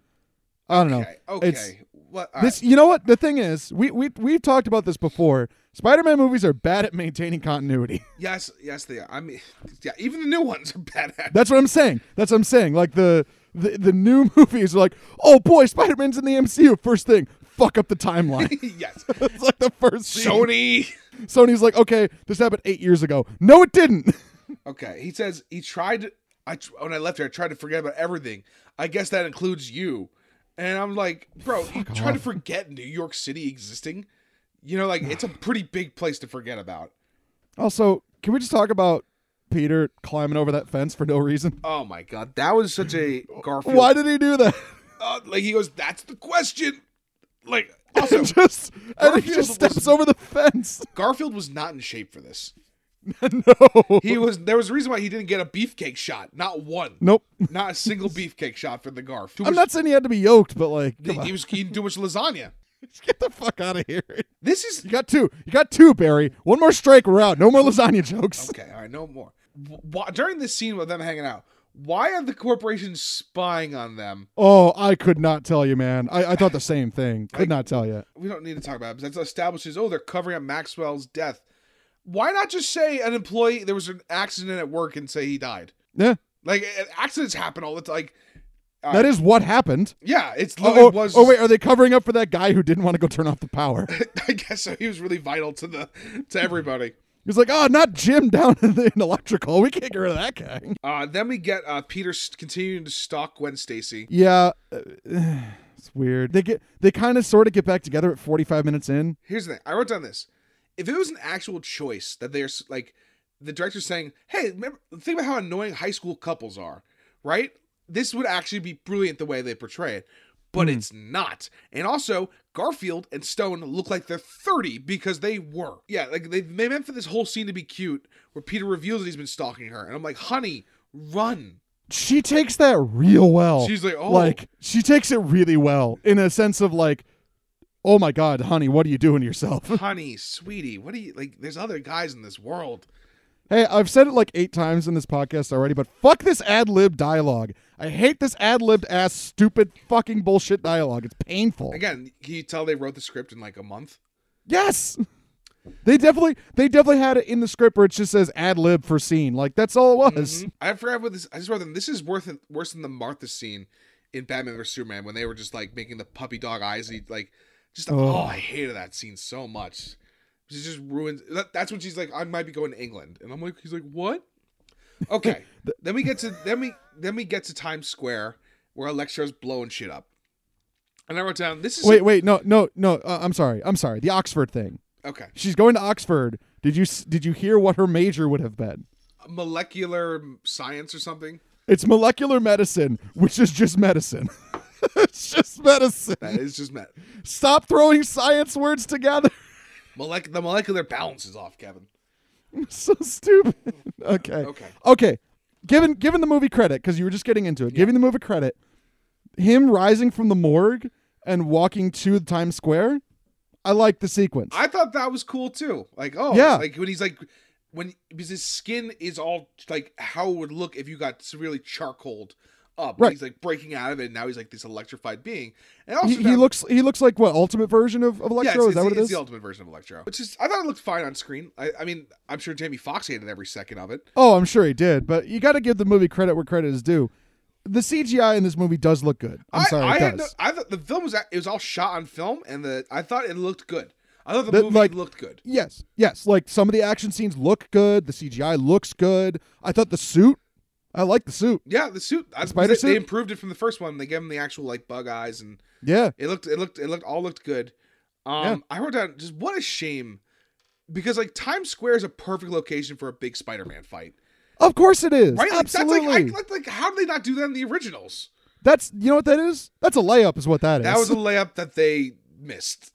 [SPEAKER 3] I don't
[SPEAKER 2] Okay.
[SPEAKER 3] know.
[SPEAKER 2] Okay.
[SPEAKER 3] It's-
[SPEAKER 2] what? uh, all
[SPEAKER 3] This, you know what? The thing is, we we we've talked about this before. Spider-Man movies are bad at maintaining continuity.
[SPEAKER 2] right. Yes. Yes. They. Are. I mean, yeah. Even the new ones are bad at.
[SPEAKER 3] That's what I'm saying. That's what I'm saying. Like the the, the new movies are like, oh boy, Spider-Man's in the MCU. First thing, fuck up the timeline.
[SPEAKER 2] yes.
[SPEAKER 3] it's like the first scene.
[SPEAKER 2] Sony.
[SPEAKER 3] Sony's like, okay, this happened eight years ago. No, it didn't.
[SPEAKER 2] Okay. He says he tried. I tr- when I left here, I tried to forget about everything. I guess that includes you. And I'm like, bro, you try to forget New York City existing. You know, like it's a pretty big place to forget about.
[SPEAKER 3] Also, can we just talk about Peter climbing over that fence for no reason?
[SPEAKER 2] Oh my god, that was such a Garfield.
[SPEAKER 3] Why did he do that?
[SPEAKER 2] Uh, like he goes, that's the question. Like also,
[SPEAKER 3] And just and he
[SPEAKER 2] Garfield
[SPEAKER 3] just steps
[SPEAKER 2] was-
[SPEAKER 3] over the fence.
[SPEAKER 2] Garfield was not in shape for this.
[SPEAKER 3] no.
[SPEAKER 2] He was. There was a reason why he didn't get a beefcake shot. Not one.
[SPEAKER 3] Nope.
[SPEAKER 2] Not a single beefcake shot for the Garf. Too
[SPEAKER 3] I'm
[SPEAKER 2] much-
[SPEAKER 3] not saying he had to be yoked, but like, come
[SPEAKER 2] He
[SPEAKER 3] on.
[SPEAKER 2] was eating too much lasagna.
[SPEAKER 3] get the fuck out of here.
[SPEAKER 2] This is
[SPEAKER 3] You got two. You got two, Barry. One more strike, we're out. No more lasagna jokes.
[SPEAKER 2] Okay, all right, no more. Why, during this scene with them hanging out, why are the corporations spying on them?
[SPEAKER 3] Oh, I could not tell you, man. I, I thought the same thing. Could not tell you.
[SPEAKER 2] We don't need to talk about it. But that establishes, oh, they're covering up Maxwell's death. Why not just say an employee there was an accident at work and say he died?
[SPEAKER 3] Yeah,
[SPEAKER 2] Like a- accidents happen all the time. Like, all
[SPEAKER 3] that
[SPEAKER 2] right.
[SPEAKER 3] is what happened.
[SPEAKER 2] yeah, it's
[SPEAKER 3] Oh,
[SPEAKER 2] literally
[SPEAKER 3] oh,
[SPEAKER 2] was.
[SPEAKER 3] oh, wait, are they covering up for that guy who didn't want to go turn off the power?
[SPEAKER 2] I guess so. He was really vital to the to everybody.
[SPEAKER 3] He's like, oh, not Jim down in the in electrical. We can't get rid of that guy.
[SPEAKER 2] Uh, then we get uh, Peter s- continuing to stalk Gwen Stacy.
[SPEAKER 3] Yeah, uh, it's weird. They get they kind of sort of get back together at 45 minutes in.
[SPEAKER 2] here's the thing. I wrote down this. If it was an actual choice that there's like the director's saying, "Hey, remember, think about how annoying high school couples are," right? This would actually be brilliant the way they portray it, but it's not. And also, Garfield and Stone look like they're 30 because they were. Yeah, like they they meant for this whole scene to be cute, where Peter reveals that he's been stalking her, and I'm like, "Honey, run!"
[SPEAKER 3] She takes that real well.
[SPEAKER 2] She's like, "Oh,
[SPEAKER 3] like she takes it really well in a sense of like, oh my god, honey, what are you doing to yourself?
[SPEAKER 2] honey, sweetie, what do you like? There's other guys in this world."
[SPEAKER 3] hey, I've said it like eight times in this podcast already, but fuck this ad lib dialogue. I hate this ad libbed ass stupid fucking bullshit dialogue. It's painful.
[SPEAKER 2] Again, can you tell they wrote the script in like a month?
[SPEAKER 3] Yes. They definitely they definitely had it in the script where it just says ad lib for scene. Like that's all it was.
[SPEAKER 2] Mm-hmm. I forgot what this. I just wrote them. This is worth worse than the Martha scene in Batman vs Superman when they were just like making the puppy dog eyes. And he, like, just oh. I hated that scene so much. She just ruins. That, that's when she's like, I might be going to England, and I'm like, he's like, what? Okay. then we get to then we then we get to Times Square where Electro's blowing shit up. And I wrote down this is
[SPEAKER 3] Wait, wait, no, no, no. Uh, I'm sorry. I'm sorry. The Oxford thing.
[SPEAKER 2] okay.
[SPEAKER 3] She's going to Oxford. Did you s- did you hear what her major would have been?
[SPEAKER 2] Molecular science or something.
[SPEAKER 3] It's molecular medicine, which is just medicine. it's just medicine.
[SPEAKER 2] That is just met.
[SPEAKER 3] Stop throwing science words together.
[SPEAKER 2] Molec- the molecular balance is off, Kevin.
[SPEAKER 3] so stupid. Okay.
[SPEAKER 2] Okay.
[SPEAKER 3] Okay. Given given the movie credit, because you were just getting into it, giving the movie credit, him rising from the morgue and walking to Times Square, I like the sequence.
[SPEAKER 2] I thought that was cool too. Like, oh,
[SPEAKER 3] Yeah.
[SPEAKER 2] Like when he's like, when because his skin is all like how it would look if you got severely charcoaled up.
[SPEAKER 3] Right.
[SPEAKER 2] He's like breaking out of it. And now he's like this electrified being. And also
[SPEAKER 3] he, he
[SPEAKER 2] found-
[SPEAKER 3] looks he looks like what ultimate version of, of
[SPEAKER 2] Yeah,
[SPEAKER 3] Electro?
[SPEAKER 2] it's,
[SPEAKER 3] is that
[SPEAKER 2] it's-
[SPEAKER 3] what it
[SPEAKER 2] it's
[SPEAKER 3] is?
[SPEAKER 2] the ultimate version of Electro. Which is, I thought it looked fine on screen. I, I mean, I'm sure Jamie Foxx hated every second of it.
[SPEAKER 3] Oh, I'm sure he did, but you got to give the movie credit where credit is due. The CGI in this movie does look good. I'm
[SPEAKER 2] I-
[SPEAKER 3] sorry,
[SPEAKER 2] I
[SPEAKER 3] it
[SPEAKER 2] had
[SPEAKER 3] does.
[SPEAKER 2] no, I thought the film was act- it was all shot on film, and the I thought it looked good. I thought the,
[SPEAKER 3] That,
[SPEAKER 2] movie
[SPEAKER 3] like-
[SPEAKER 2] looked good.
[SPEAKER 3] Yes, yes. Like some of the action scenes look good. The CGI looks good. I thought the suit. I like the suit.
[SPEAKER 2] Yeah, the suit. I,
[SPEAKER 3] spider
[SPEAKER 2] they, They
[SPEAKER 3] suit?
[SPEAKER 2] improved it from the first one. They gave him the actual like bug eyes, and
[SPEAKER 3] Yeah,
[SPEAKER 2] it looked it looked it looked all looked good. Um,
[SPEAKER 3] Yeah.
[SPEAKER 2] I wrote down just what a shame, because like Times Square is a perfect location for a big Spider-Man fight,
[SPEAKER 3] of course it is.
[SPEAKER 2] right? Like,
[SPEAKER 3] Absolutely.
[SPEAKER 2] That's like, I, like like how did they not do that in the originals?
[SPEAKER 3] That's you know what that is. That's a layup, is what that is.
[SPEAKER 2] That was a layup that they missed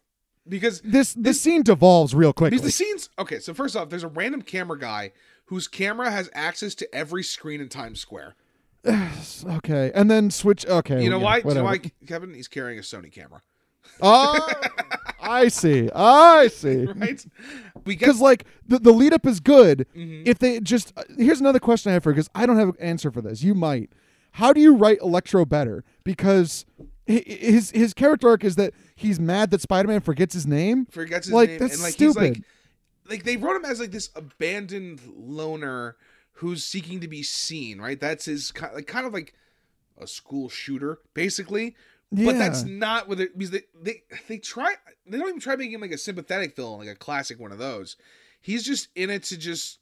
[SPEAKER 2] because
[SPEAKER 3] this this scene devolves real quickly.
[SPEAKER 2] because the scenes. Okay, so first off, there's a random camera guy whose camera has access to every screen in Times Square.
[SPEAKER 3] okay, and then switch. Okay,
[SPEAKER 2] You know
[SPEAKER 3] Oh, yeah,
[SPEAKER 2] why? You know
[SPEAKER 3] whatever.
[SPEAKER 2] why, Kevin? He's carrying a Sony camera,
[SPEAKER 3] Oh, I see. I see.
[SPEAKER 2] right? We get
[SPEAKER 3] Because like the, the lead up is good.
[SPEAKER 2] Mhm.
[SPEAKER 3] If they just uh, here's another question I have for because I don't have an answer for this. You might. How do you write Electro better? Because hi- his his character arc is that he's mad that Spider Man forgets his name.
[SPEAKER 2] forgets his
[SPEAKER 3] Like,
[SPEAKER 2] name
[SPEAKER 3] that's
[SPEAKER 2] and like he's like
[SPEAKER 3] stupid.
[SPEAKER 2] like they wrote him as like this abandoned loner who's seeking to be seen right that's his ki- like kind of like a school shooter basically but that's
[SPEAKER 3] Yeah.
[SPEAKER 2] not what it because they, they they try they don't even try making him like a sympathetic villain like a classic one of those he's just in it to just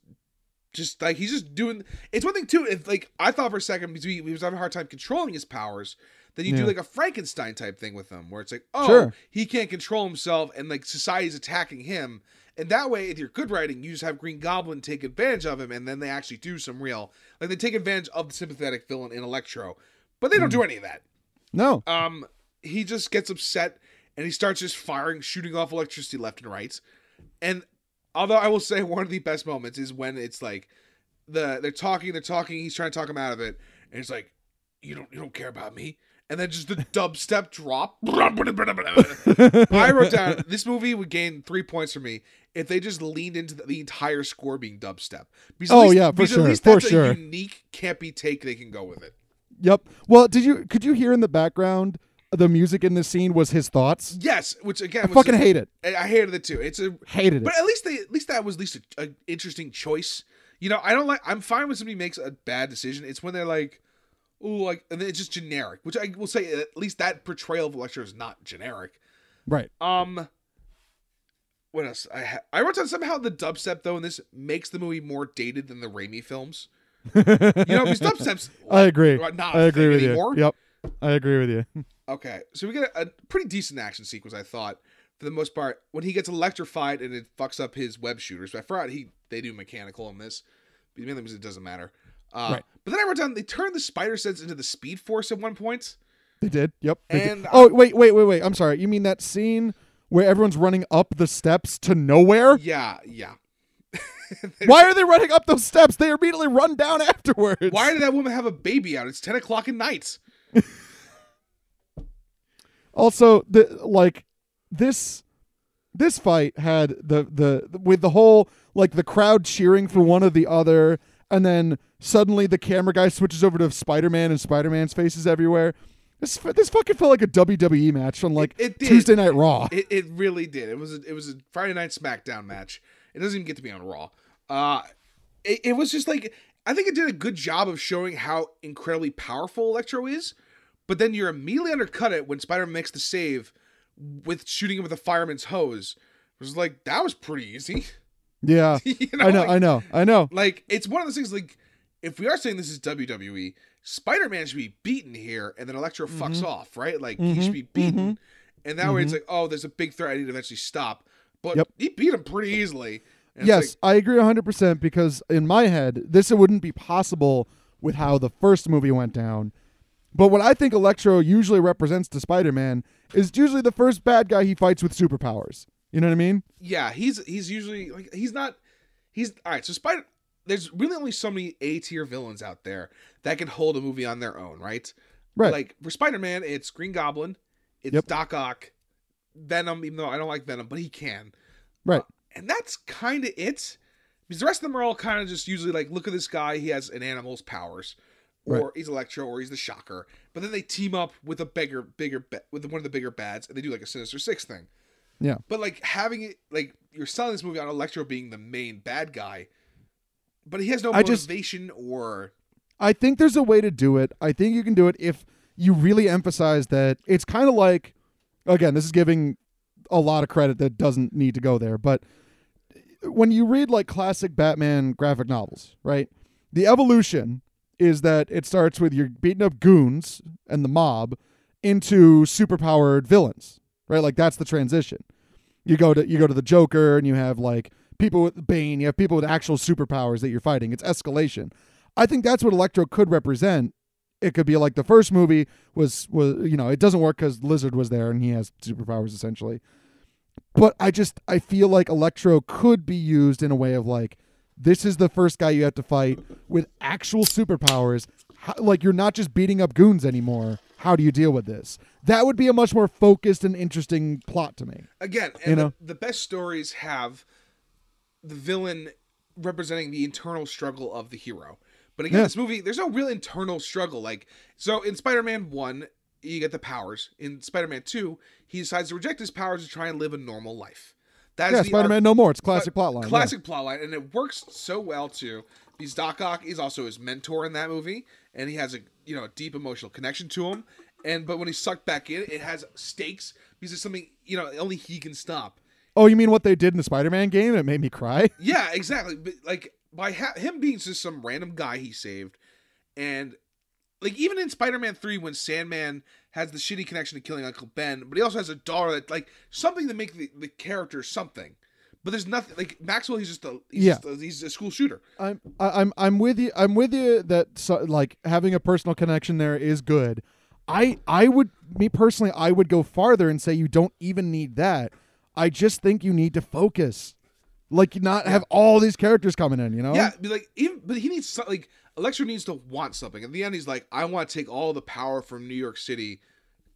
[SPEAKER 2] just like he's just doing it's one thing too if like i thought for a second because he, he was having a hard time controlling his powers then you do
[SPEAKER 3] Yeah.
[SPEAKER 2] like a frankenstein type thing with him where it's like oh
[SPEAKER 3] Sure.
[SPEAKER 2] he can't control himself and like society's attacking him and that way if you're good writing you just have green goblin take advantage of him and then they actually do some real like they take advantage of the sympathetic villain in electro but they don't
[SPEAKER 3] Hmm.
[SPEAKER 2] do any of that
[SPEAKER 3] No.
[SPEAKER 2] um he just gets upset and he starts just firing shooting off electricity left and right and although i will say one of the best moments is when it's like the they're talking they're talking he's trying to talk him out of it and he's like you don't you don't care about me and then just the dubstep drop i wrote down this movie would gain three points for me if they just leaned into the, the entire score being dubstep because at
[SPEAKER 3] Oh,
[SPEAKER 2] least-
[SPEAKER 3] yeah, for
[SPEAKER 2] because
[SPEAKER 3] sure,
[SPEAKER 2] at least
[SPEAKER 3] for
[SPEAKER 2] that's
[SPEAKER 3] sure.
[SPEAKER 2] a unique campy take they can go with it
[SPEAKER 3] Yep. Well, did you could you hear in the background the music in this scene was his thoughts?
[SPEAKER 2] yes which again
[SPEAKER 3] I
[SPEAKER 2] was
[SPEAKER 3] fucking
[SPEAKER 2] just-
[SPEAKER 3] hate it.
[SPEAKER 2] I I hated it too. It's a
[SPEAKER 3] Hated it.
[SPEAKER 2] but at least they at least that was at least an interesting choice. You know, I don't like. I'm fine when somebody makes a bad decision. It's when they're like, "Ooh, like," and then it's just generic. Which I will say, at least that portrayal of Electro is not generic.
[SPEAKER 3] Right.
[SPEAKER 2] Um, what else? I ha- I wrote down somehow the dubstep though, and this makes the movie more dated than the Raimi films. You know, because dubstep's
[SPEAKER 3] I agree.
[SPEAKER 2] Not a
[SPEAKER 3] I agree
[SPEAKER 2] thing
[SPEAKER 3] with
[SPEAKER 2] anymore.
[SPEAKER 3] you. Yep. I agree with you.
[SPEAKER 2] Okay, so we get a, a pretty decent action sequence, I thought, for the most part. When he gets electrified and it fucks up his web shooters, but I forgot he they do mechanical in this, but mainly because it doesn't matter. Uh,
[SPEAKER 3] Right.
[SPEAKER 2] But then I wrote down they turned the spider sense into the speed force at one point.
[SPEAKER 3] They did. Yep. they did.
[SPEAKER 2] And
[SPEAKER 3] oh wait, wait, wait, wait. I'm sorry. You mean that scene where everyone's running up the steps to nowhere?
[SPEAKER 2] Yeah, yeah.
[SPEAKER 3] Why are they running up those steps? They immediately run down afterwards.
[SPEAKER 2] Why did that woman have a baby out? It's ten o'clock at night.
[SPEAKER 3] Also, the like this this fight had the the with the whole like the crowd cheering for one or the other, and then suddenly the camera guy switches over to Spider Man and Spider Man's faces everywhere. This this fucking felt like a WWE match on like
[SPEAKER 2] it did.
[SPEAKER 3] Tuesday Night Raw.
[SPEAKER 2] It, it really did. It was a, it was a Friday night SmackDown match. It doesn't even get to be on Raw. Uh, it, it was just like I think it did a good job of showing how incredibly powerful Electro is, but then you're immediately undercut it when Spider makes the save with shooting him with a fireman's hose. It was like that was pretty easy.
[SPEAKER 3] yeah,
[SPEAKER 2] you know,
[SPEAKER 3] I know,
[SPEAKER 2] like,
[SPEAKER 3] I know, I know.
[SPEAKER 2] like it's one of those things like if we are saying this is WWE, Spider Man should be beaten here, and then Electro
[SPEAKER 3] Mm-hmm.
[SPEAKER 2] fucks off, right? Like he should be beaten, and that way it's like, oh, there's a big threat. I need to eventually stop. But
[SPEAKER 3] Yep.
[SPEAKER 2] he beat him pretty easily. And it's
[SPEAKER 3] yes, I agree 100% because in my head, this wouldn't be possible with how the first movie went down. But what I think Electro usually represents to Spider Man is usually the first bad guy he fights with superpowers. You know what I mean?
[SPEAKER 2] like- yeah, he's he's usually like he's not he's all right. So Spider, there's really only so many A tier villains out there that can hold a movie on their own, right?
[SPEAKER 3] Right.
[SPEAKER 2] Like for Spider Man, it's Green Goblin, it's
[SPEAKER 3] Yep.
[SPEAKER 2] Doc Ock, Venom. Even though I don't like Venom, but he can. Uh,
[SPEAKER 3] right.
[SPEAKER 2] and that's kind of it. Because the rest of them are all kind of just usually like, look at this guy, he has an animal's powers, or
[SPEAKER 3] Right.
[SPEAKER 2] he's Electro, or he's the Shocker. But then they team up with a bigger, bigger, ba- with one of the bigger bads, and they do like a Sinister Six thing.
[SPEAKER 3] Yeah.
[SPEAKER 2] But like having it, like you're selling this movie on Electro being the main bad guy, but he has no
[SPEAKER 3] I just-
[SPEAKER 2] motivation or
[SPEAKER 3] I think there's a way to do it. I think you can do it if you really emphasize that it's kind of like, again, this is giving a lot of credit that doesn't need to go there, but when you read like classic Batman graphic novels, right? The evolution is that it starts with you're beating up goons and the mob into superpowered villains, right? Like that's the transition. You go to you go to the Joker and you have like people with Bane, you have people with actual superpowers that you're fighting. It's escalation. I think that's what Electro could represent. It could be like the first movie was was you know, it doesn't work cuz Lizard was there and he has superpowers essentially. But I just I feel like Electro could be used in a way of like this is the first guy you have to fight with actual superpowers. How, like you're not just beating up goons anymore. How do you deal with this? That would be a much more focused and interesting plot to me.
[SPEAKER 2] again, and
[SPEAKER 3] You
[SPEAKER 2] the-
[SPEAKER 3] know?
[SPEAKER 2] the, best stories have the villain representing the internal struggle of the hero. But again,
[SPEAKER 3] Yeah.
[SPEAKER 2] this movie, there's no real internal struggle. Like, so in Spider Man 1, you get the powers. In Spider Man 2, he decides to reject his powers to try and live a normal life. That's
[SPEAKER 3] Yeah,
[SPEAKER 2] the
[SPEAKER 3] Spider Man
[SPEAKER 2] arc-
[SPEAKER 3] No More. It's classic plot line.
[SPEAKER 2] Classic plotline, and it works so well too. Because Doc Ock is also his mentor in that movie, and he has a you know a deep emotional connection to him. And but when he's sucked back in, it has stakes because it's something you know only he can stop.
[SPEAKER 3] Oh, you mean what they did in the Spider Man game? It made me cry.
[SPEAKER 2] Yeah, exactly. But like by ha- him being just some random guy he saved, and like even in Spider-Man Three, when Sandman has the shitty connection to killing Uncle Ben, but he also has a daughter that like something to make the, the character something. But there's nothing like Maxwell. He's just a he's,
[SPEAKER 3] Yeah.
[SPEAKER 2] just a, he's a school shooter.
[SPEAKER 3] I'm I- I'm I'm with you. I'm with you that so, like having a personal connection there is good. I I would me personally I would go farther and say you don't even need that. I just think you need to focus, like you not have all these characters coming in. You know.
[SPEAKER 2] Yeah, be like even, but he needs some, like Electro needs to want something. At the end, he's like, "I want to take all the power from New York City,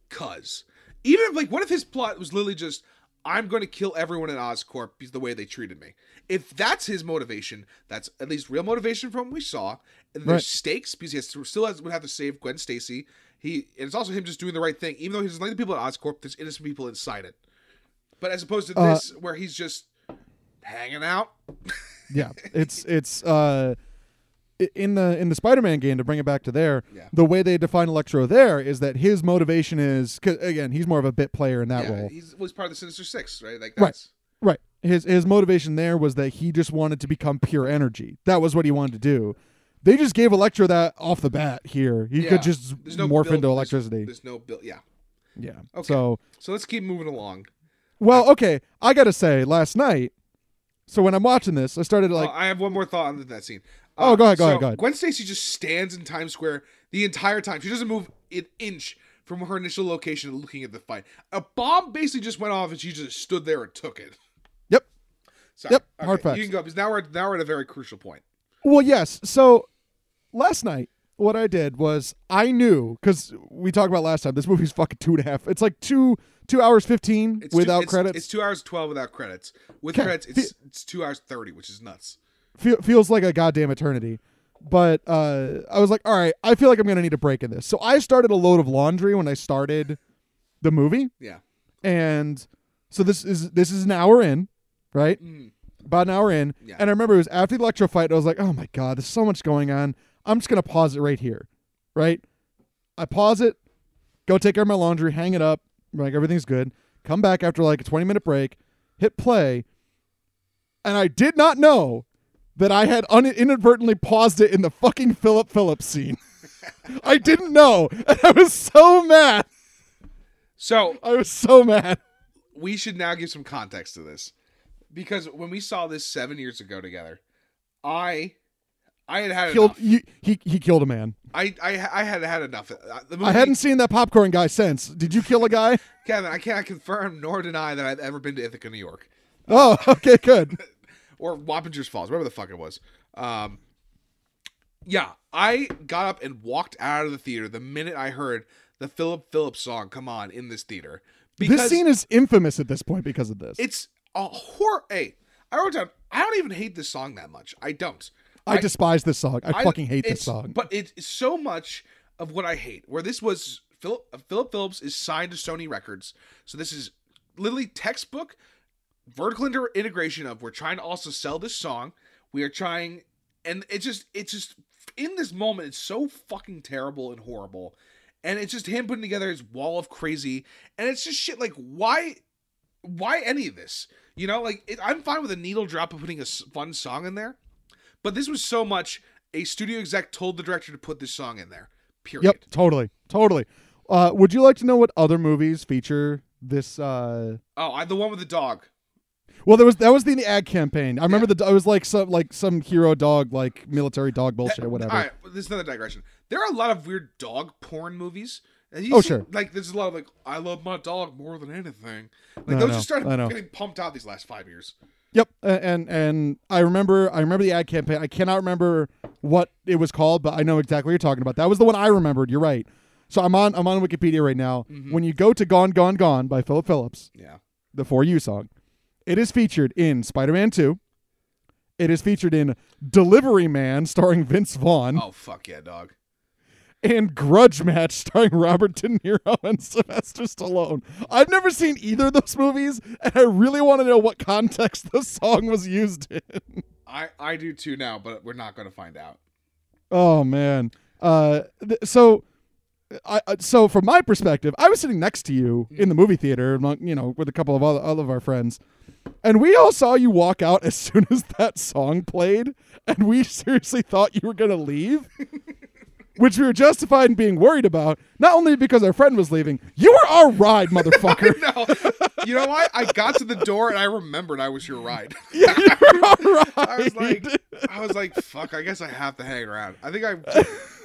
[SPEAKER 2] cause." Even if like, what if his plot was literally just, "I'm going to kill everyone in Oscorp because the way they treated me." If that's his motivation, that's at least real motivation from what we saw. And there's
[SPEAKER 3] Right.
[SPEAKER 2] stakes because he has to, still has, would have to save Gwen Stacy. He and it's also him just doing the right thing, even though he doesn't like the people at Oscorp. There's innocent people inside it. But as opposed to
[SPEAKER 3] Uh,
[SPEAKER 2] this, where he's just hanging out,
[SPEAKER 3] yeah it's it's uh i- in the in the spider-man game to bring it back to there
[SPEAKER 2] Yeah.
[SPEAKER 3] the way they define electro there is that his motivation is 'cause, again he's more of a bit player in that
[SPEAKER 2] Yeah,
[SPEAKER 3] role
[SPEAKER 2] he's was part of the Sinister Six, right? Like
[SPEAKER 3] Right.
[SPEAKER 2] that's
[SPEAKER 3] right his his motivation there was that he just wanted to become pure energy that was what he wanted to do they just gave electro that off the bat here he
[SPEAKER 2] Yeah.
[SPEAKER 3] could just
[SPEAKER 2] There's no
[SPEAKER 3] morph
[SPEAKER 2] build-
[SPEAKER 3] into
[SPEAKER 2] there's-
[SPEAKER 3] electricity
[SPEAKER 2] There's, no build. Yeah.
[SPEAKER 3] yeah
[SPEAKER 2] Okay.
[SPEAKER 3] so
[SPEAKER 2] So let's keep moving along.
[SPEAKER 3] well okay i gotta say last night so when i'm watching this i started like
[SPEAKER 2] oh, I have one more thought on that scene. Uh,
[SPEAKER 3] Oh, go ahead, go ahead, go ahead.
[SPEAKER 2] Gwen Stacy just stands in Times Square the entire time. She doesn't move an inch from her initial location, looking at the fight. A bomb basically just went off, and she just stood there and took it.
[SPEAKER 3] yep
[SPEAKER 2] Sorry.
[SPEAKER 3] Yep, hard facts.
[SPEAKER 2] You can go because now we're now we're at a very crucial point.
[SPEAKER 3] Well, yes. So last night, what I did was I knew because we talked about last time. This movie's fucking two and a half. It's like two two hours fifteen
[SPEAKER 2] It's two-
[SPEAKER 3] without
[SPEAKER 2] it's-
[SPEAKER 3] credits.
[SPEAKER 2] It's two hours twelve without credits. With
[SPEAKER 3] Okay.
[SPEAKER 2] credits, it's it's two hours thirty, which is nuts.
[SPEAKER 3] Fe- feels like a goddamn eternity. But uh, I was like, all right, I feel like I'm gonna need a break in this. So I started a load of laundry when I started the movie,
[SPEAKER 2] Yeah.
[SPEAKER 3] and so this is this is an hour in, right?
[SPEAKER 2] Mm.
[SPEAKER 3] about an hour in,
[SPEAKER 2] Yeah.
[SPEAKER 3] and I remember it was after the electro fight. And I was like, "Oh my god, there's so much going on. I'm just gonna pause it right here, right? I pause it, go take care of my laundry, hang it up, like everything's good. Come back after like a 20 minute break, hit play, and I did not know that I had un- inadvertently paused it in the fucking Philip Phillips scene. I didn't know, and I was so mad.
[SPEAKER 2] So
[SPEAKER 3] I was so mad.
[SPEAKER 2] we should now give some context to this because when we saw this seven years ago together, I, I had had
[SPEAKER 3] Killed
[SPEAKER 2] enough.
[SPEAKER 3] you, he. He killed a man.
[SPEAKER 2] I, I, I had had enough. Uh, The movie,
[SPEAKER 3] I hadn't seen that popcorn guy since. Did you kill a guy?
[SPEAKER 2] Kevin. I cannot confirm nor deny that I've ever been to Ithaca, New York,
[SPEAKER 3] Oh, okay, good.
[SPEAKER 2] or Wappingers Falls, whatever the fuck it was. Um, yeah, I got up and walked out of the theater the minute I heard the Philip Phillips song "Come On" in this theater.
[SPEAKER 3] this scene is infamous at this point because of this.
[SPEAKER 2] It's a horror. Hey, I wrote down. I don't even hate this song that much. I don't.
[SPEAKER 3] I, despise this song. I,
[SPEAKER 2] I-
[SPEAKER 3] fucking hate this
[SPEAKER 2] it's-
[SPEAKER 3] song.
[SPEAKER 2] But it's so much of what I hate. Where this was Philip Philip Phillips is signed to Sony Records, so this is literally textbook vertical inter- integration of we're trying to also sell this song. We are trying, and it's just it's just in this moment it's so fucking terrible and horrible. And it's just him putting together his wall of crazy, and it's just shit like why, why any of this? You know, like it, I'm fine with a needle drop of putting a s- fun song in there, but this was so much a studio exec told the director to put this song in there. Period.
[SPEAKER 3] Yep, totally, totally. Uh, would you like to know what other movies feature this? Uh...
[SPEAKER 2] Oh, I, the one with the dog.
[SPEAKER 3] Well, there was that was the ad campaign. I remember the it was like some like some hero dog like military dog bullshit, whatever.
[SPEAKER 2] All right, this is another digression. There are a lot of weird dog porn movies. And you
[SPEAKER 3] Oh,
[SPEAKER 2] see,
[SPEAKER 3] sure.
[SPEAKER 2] Like there's a lot of like I love my dog more than anything. Like
[SPEAKER 3] No,
[SPEAKER 2] those
[SPEAKER 3] no,
[SPEAKER 2] just
[SPEAKER 3] I know.
[SPEAKER 2] started getting pumped out these last five years.
[SPEAKER 3] Yep, a- and and I remember I remember the ad campaign. I cannot remember what it was called, but I know exactly what you're talking about. That was the one I remembered. You're right. So I'm on I'm on Wikipedia right now. When you go to Gone Gone Gone by Philip Phillips,
[SPEAKER 2] Yeah.
[SPEAKER 3] the For You song, it is featured in Spider-Man 2. It is featured in Delivery Man starring Vince Vaughn
[SPEAKER 2] Oh fuck yeah, dog.
[SPEAKER 3] and Grudge Match starring Robert De Niro and Sylvester Stallone. I've never seen either of those movies, and I really want to know what context the song was used in.
[SPEAKER 2] I I do too now, but we're not gonna find out.
[SPEAKER 3] Oh man. Uh, th- so, I I- so from my perspective, I was sitting next to you in the movie theater, among, you know, with a couple of other, all of our friends, and we all saw you walk out as soon as that song played, and we seriously thought you were gonna leave. Which we were justified in being worried about, not only because our friend was leaving, you were our ride, motherfucker.
[SPEAKER 2] No, you know what? I got to the door and I remembered I was your ride.
[SPEAKER 3] you were our ride.
[SPEAKER 2] I was like, I was like, fuck. I guess I have to hang around. I think I,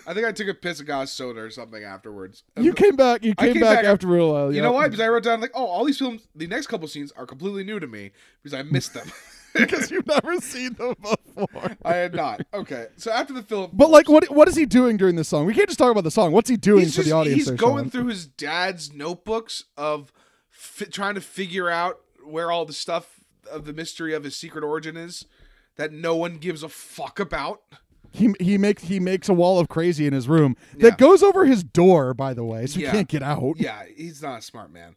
[SPEAKER 2] I think I took a piss and got a soda or something afterwards.
[SPEAKER 3] you came back. You
[SPEAKER 2] I
[SPEAKER 3] came,
[SPEAKER 2] came
[SPEAKER 3] back,
[SPEAKER 2] back-
[SPEAKER 3] after a while.
[SPEAKER 2] You know why? Because I wrote down like, oh, all these films, the next couple scenes are completely new to me because I missed them.
[SPEAKER 3] Because you've never seen them before.
[SPEAKER 2] I had not. Okay, so after the film,
[SPEAKER 3] But like, what what is he doing during this song? We can't just talk about the song. What's he doing
[SPEAKER 2] he's
[SPEAKER 3] for
[SPEAKER 2] just
[SPEAKER 3] the audience?
[SPEAKER 2] he's
[SPEAKER 3] there,
[SPEAKER 2] going
[SPEAKER 3] Sean?
[SPEAKER 2] through his dad's notebooks of fi- trying to figure out where all the stuff of the mystery of his secret origin is that no one gives a fuck about.
[SPEAKER 3] He he makes he makes a wall of crazy in his room
[SPEAKER 2] Yeah.
[SPEAKER 3] that goes over his door, by the way, so
[SPEAKER 2] Yeah.
[SPEAKER 3] he can't get out.
[SPEAKER 2] Yeah, he's not a smart man.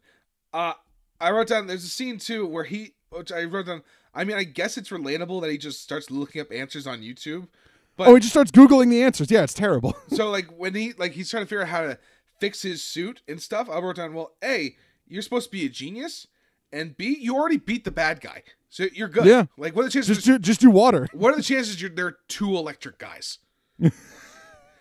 [SPEAKER 2] Uh, I wrote down there's a scene too where he, which I wrote down. I mean, I guess it's relatable that he just starts looking up answers on YouTube. But
[SPEAKER 3] Oh, he just starts googling the answers. Yeah, it's terrible.
[SPEAKER 2] so like when he like he's trying to figure out how to fix his suit and stuff, I wrote down, well, A, you're supposed to be a genius, and B, you already beat the bad guy, so you're good.
[SPEAKER 3] Yeah.
[SPEAKER 2] Like what are the chances?
[SPEAKER 3] just do just do water.
[SPEAKER 2] what are the chances you're there are two electric guys?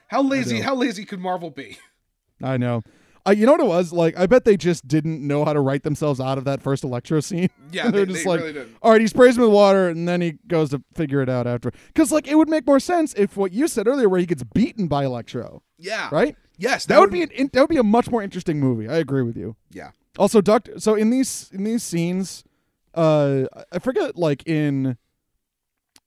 [SPEAKER 2] how lazy? How lazy could Marvel be?
[SPEAKER 3] I know. Uh, you know what it was like? I bet they just didn't know how to write themselves out of that first electro scene.
[SPEAKER 2] Yeah,
[SPEAKER 3] they're
[SPEAKER 2] they-
[SPEAKER 3] just
[SPEAKER 2] they
[SPEAKER 3] like,
[SPEAKER 2] really didn't.
[SPEAKER 3] all right, he sprays me with water, and then he goes to figure it out after. Because like, it would make more sense if what you said earlier, where he gets beaten by electro,
[SPEAKER 2] Yeah.
[SPEAKER 3] right?
[SPEAKER 2] Yes.
[SPEAKER 3] That would be an, that would be a much more interesting movie. I agree with you.
[SPEAKER 2] Yeah.
[SPEAKER 3] Also, Doctor. So in these in these scenes, uh, I forget like in.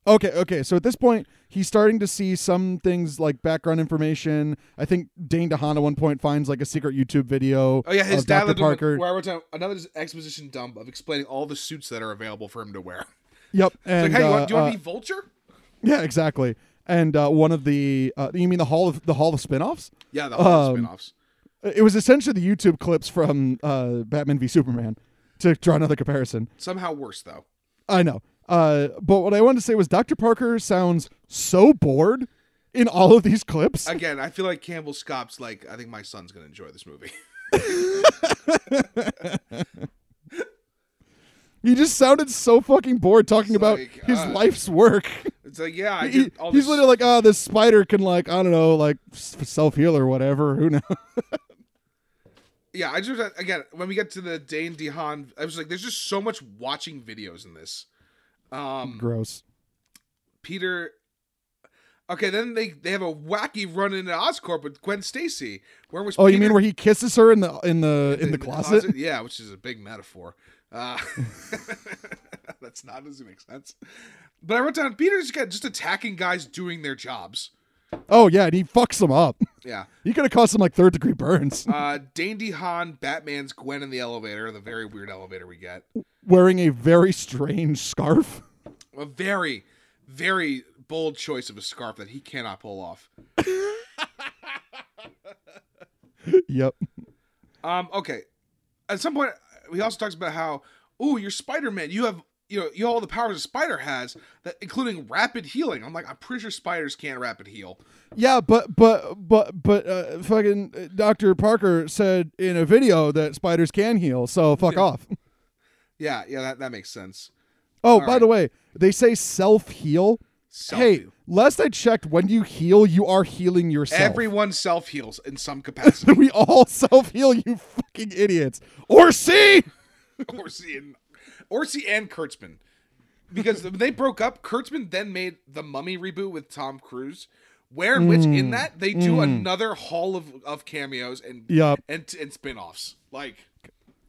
[SPEAKER 3] Okay, okay. So at this point, he's starting to see some things like background information. I think Dane DeHaan at one point finds like a secret YouTube video.
[SPEAKER 2] Oh yeah, his
[SPEAKER 3] of
[SPEAKER 2] dad
[SPEAKER 3] Dr.
[SPEAKER 2] lived in-
[SPEAKER 3] Parker.
[SPEAKER 2] Where I wrote down another exposition dump of explaining all the suits that are available for him to wear.
[SPEAKER 3] Yep.
[SPEAKER 2] It's like,
[SPEAKER 3] And
[SPEAKER 2] hey, you
[SPEAKER 3] uh,
[SPEAKER 2] want, do you want
[SPEAKER 3] uh,
[SPEAKER 2] to be Vulture?
[SPEAKER 3] yeah, exactly. And uh, one of the uh, you mean the hall of the hall of spinoffs?
[SPEAKER 2] Yeah, the whole
[SPEAKER 3] um,
[SPEAKER 2] spin-offs.
[SPEAKER 3] It was essentially the YouTube clips from uh, Batman v Superman. To draw another comparison,
[SPEAKER 2] Somehow worse though.
[SPEAKER 3] I know. Uh, but what I wanted to say was Dr. Parker sounds so bored in all of these clips.
[SPEAKER 2] Again, I feel like Campbell Scott's like, I think my son's gonna enjoy this movie.
[SPEAKER 3] he just sounded so fucking bored talking about
[SPEAKER 2] like,
[SPEAKER 3] his
[SPEAKER 2] uh,
[SPEAKER 3] life's work.
[SPEAKER 2] It's like, yeah, I
[SPEAKER 3] He-
[SPEAKER 2] did all
[SPEAKER 3] he's
[SPEAKER 2] this-
[SPEAKER 3] literally like, oh, this spider can like, I don't know, like self heal or whatever. Who knows?
[SPEAKER 2] yeah, I just uh, again when we get to the Dane DeHaan, I was like, there's just so much watching videos in this.
[SPEAKER 3] Mm-hmm.
[SPEAKER 2] Um,
[SPEAKER 3] Gross.
[SPEAKER 2] Peter. Okay, then they they have a wacky run into Oscorp with Gwen Stacy. Where was
[SPEAKER 3] Oh, you
[SPEAKER 2] Peter-
[SPEAKER 3] mean where he kisses her in the in the in the closet?
[SPEAKER 2] Yeah, which is a big metaphor. Uh, that's not doesn't make sense. But I wrote down Peter's got just attacking guys doing their jobs.
[SPEAKER 3] Oh yeah, and he fucks him up.
[SPEAKER 2] Yeah.
[SPEAKER 3] You could have caused him like third degree burns.
[SPEAKER 2] Uh Dane DeHaan, Batman's Gwen in the elevator, the very weird elevator we get.
[SPEAKER 3] Wearing a very strange scarf.
[SPEAKER 2] A very, very bold choice of a scarf that he cannot pull off.
[SPEAKER 3] yep.
[SPEAKER 2] Um, okay. At some point, he also talks about how, ooh, you're Spider Man. You have, you know, you have all the powers a spider has, that including rapid healing. I'm like, I'm pretty sure spiders can't rapid heal.
[SPEAKER 3] Yeah, but but but but uh, fucking uh, Dr. Parker said in a video that spiders can heal, so fuck off.
[SPEAKER 2] Yeah, yeah, that, that makes sense.
[SPEAKER 3] Oh, by
[SPEAKER 2] right.
[SPEAKER 3] the way, they say self heal.
[SPEAKER 2] Self
[SPEAKER 3] Hey, last I checked, when you heal, you are healing yourself.
[SPEAKER 2] everyone self heals in some capacity.
[SPEAKER 3] we all self heal, you fucking idiots. Or see.
[SPEAKER 2] Orsi and Orsi and Kurtzman, because when they broke up, Kurtzman then made the Mummy reboot with Tom Cruise, where in which
[SPEAKER 3] Mm.
[SPEAKER 2] in that they do another haul of of cameos and
[SPEAKER 3] Yup.
[SPEAKER 2] and and spin-offs like,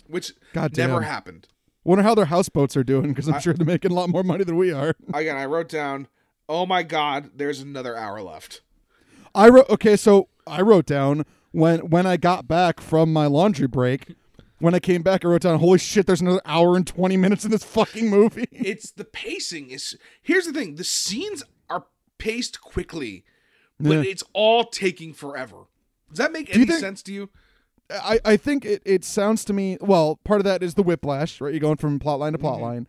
[SPEAKER 2] which
[SPEAKER 3] God
[SPEAKER 2] never
[SPEAKER 3] damn.
[SPEAKER 2] happened.
[SPEAKER 3] Wonder how their houseboats are doing because I'm sure they're making a lot more money than we are.
[SPEAKER 2] Again, I wrote down, oh my god, there's another hour left.
[SPEAKER 3] I wrote okay, so I wrote down when when I got back from my laundry break. When I came back, I wrote down, "Holy shit! There's another hour and twenty minutes in this fucking movie."
[SPEAKER 2] it's the pacing is here's the thing the scenes are paced quickly but
[SPEAKER 3] Yeah.
[SPEAKER 2] it's all taking forever does that make
[SPEAKER 3] you
[SPEAKER 2] any
[SPEAKER 3] think-
[SPEAKER 2] sense to you
[SPEAKER 3] I, I think it, it sounds to me well. Part of that is the whiplash, right? You're going from plot line to
[SPEAKER 2] Mm-hmm.
[SPEAKER 3] plot line.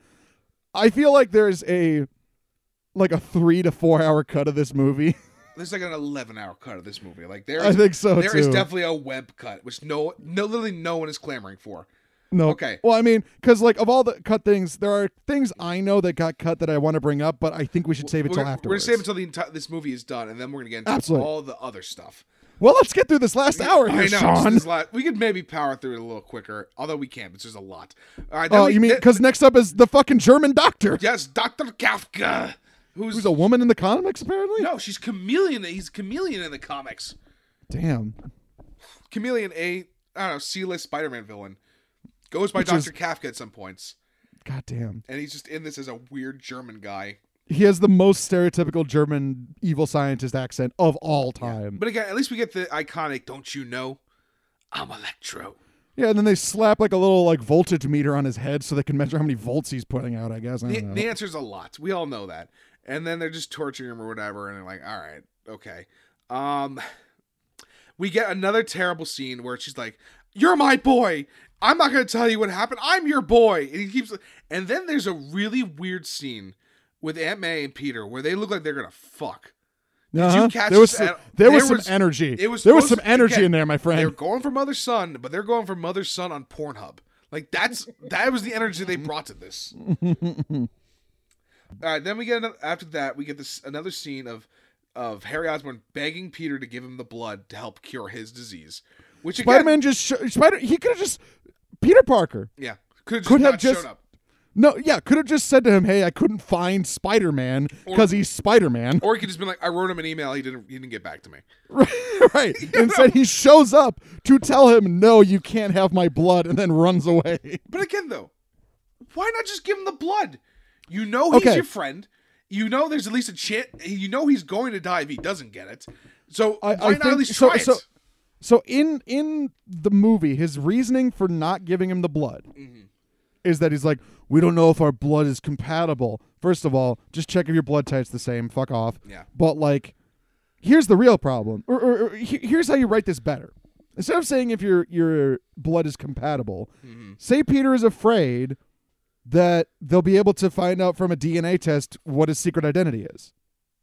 [SPEAKER 3] I feel like there's a like a three to four hour cut of this movie.
[SPEAKER 2] there's like an 11 hour cut of this movie like there
[SPEAKER 3] I
[SPEAKER 2] is,
[SPEAKER 3] think so
[SPEAKER 2] there is
[SPEAKER 3] too.
[SPEAKER 2] definitely a web cut which no no literally no one is clamoring for
[SPEAKER 3] No.
[SPEAKER 2] Okay.
[SPEAKER 3] Well, I mean, because like of all the cut things, there are things I know that got cut that I want to bring up, but I think we should save it
[SPEAKER 2] we're,
[SPEAKER 3] till
[SPEAKER 2] gonna- we're gonna
[SPEAKER 3] afterwards.
[SPEAKER 2] save it until the entire this movie is done and then we're gonna get into
[SPEAKER 3] Absolutely.
[SPEAKER 2] all the other stuff
[SPEAKER 3] well, let's get through this last hour here,
[SPEAKER 2] I know,
[SPEAKER 3] Sean.
[SPEAKER 2] this is a lot. we could maybe power through it a little quicker although we can't because there's a lot all right then
[SPEAKER 3] Oh,
[SPEAKER 2] we-
[SPEAKER 3] you mean
[SPEAKER 2] then-
[SPEAKER 3] because next up is the fucking German doctor,
[SPEAKER 2] yes dr kafka who's,
[SPEAKER 3] who's a woman in the comics, apparently.
[SPEAKER 2] No, she's chameleon. He's chameleon in the comics.
[SPEAKER 3] Damn.
[SPEAKER 2] Chameleon, a I don't know, C-list Spider-Man villain, goes by
[SPEAKER 3] Which
[SPEAKER 2] Doctor
[SPEAKER 3] is-
[SPEAKER 2] Kafka at some points,
[SPEAKER 3] God damn.
[SPEAKER 2] and he's just in this as a weird German guy.
[SPEAKER 3] He has the most stereotypical German evil scientist accent of all time.
[SPEAKER 2] But again, at least we get the iconic "Don't you know, I'm Electro."
[SPEAKER 3] Yeah, and then they slap like a little like voltage meter on his head so they can measure how many volts he's putting out. I guess. I
[SPEAKER 2] The,
[SPEAKER 3] don't know.
[SPEAKER 2] the answer's a lot. We all know that. And then they're just torturing him or whatever, and they're like, "All right, okay." Um, we get another terrible scene where she's like, "You're my boy. I'm not gonna tell you what happened. I'm your boy." And he keeps. And then there's a really weird scene with Aunt May and Peter where they look like they're gonna fuck.
[SPEAKER 3] Uh-huh.
[SPEAKER 2] catch
[SPEAKER 3] there was
[SPEAKER 2] this
[SPEAKER 3] some,
[SPEAKER 2] at-
[SPEAKER 3] there was
[SPEAKER 2] there
[SPEAKER 3] some
[SPEAKER 2] was-
[SPEAKER 3] energy.
[SPEAKER 2] it was
[SPEAKER 3] there was some
[SPEAKER 2] supposed-
[SPEAKER 3] energy
[SPEAKER 2] again,
[SPEAKER 3] in there, my
[SPEAKER 2] They're
[SPEAKER 3] friend.
[SPEAKER 2] going for mother son, but they're going for mother son on Pornhub. Like that's that was the energy they brought to this. All right, then we get another, after that we get this another scene of of Harry Osborn begging Peter to give him the blood to help cure his disease, which again,
[SPEAKER 3] Spider Man just sh- Spider. He could have just Peter Parker.
[SPEAKER 2] yeah, could have just
[SPEAKER 3] could have
[SPEAKER 2] not
[SPEAKER 3] just-
[SPEAKER 2] shown up.
[SPEAKER 3] No, yeah, could have just said to him, "Hey, I couldn't find Spider Man because he's Spider Man."
[SPEAKER 2] Or he could just been like, I wrote him an email, he didn't he didn't get back to me.
[SPEAKER 3] right. Instead, he shows up to tell him, "No, you can't have my blood," and then runs away.
[SPEAKER 2] But again, though, why not just give him the blood? You know he's
[SPEAKER 3] Okay.
[SPEAKER 2] your friend. You know there's at least a chance. You know he's going to die if he doesn't get it. So why
[SPEAKER 3] I, I
[SPEAKER 2] not
[SPEAKER 3] think
[SPEAKER 2] at least
[SPEAKER 3] so.
[SPEAKER 2] try
[SPEAKER 3] so
[SPEAKER 2] it?
[SPEAKER 3] so in in the movie, his reasoning for not giving him the blood
[SPEAKER 2] Mm-hmm.
[SPEAKER 3] is that he's like, we don't know if our blood is compatible. First of all, just check if your blood type's the same. Fuck off.
[SPEAKER 2] Yeah.
[SPEAKER 3] But like, here's the real problem. Or, or, or he- here's how you write this better. Instead of saying if your your blood is compatible,
[SPEAKER 2] Mm-hmm.
[SPEAKER 3] say Peter is afraid that they'll be able to find out from a DNA test what his secret identity is.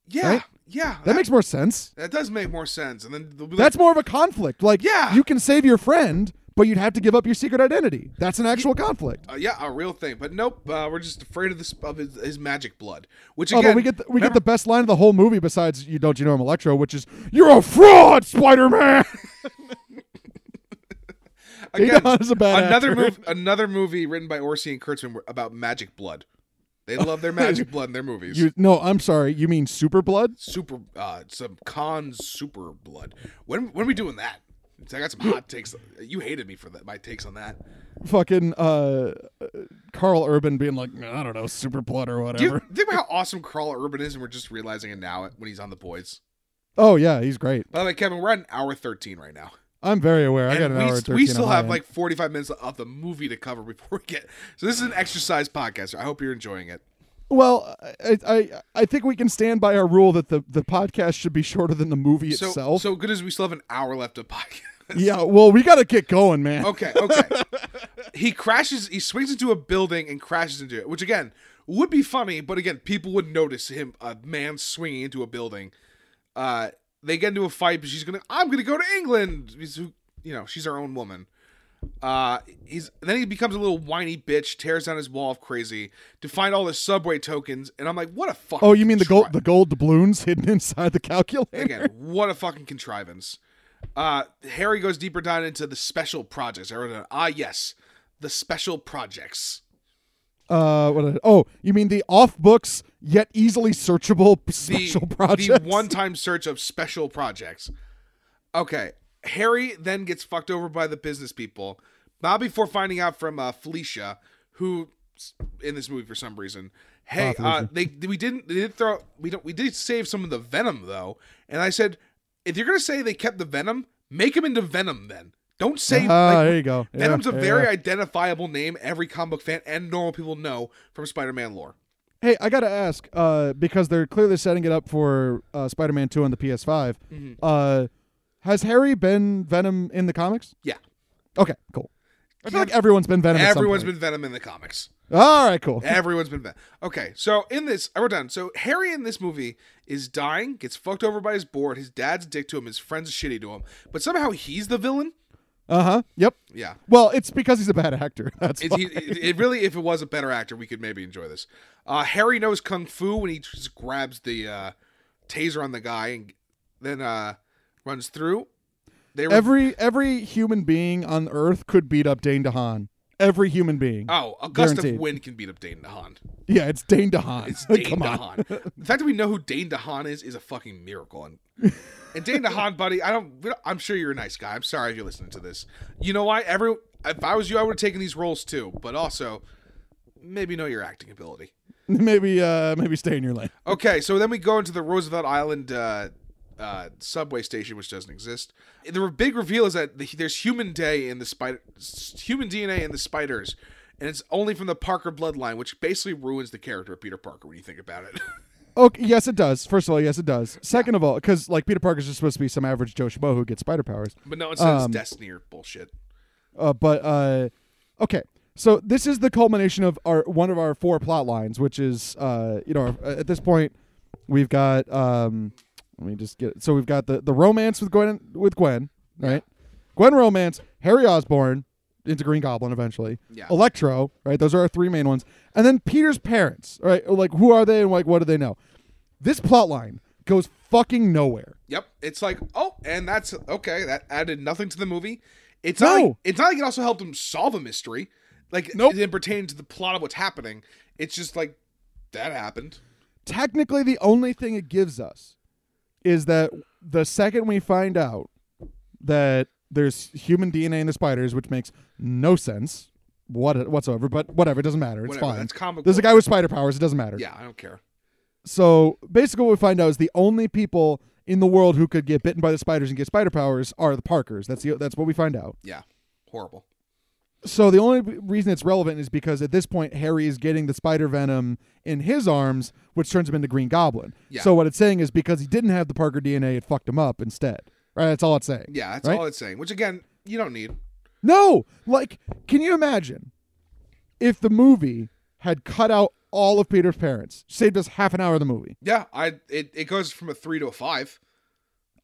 [SPEAKER 2] Yeah,
[SPEAKER 3] right?
[SPEAKER 2] yeah.
[SPEAKER 3] That
[SPEAKER 2] That,
[SPEAKER 3] makes more sense.
[SPEAKER 2] that does make more sense. And then they'll be like,
[SPEAKER 3] That's more of a conflict. Like,
[SPEAKER 2] Yeah.
[SPEAKER 3] you can save your friend, but you'd have to give up your secret identity. That's an actual conflict.
[SPEAKER 2] Uh, yeah, a real thing. But nope, uh, we're just afraid of this of his, his magic blood. Which
[SPEAKER 3] Oh,
[SPEAKER 2] again,
[SPEAKER 3] but we get the, we get the best line of the whole movie besides you don't you know I'm Electro, which is you're a fraud, Spider Man.
[SPEAKER 2] again,
[SPEAKER 3] Don is a bad
[SPEAKER 2] another
[SPEAKER 3] actor.
[SPEAKER 2] movie. Another movie written by Orsi and Kurtzman were- about magic blood. They love their magic blood in their movies.
[SPEAKER 3] You no, I'm sorry. You mean Super Blood?
[SPEAKER 2] super, uh, some con super blood. When when are we doing that? I got some hot takes. You hated me for that. My takes on that.
[SPEAKER 3] Fucking uh, Carl Urban being like, I don't know, Super Blood or
[SPEAKER 2] Do
[SPEAKER 3] whatever.
[SPEAKER 2] you think about how awesome Carl Urban is, and we're just realizing it now when he's on the boys.
[SPEAKER 3] oh yeah, he's great.
[SPEAKER 2] By the way, Kevin, we're at an hour thirteen right now.
[SPEAKER 3] I'm very aware. I got
[SPEAKER 2] and
[SPEAKER 3] an
[SPEAKER 2] we,
[SPEAKER 3] hour.
[SPEAKER 2] s-
[SPEAKER 3] and
[SPEAKER 2] we
[SPEAKER 3] 13 on
[SPEAKER 2] still
[SPEAKER 3] my
[SPEAKER 2] have
[SPEAKER 3] end.
[SPEAKER 2] like 45 minutes of the movie to cover before we get so this is an exercise podcast i hope you're enjoying it
[SPEAKER 3] Well, I, I I think we can stand by our rule that the the podcast should be shorter than the movie
[SPEAKER 2] so
[SPEAKER 3] itself.
[SPEAKER 2] so good as we still have an hour left of podcast
[SPEAKER 3] yeah, well, we got to get going, man.
[SPEAKER 2] okay okay he crashes he swings into a building and crashes into it which again would be funny but again people would notice him a man swinging into a building uh they get into a fight but she's gonna i'm gonna go to england He's who- you know she's our own woman Uh, he's then he becomes a little whiny bitch, tears down his wall of crazy to find all the subway tokens, and I'm like, what a fuck.
[SPEAKER 3] Oh, you mean the gold the gold doubloons hidden inside the calculator?
[SPEAKER 2] again? What a fucking contrivance. Uh, Harry goes deeper down into the special projects. I wrote down, ah, yes, the special projects.
[SPEAKER 3] Uh, what? did I- oh, you mean the off books yet easily searchable
[SPEAKER 2] The,
[SPEAKER 3] p- special projects?
[SPEAKER 2] the one-time search of special projects. Okay, Harry then gets fucked over by the business people. Not before finding out from uh, Felicia, who in this movie for some reason. Hey,
[SPEAKER 3] Ah,
[SPEAKER 2] uh, they we didn't they did throw we don't we did save some of the venom though, and I said if you're gonna say they kept the venom, make him into venom then. Don't say
[SPEAKER 3] Ah,
[SPEAKER 2] like,
[SPEAKER 3] there you go. Yeah,
[SPEAKER 2] Venom's a
[SPEAKER 3] yeah,
[SPEAKER 2] very
[SPEAKER 3] yeah.
[SPEAKER 2] identifiable name every comic book fan and normal people know from Spider-Man lore.
[SPEAKER 3] Hey, I gotta ask, uh, because they're clearly setting it up for uh, Spider-Man Two on the PS5.
[SPEAKER 2] Mm-hmm.
[SPEAKER 3] Uh, has Harry been Venom in the comics?
[SPEAKER 2] Yeah,
[SPEAKER 3] Okay, cool. I feel like everyone's been Venom.
[SPEAKER 2] everyone's
[SPEAKER 3] Everyone's
[SPEAKER 2] been Venom in the comics.
[SPEAKER 3] All right, cool.
[SPEAKER 2] Everyone's been bad. Okay, so in this, I wrote down. So Harry in this movie is dying, gets fucked over by his board. His dad's a dick to him. His friends are shitty to him. But somehow he's the villain.
[SPEAKER 3] Uh huh. Yep.
[SPEAKER 2] Yeah,
[SPEAKER 3] Well, it's because he's a bad actor. That's
[SPEAKER 2] it,
[SPEAKER 3] why.
[SPEAKER 2] he, it, it really. If it was a better actor, we could maybe enjoy this. Uh, Harry knows kung fu when he just grabs the uh, taser on the guy and then uh, runs through. They were,
[SPEAKER 3] every every human being on Earth could beat up Dane DeHaan. Every human being.
[SPEAKER 2] oh, a gust of
[SPEAKER 3] guaranteed.
[SPEAKER 2] wind can beat up Dane DeHaan.
[SPEAKER 3] yeah, it's Dane DeHaan.
[SPEAKER 2] It's Dane
[SPEAKER 3] Come on.
[SPEAKER 2] DeHaan. The fact that we know who Dane DeHaan is is a fucking miracle. And, and Dane DeHaan, buddy, I don't, we don't. I'm sure you're a nice guy. I'm sorry if you're listening to this. You know why? Every if I was you, I would have taken these roles too. But also, maybe know your acting ability.
[SPEAKER 3] Maybe uh maybe stay in your lane.
[SPEAKER 2] Okay, so then we go into the Roosevelt Island uh, uh, subway station, which doesn't exist. The re- big reveal is that the, there's human day in the spider, s- human DNA in the spiders, and it's only from the Parker bloodline, which basically ruins the character of Peter Parker when you think about it.
[SPEAKER 3] Okay, yes it does. First of all, yes it does. Second of all, cuz like Peter Parker's just supposed to be some average Joe Schmo who gets spider powers.
[SPEAKER 2] But no, instead
[SPEAKER 3] Um,
[SPEAKER 2] it's Destiny or bullshit.
[SPEAKER 3] Uh, but uh okay. So this is the culmination of our one of our four plot lines, which is uh you know, at this point we've got um let me just get so we've got the the romance with Gwen with Gwen, right? Gwen romance, Harry Osborn into Green Goblin eventually.
[SPEAKER 2] Yeah.
[SPEAKER 3] Electro, right? Those are our three main ones. And then Peter's parents, right? Like who are they and like what do they know? This plot line goes fucking nowhere.
[SPEAKER 2] Yep. It's like, oh, and that's okay. That added nothing to the movie. It's
[SPEAKER 3] No.
[SPEAKER 2] not. Like, it's not like it also helped him solve a mystery. Like
[SPEAKER 3] Nope.
[SPEAKER 2] it didn't pertain to the plot of what's happening. It's just like that happened.
[SPEAKER 3] technically the only thing it gives us is that the second we find out that there's human DNA in the spiders, which makes no sense what whatsoever, but whatever, it doesn't matter. It's
[SPEAKER 2] Whatever,
[SPEAKER 3] fine.
[SPEAKER 2] that's comic
[SPEAKER 3] there's a
[SPEAKER 2] book.
[SPEAKER 3] guy with spider powers, it doesn't matter.
[SPEAKER 2] Yeah, I don't care.
[SPEAKER 3] So basically what we find out is the only people in the world who could get bitten by the spiders and get spider powers are the Parkers. That's the that's what we find out.
[SPEAKER 2] Yeah, horrible.
[SPEAKER 3] So the only reason it's relevant is because at this point Harry is getting the spider venom in his arms, which turns him into Green Goblin.
[SPEAKER 2] Yeah.
[SPEAKER 3] So what it's saying is because he didn't have the Parker DNA, it fucked him up instead. Right? That's all it's saying.
[SPEAKER 2] Yeah, that's
[SPEAKER 3] Right?
[SPEAKER 2] all it's saying. Which again, you don't need.
[SPEAKER 3] No, like, can you imagine if the movie had cut out all of Peter's parents, saved us half an hour of the movie?
[SPEAKER 2] Yeah, I it, it goes from a three to a five.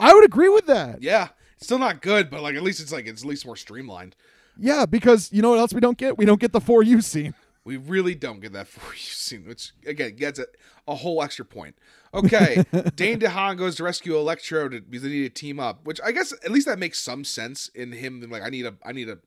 [SPEAKER 3] I would agree with that.
[SPEAKER 2] Yeah, it's still not good, but like at least it's like it's at least more streamlined.
[SPEAKER 3] Yeah, because you know what else we don't get? We don't get the for you scene.
[SPEAKER 2] We really don't get that for you scene, which again gets a, a whole extra point. Okay, Dane DeHaan goes to rescue Electro to, because they need to team up, which I guess at least that makes some sense in him. being Like I need a, I need a,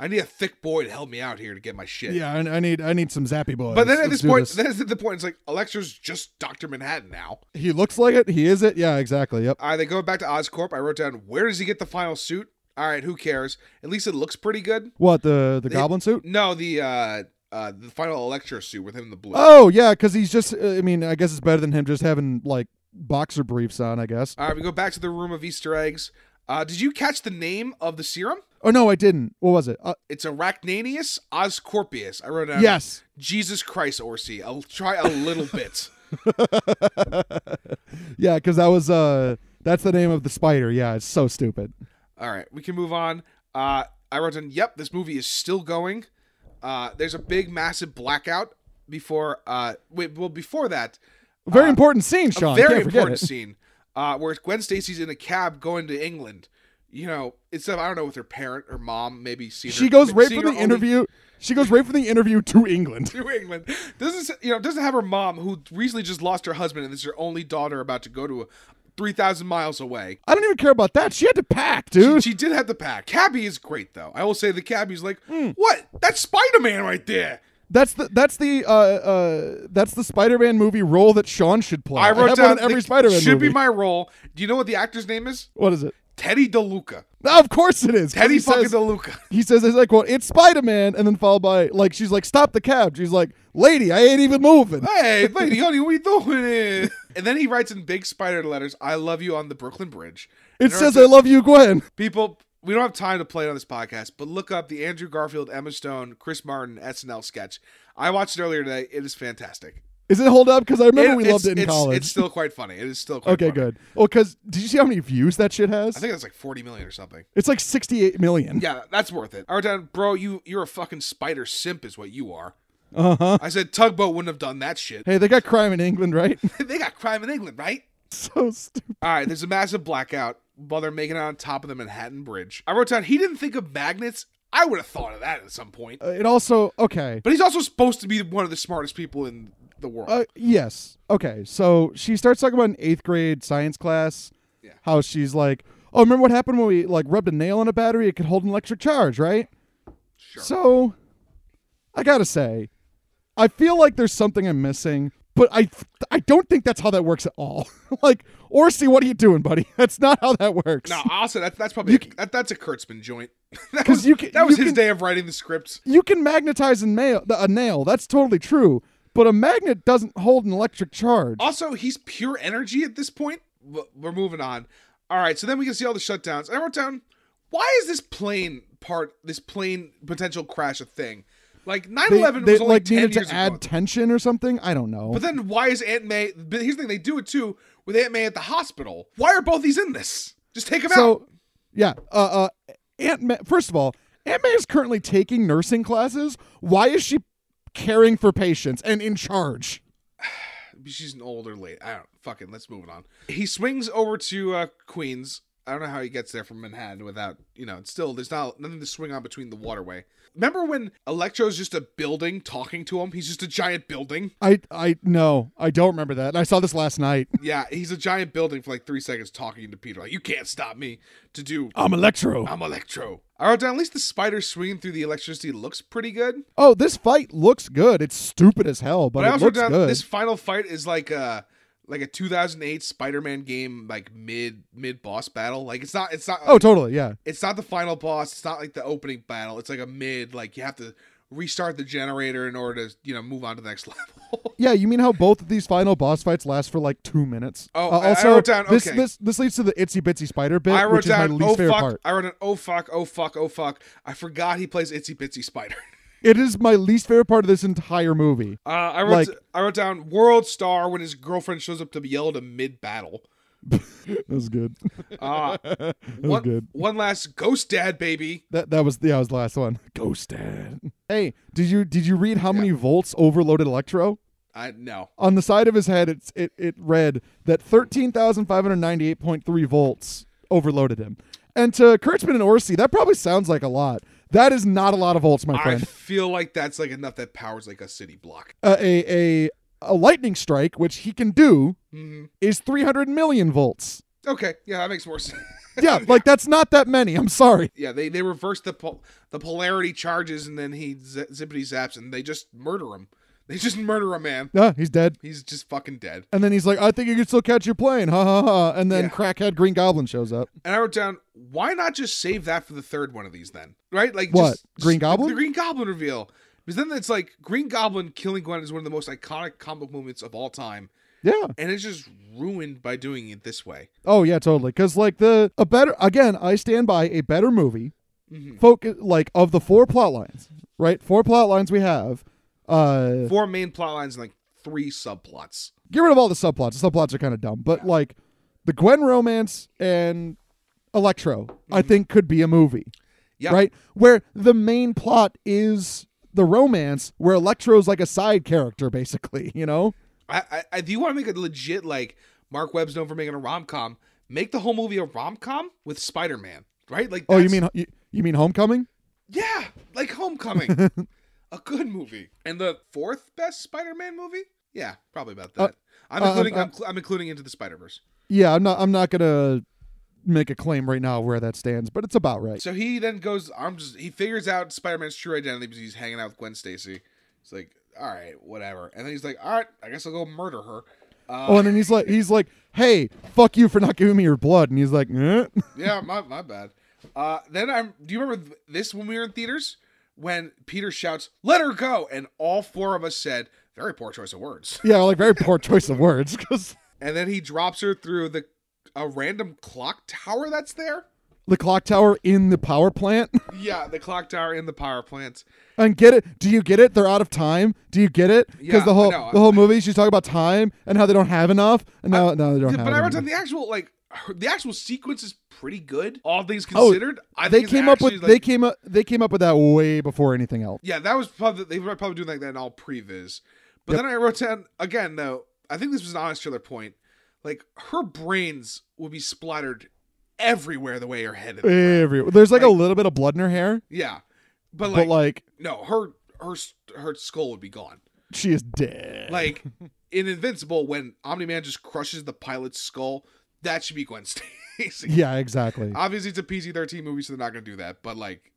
[SPEAKER 2] I need a thick boy to help me out here to get my shit.
[SPEAKER 3] Yeah, I, I need I need some zappy boys.
[SPEAKER 2] But then at
[SPEAKER 3] Let's
[SPEAKER 2] this
[SPEAKER 3] do
[SPEAKER 2] point, then at the point, it's like Electro's just Doctor Manhattan now.
[SPEAKER 3] he looks like it. He is it. Yeah, exactly. Yep.
[SPEAKER 2] All right, they go back to Oscorp. I wrote down where does he get the final suit? All right, who cares? At least it looks pretty good.
[SPEAKER 3] What the the goblin suit?
[SPEAKER 2] No, the uh, uh, the final Electro suit with him in the blue.
[SPEAKER 3] Oh yeah, because he's just. I mean, I guess it's better than him just having like boxer briefs on. I guess.
[SPEAKER 2] All right, we go back to the room of Easter eggs. Uh, did you catch the name of the serum?
[SPEAKER 3] Oh no, I didn't. What was it? Uh,
[SPEAKER 2] It's Arachnanius Oscorpius. I wrote it down.
[SPEAKER 3] yes.
[SPEAKER 2] Jesus Christ, Orsi. I'll try a little bit.
[SPEAKER 3] Yeah, because that was uh that's the name of the spider. Yeah, it's so stupid.
[SPEAKER 2] All right, we can move on. Uh, I wrote down, yep, this movie is still going. Uh, there's a big, massive blackout before. Uh, wait, well, before that,
[SPEAKER 3] Very important scene, Sean.
[SPEAKER 2] Uh, very
[SPEAKER 3] Oh, Can't forget
[SPEAKER 2] important
[SPEAKER 3] it.
[SPEAKER 2] scene uh, where Gwen Stacy's in a cab going to England. You know, instead of I don't know with her parent or mom, maybe see
[SPEAKER 3] She goes right from the interview. She goes right from the interview to England.
[SPEAKER 2] New England doesn't you know doesn't have her mom who recently just lost her husband and is her only daughter about to go to a, three thousand miles away.
[SPEAKER 3] I don't even care about that. She had to pack, dude.
[SPEAKER 2] She did have the pack. Cabby is great though. I will say the cabbie's like what? That's Spider Man right there.
[SPEAKER 3] That's the that's the uh, uh that's the Spider-Man movie role that Sean should play.
[SPEAKER 2] Oh, I wrote
[SPEAKER 3] have
[SPEAKER 2] down
[SPEAKER 3] one in every
[SPEAKER 2] the-
[SPEAKER 3] Spider-Man
[SPEAKER 2] should
[SPEAKER 3] movie.
[SPEAKER 2] be my role. Do you know what the actor's name is?
[SPEAKER 3] what is it?
[SPEAKER 2] Teddy DeLuca.
[SPEAKER 3] No, of course it is. 'cause
[SPEAKER 2] Teddy
[SPEAKER 3] he
[SPEAKER 2] fucking
[SPEAKER 3] says,
[SPEAKER 2] DeLuca.
[SPEAKER 3] he says he's like, well, it's Spider-Man, and then followed by like she's like, stop the cab. She's like, lady, I ain't even moving.
[SPEAKER 2] hey, lady, honey, what are you doing? here? And then he writes in big spider letters, "I love you" on the Brooklyn Bridge.
[SPEAKER 3] It
[SPEAKER 2] And
[SPEAKER 3] says
[SPEAKER 2] wrote
[SPEAKER 3] I love you, Gwen.
[SPEAKER 2] people. We don't have time to play it on this podcast, but look up the Andrew Garfield, Emma Stone, Chris Martin SNL sketch. I watched it earlier today. It is fantastic.
[SPEAKER 3] Is it hold up? Because I remember
[SPEAKER 2] It-
[SPEAKER 3] we
[SPEAKER 2] it's-
[SPEAKER 3] loved it in
[SPEAKER 2] it's-
[SPEAKER 3] college.
[SPEAKER 2] It's still quite funny. It is still quite
[SPEAKER 3] okay,
[SPEAKER 2] funny.
[SPEAKER 3] good. Well, because did you see how many views that shit has?
[SPEAKER 2] I think that's like forty million or something.
[SPEAKER 3] it's like 68 million.
[SPEAKER 2] Yeah, that's worth it. I wrote down, bro, you you're a fucking spider simp, is what you are.
[SPEAKER 3] Uh huh.
[SPEAKER 2] I said tugboat wouldn't have done that shit.
[SPEAKER 3] Hey, they got crime in England, right?
[SPEAKER 2] they got crime in England, right?
[SPEAKER 3] so stupid.
[SPEAKER 2] All right, there's a massive blackout while they're making it on top of the Manhattan Bridge. I wrote down he didn't think of magnets. I would have thought of that at some point.
[SPEAKER 3] Uh, It also okay.
[SPEAKER 2] But he's also supposed to be one of the smartest people in the world.
[SPEAKER 3] Uh, yes. Okay. So she starts talking about an eighth grade science class.
[SPEAKER 2] Yeah.
[SPEAKER 3] How she's like, oh, remember what happened when we like rubbed a nail on a battery? It could hold an electric charge, right?
[SPEAKER 2] sure.
[SPEAKER 3] So, I gotta say, I feel like there's something I'm missing, but I I don't think that's how that works at all. like, Orsi, what are you doing, buddy? That's not how that works.
[SPEAKER 2] no, also that, that's probably that, that's a Kurtzman joint. that was,
[SPEAKER 3] you can-
[SPEAKER 2] that was
[SPEAKER 3] you
[SPEAKER 2] his
[SPEAKER 3] can-
[SPEAKER 2] day of writing the scripts.
[SPEAKER 3] You can magnetize a nail, a nail. That's totally true. But a magnet doesn't hold an electric charge.
[SPEAKER 2] Also, he's pure energy at this point. W- We're moving on. All right, so then we can see all the shutdowns. And I wrote down, why is this plane part, this plane potential crash a thing? Like 9
[SPEAKER 3] They,
[SPEAKER 2] 11
[SPEAKER 3] they,
[SPEAKER 2] was only
[SPEAKER 3] like
[SPEAKER 2] 10
[SPEAKER 3] needed
[SPEAKER 2] years
[SPEAKER 3] to add
[SPEAKER 2] ago.
[SPEAKER 3] tension or something. I don't know.
[SPEAKER 2] But then why is Aunt May? But here's the thing: they do it too with Aunt May at the hospital. Why are both these in this? Just take them out.
[SPEAKER 3] so, yeah. Uh, uh, Aunt May, first of all, Aunt May is currently taking nursing classes. Why is she caring for patients and in charge?
[SPEAKER 2] She's an older lady. I don't fucking. Let's move it on. He swings over to uh, Queens. I don't know how he gets there from Manhattan without you know. It's still there's not nothing to swing on between the waterway. Remember when Electro's just a building talking to him? He's just a giant building.
[SPEAKER 3] I I no, I don't remember that. I saw this last night.
[SPEAKER 2] Yeah, he's a giant building for like three seconds talking to Peter. Like you can't stop me to do.
[SPEAKER 3] I'm Electro.
[SPEAKER 2] I'm Electro. I wrote down. At least the spider swinging through the electricity looks pretty good.
[SPEAKER 3] Oh, this fight looks good. It's stupid as hell, but,
[SPEAKER 2] But I
[SPEAKER 3] it
[SPEAKER 2] also
[SPEAKER 3] looks
[SPEAKER 2] down,
[SPEAKER 3] good.
[SPEAKER 2] this final fight is like a like a 2008 Spider-Man game, like mid mid boss battle. Like it's not it's not
[SPEAKER 3] oh, totally. Yeah.
[SPEAKER 2] it's not the final boss. It's not like the opening battle. It's like a mid. Like you have to restart the generator in order to you know move on to the next level.
[SPEAKER 3] Yeah, you mean how both of these final boss fights last for like two minutes?
[SPEAKER 2] Oh,
[SPEAKER 3] Uh,
[SPEAKER 2] I- I
[SPEAKER 3] also,
[SPEAKER 2] wrote down-
[SPEAKER 3] this
[SPEAKER 2] okay.
[SPEAKER 3] this this leads to the itsy bitsy spider bit,
[SPEAKER 2] I wrote
[SPEAKER 3] which is
[SPEAKER 2] down
[SPEAKER 3] my least
[SPEAKER 2] oh
[SPEAKER 3] favorite
[SPEAKER 2] fuck.
[SPEAKER 3] part.
[SPEAKER 2] I wrote an oh fuck oh fuck oh fuck. I forgot he plays Itsy Bitsy Spider.
[SPEAKER 3] It is my least favorite part of this entire movie.
[SPEAKER 2] Uh, I wrote
[SPEAKER 3] Like-
[SPEAKER 2] I wrote down world star when his girlfriend shows up to yell at him mid battle.
[SPEAKER 3] That was good.
[SPEAKER 2] Uh,
[SPEAKER 3] was
[SPEAKER 2] one,
[SPEAKER 3] good.
[SPEAKER 2] one last ghost dad baby.
[SPEAKER 3] that that was yeah, was the last one. Ghost Dad. Hey, did you did you read how many volts overloaded Electro?
[SPEAKER 2] I no.
[SPEAKER 3] On the side of his head, it's it it read that thirteen thousand five hundred ninety eight point three volts overloaded him. And to Kurtzman and Orsi, that probably sounds like a lot. That is not a lot of volts, my
[SPEAKER 2] I
[SPEAKER 3] friend.
[SPEAKER 2] feel like that's like enough that powers like a city block.
[SPEAKER 3] A a, a a lightning strike, which he can do,
[SPEAKER 2] Mhm.
[SPEAKER 3] is 300 million volts.
[SPEAKER 2] Okay, yeah, that makes more sense.
[SPEAKER 3] Yeah, like that's not that many. I'm sorry.
[SPEAKER 2] yeah, they they reverse the pol- the polarity charges, and then he z- zippity zaps, and they just murder him. They just murder a man.
[SPEAKER 3] Yeah, he's dead.
[SPEAKER 2] He's just fucking dead.
[SPEAKER 3] And then he's like, I think you can still catch your plane. Ha ha ha. And then
[SPEAKER 2] Yeah.
[SPEAKER 3] crackhead Green Goblin shows up.
[SPEAKER 2] And I wrote down, why not just save that for the third one of these then? Right? Like
[SPEAKER 3] What?
[SPEAKER 2] Just,
[SPEAKER 3] Green
[SPEAKER 2] just the-
[SPEAKER 3] Goblin?
[SPEAKER 2] The Green Goblin reveal. Because then it's like Green Goblin killing Gwen is one of the most iconic comic moments of all time,
[SPEAKER 3] Yeah.
[SPEAKER 2] and it's just ruined by doing it this way.
[SPEAKER 3] Oh yeah, totally. Because like the a better again, I stand by a better movie.
[SPEAKER 2] Mhm.
[SPEAKER 3] Focus like of the four plot lines, right? Four plot lines we have. Uh,
[SPEAKER 2] Four main plot lines and like three subplots.
[SPEAKER 3] get rid of all the subplots. The subplots are kind of dumb, but like the Gwen romance and Electro, I think could be a movie.
[SPEAKER 2] Mm-hmm. Yeah.
[SPEAKER 3] Right? Where the main plot is the romance, where Electro's like a side character, basically, you know?
[SPEAKER 2] I, I, I do you want to make a legit like Mark Webb's known for making a rom com? Make the whole movie a rom com with Spider Man, right? Like
[SPEAKER 3] Oh, you
[SPEAKER 2] that's-
[SPEAKER 3] mean you, you mean Homecoming?
[SPEAKER 2] yeah, like Homecoming, a good movie, and the fourth best Spider Man movie. Yeah, probably about that. I'm
[SPEAKER 3] uh,
[SPEAKER 2] including
[SPEAKER 3] uh,
[SPEAKER 2] I'm, cl- I'm including Into the Spider Verse.
[SPEAKER 3] Yeah, I'm not I'm not going to make a claim right now where that stands, but it's about right.
[SPEAKER 2] So he then goes I'm just he figures out Spider Man's true identity because he's hanging out with Gwen Stacy. It's like all right, whatever, and then he's like, all right, I guess I'll go murder her. Uh,
[SPEAKER 3] Oh, and then he's like he's like, "Hey, fuck you for not giving me your blood." And he's like, eh.
[SPEAKER 2] yeah, my, my bad. Uh, then I'm. Do you remember th- this when we were in theaters? When Peter shouts, "Let her go!" and all four of us said, "Very poor choice of words."
[SPEAKER 3] "Yeah, like very poor choice of words cuz
[SPEAKER 2] And then he drops her through the a random clock tower that's there.
[SPEAKER 3] the clock tower in the power plant."
[SPEAKER 2] Yeah, the clock tower in the power plant.
[SPEAKER 3] And get it? Do you get it? They're out of time. Do you get it? Because
[SPEAKER 2] Yeah,
[SPEAKER 3] the whole
[SPEAKER 2] no, I-
[SPEAKER 3] the whole movie, she's talking about time and how they don't have enough, and now now they don't
[SPEAKER 2] Yeah,
[SPEAKER 3] have.
[SPEAKER 2] but I
[SPEAKER 3] enough.
[SPEAKER 2] wrote down the actual like her, the actual sequence is pretty good. All things
[SPEAKER 3] Oh,
[SPEAKER 2] considered, I
[SPEAKER 3] they
[SPEAKER 2] think it's
[SPEAKER 3] came up with
[SPEAKER 2] actually,
[SPEAKER 3] they
[SPEAKER 2] like-
[SPEAKER 3] came up they came up with that way before anything else.
[SPEAKER 2] Yeah, that was probably they were probably doing like that in all previs. But then I wrote down again though. I think this was an honest trailer point. Like her brains would be splattered everywhere the way her head. Is.
[SPEAKER 3] Every there's like, a
[SPEAKER 2] Like-
[SPEAKER 3] little bit of blood in her hair,
[SPEAKER 2] Yeah, Eh. but like,
[SPEAKER 3] but like
[SPEAKER 2] no, her her her skull would be gone.
[SPEAKER 3] she is dead.
[SPEAKER 2] Like in Invincible, when Omni Man just crushes the pilot's skull, that should be Gwen Stacy.
[SPEAKER 3] yeah, exactly.
[SPEAKER 2] Obviously, it's a PG thirteen movie, so they're not gonna do that. But like,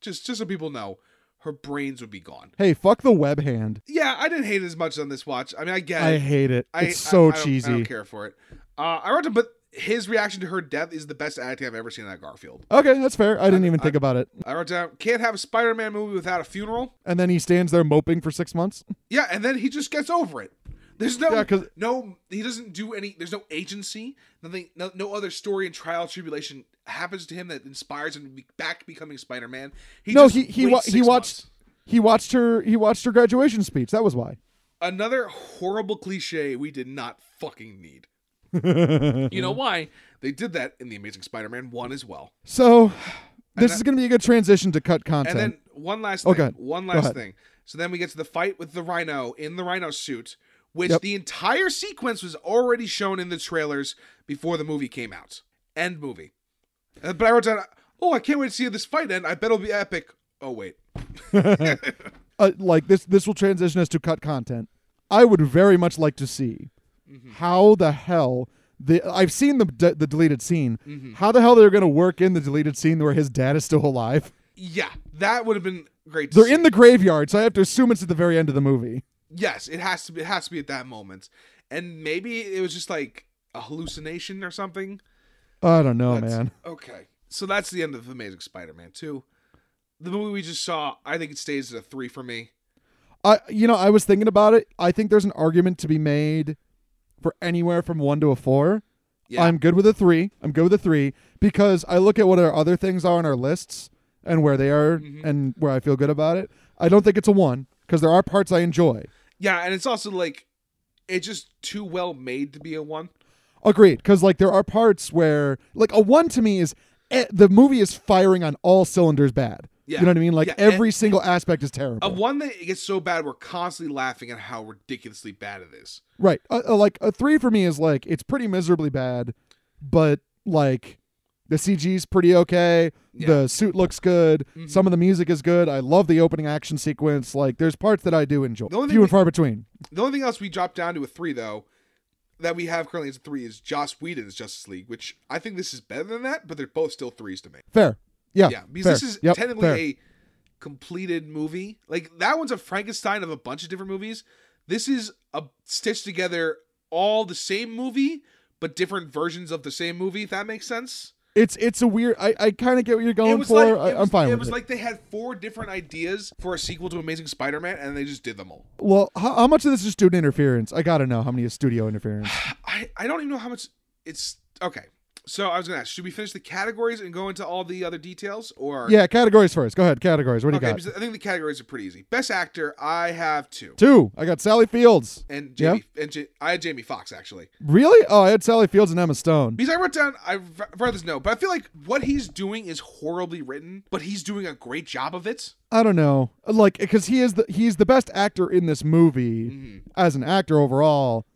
[SPEAKER 2] just just so people know, her brains would be gone.
[SPEAKER 3] hey, fuck the web hand.
[SPEAKER 2] Yeah, I didn't hate it as much on this watch. I mean, I get.
[SPEAKER 3] I
[SPEAKER 2] it.
[SPEAKER 3] hate it.
[SPEAKER 2] I,
[SPEAKER 3] it's so
[SPEAKER 2] I- I don't-
[SPEAKER 3] cheesy.
[SPEAKER 2] I don't care for it. Uh, I wrote to, but his reaction to her death is the best acting I've ever seen at Garfield.
[SPEAKER 3] Okay, that's fair. I didn't even think about it.
[SPEAKER 2] I wrote down, can't have a Spider-Man movie without a funeral.
[SPEAKER 3] And then he stands there moping for six months.
[SPEAKER 2] Yeah, and then he just gets over it. There's no,
[SPEAKER 3] Yeah, 'cause-
[SPEAKER 2] no, he doesn't do any. There's no agency. Nothing. No, no other story and trial tribulation happens to him that inspires him to be back becoming Spider-Man. He
[SPEAKER 3] no,
[SPEAKER 2] just
[SPEAKER 3] he he
[SPEAKER 2] waits
[SPEAKER 3] wa- he
[SPEAKER 2] six
[SPEAKER 3] watched
[SPEAKER 2] months.
[SPEAKER 3] he watched her he watched her graduation speech. That was why.
[SPEAKER 2] another horrible cliche we did not fucking need. you
[SPEAKER 3] Mm-hmm.
[SPEAKER 2] know why they did that in the Amazing Spider-Man one as well.
[SPEAKER 3] So this is going to be a good transition to cut content.
[SPEAKER 2] And then one last
[SPEAKER 3] Oh,
[SPEAKER 2] thing.
[SPEAKER 3] go ahead.
[SPEAKER 2] One
[SPEAKER 3] Go
[SPEAKER 2] last
[SPEAKER 3] ahead.
[SPEAKER 2] thing. So then we get to the fight with the rhino in the rhino suit, which
[SPEAKER 3] Yep.
[SPEAKER 2] the entire sequence was already shown in the trailers before the movie came out. End movie. Uh, But I wrote down, oh, I can't wait to see this fight end. I bet it'll be epic. Oh, wait.
[SPEAKER 3] uh, like this this will transition us to cut content. I would very much like to see
[SPEAKER 2] Mm-hmm.
[SPEAKER 3] how the hell the I've seen the d- the deleted scene.
[SPEAKER 2] Mm-hmm.
[SPEAKER 3] How the hell they're going to work in the deleted scene where his dad is still alive?
[SPEAKER 2] Yeah, that would have been great. To
[SPEAKER 3] They're
[SPEAKER 2] see.
[SPEAKER 3] in the graveyard, so I have to assume it's at the very end of the movie.
[SPEAKER 2] Yes, it has to be. It has to be at that moment. And maybe it was just like a hallucination or something.
[SPEAKER 3] I don't know,
[SPEAKER 2] That's-
[SPEAKER 3] Oh, man.
[SPEAKER 2] Okay. So that's the end of Amazing Spider-Man 2. The movie we just saw, I think it stays at a 3 for me.
[SPEAKER 3] I you know, I was thinking about it. I think there's an argument to be made for anywhere from 1 to a 4.
[SPEAKER 2] Yeah.
[SPEAKER 3] I'm good with a 3. I'm good with a 3 because I look at what our other things are on our lists and where they are
[SPEAKER 2] Mm-hmm.
[SPEAKER 3] and where I feel good about it. I don't think it's a 1 because there are parts I enjoy.
[SPEAKER 2] Yeah, and it's also like it's just too well made to be a 1.
[SPEAKER 3] Agreed cuz like there are parts where like a 1 to me is eh, the movie is firing on all cylinders bad.
[SPEAKER 2] Yeah.
[SPEAKER 3] You know what I mean? Like
[SPEAKER 2] Yeah, and-
[SPEAKER 3] every single aspect is terrible.
[SPEAKER 2] A 1 that it gets so bad we're constantly laughing at how ridiculously bad it is.
[SPEAKER 3] Right. Uh, uh, like a three for me is like it's pretty miserably bad, but like The CG's pretty okay.
[SPEAKER 2] Yeah. Mm-hmm.
[SPEAKER 3] The suit looks good. Some of the music is good. I love the opening action sequence. Like, there's parts that I do enjoy.
[SPEAKER 2] The only
[SPEAKER 3] Few
[SPEAKER 2] thing
[SPEAKER 3] and far between.
[SPEAKER 2] The only thing else we dropped down to a three though, that we have currently as a three is Joss Whedon's Justice League, which I think this is better than that, but they're both still threes to me.
[SPEAKER 3] Fair. Yeah.
[SPEAKER 2] Yeah, because
[SPEAKER 3] fair.
[SPEAKER 2] this is
[SPEAKER 3] Yep,
[SPEAKER 2] technically
[SPEAKER 3] fair.
[SPEAKER 2] a completed movie. Like that one's a Frankenstein of a bunch of different movies. This is a stitched together all the same movie, but different versions of the same movie. If that makes sense.
[SPEAKER 3] It's it's a weird. I, I kind of get what you're going for.
[SPEAKER 2] like
[SPEAKER 3] I,
[SPEAKER 2] it
[SPEAKER 3] I'm
[SPEAKER 2] was-
[SPEAKER 3] fine
[SPEAKER 2] It
[SPEAKER 3] with
[SPEAKER 2] was
[SPEAKER 3] it.
[SPEAKER 2] like they had four different ideas for a sequel to Amazing Spider-Man, and they just did them all.
[SPEAKER 3] well, how, how much of this is student interference? I gotta know how many is studio interference.
[SPEAKER 2] I, I don't even know how much it's okay. So I was gonna ask, should we finish the categories and go into all the other details, or
[SPEAKER 3] yeah, categories first. Go ahead, categories. What do
[SPEAKER 2] Okay,
[SPEAKER 3] you got?
[SPEAKER 2] because I think the categories are pretty easy. Best actor, I have two,
[SPEAKER 3] Two. I got Sally Fields.
[SPEAKER 2] and Jamie and J- I had Jamie Fox actually.
[SPEAKER 3] Really? Oh, I had Sally Fields and Emma Stone.
[SPEAKER 2] Because I wrote down, I read this note, but I feel like what he's doing is horribly written, but he's doing a great job of it.
[SPEAKER 3] I don't know, like because he is the he's the best actor in this movie
[SPEAKER 2] Mhm.
[SPEAKER 3] as an actor overall.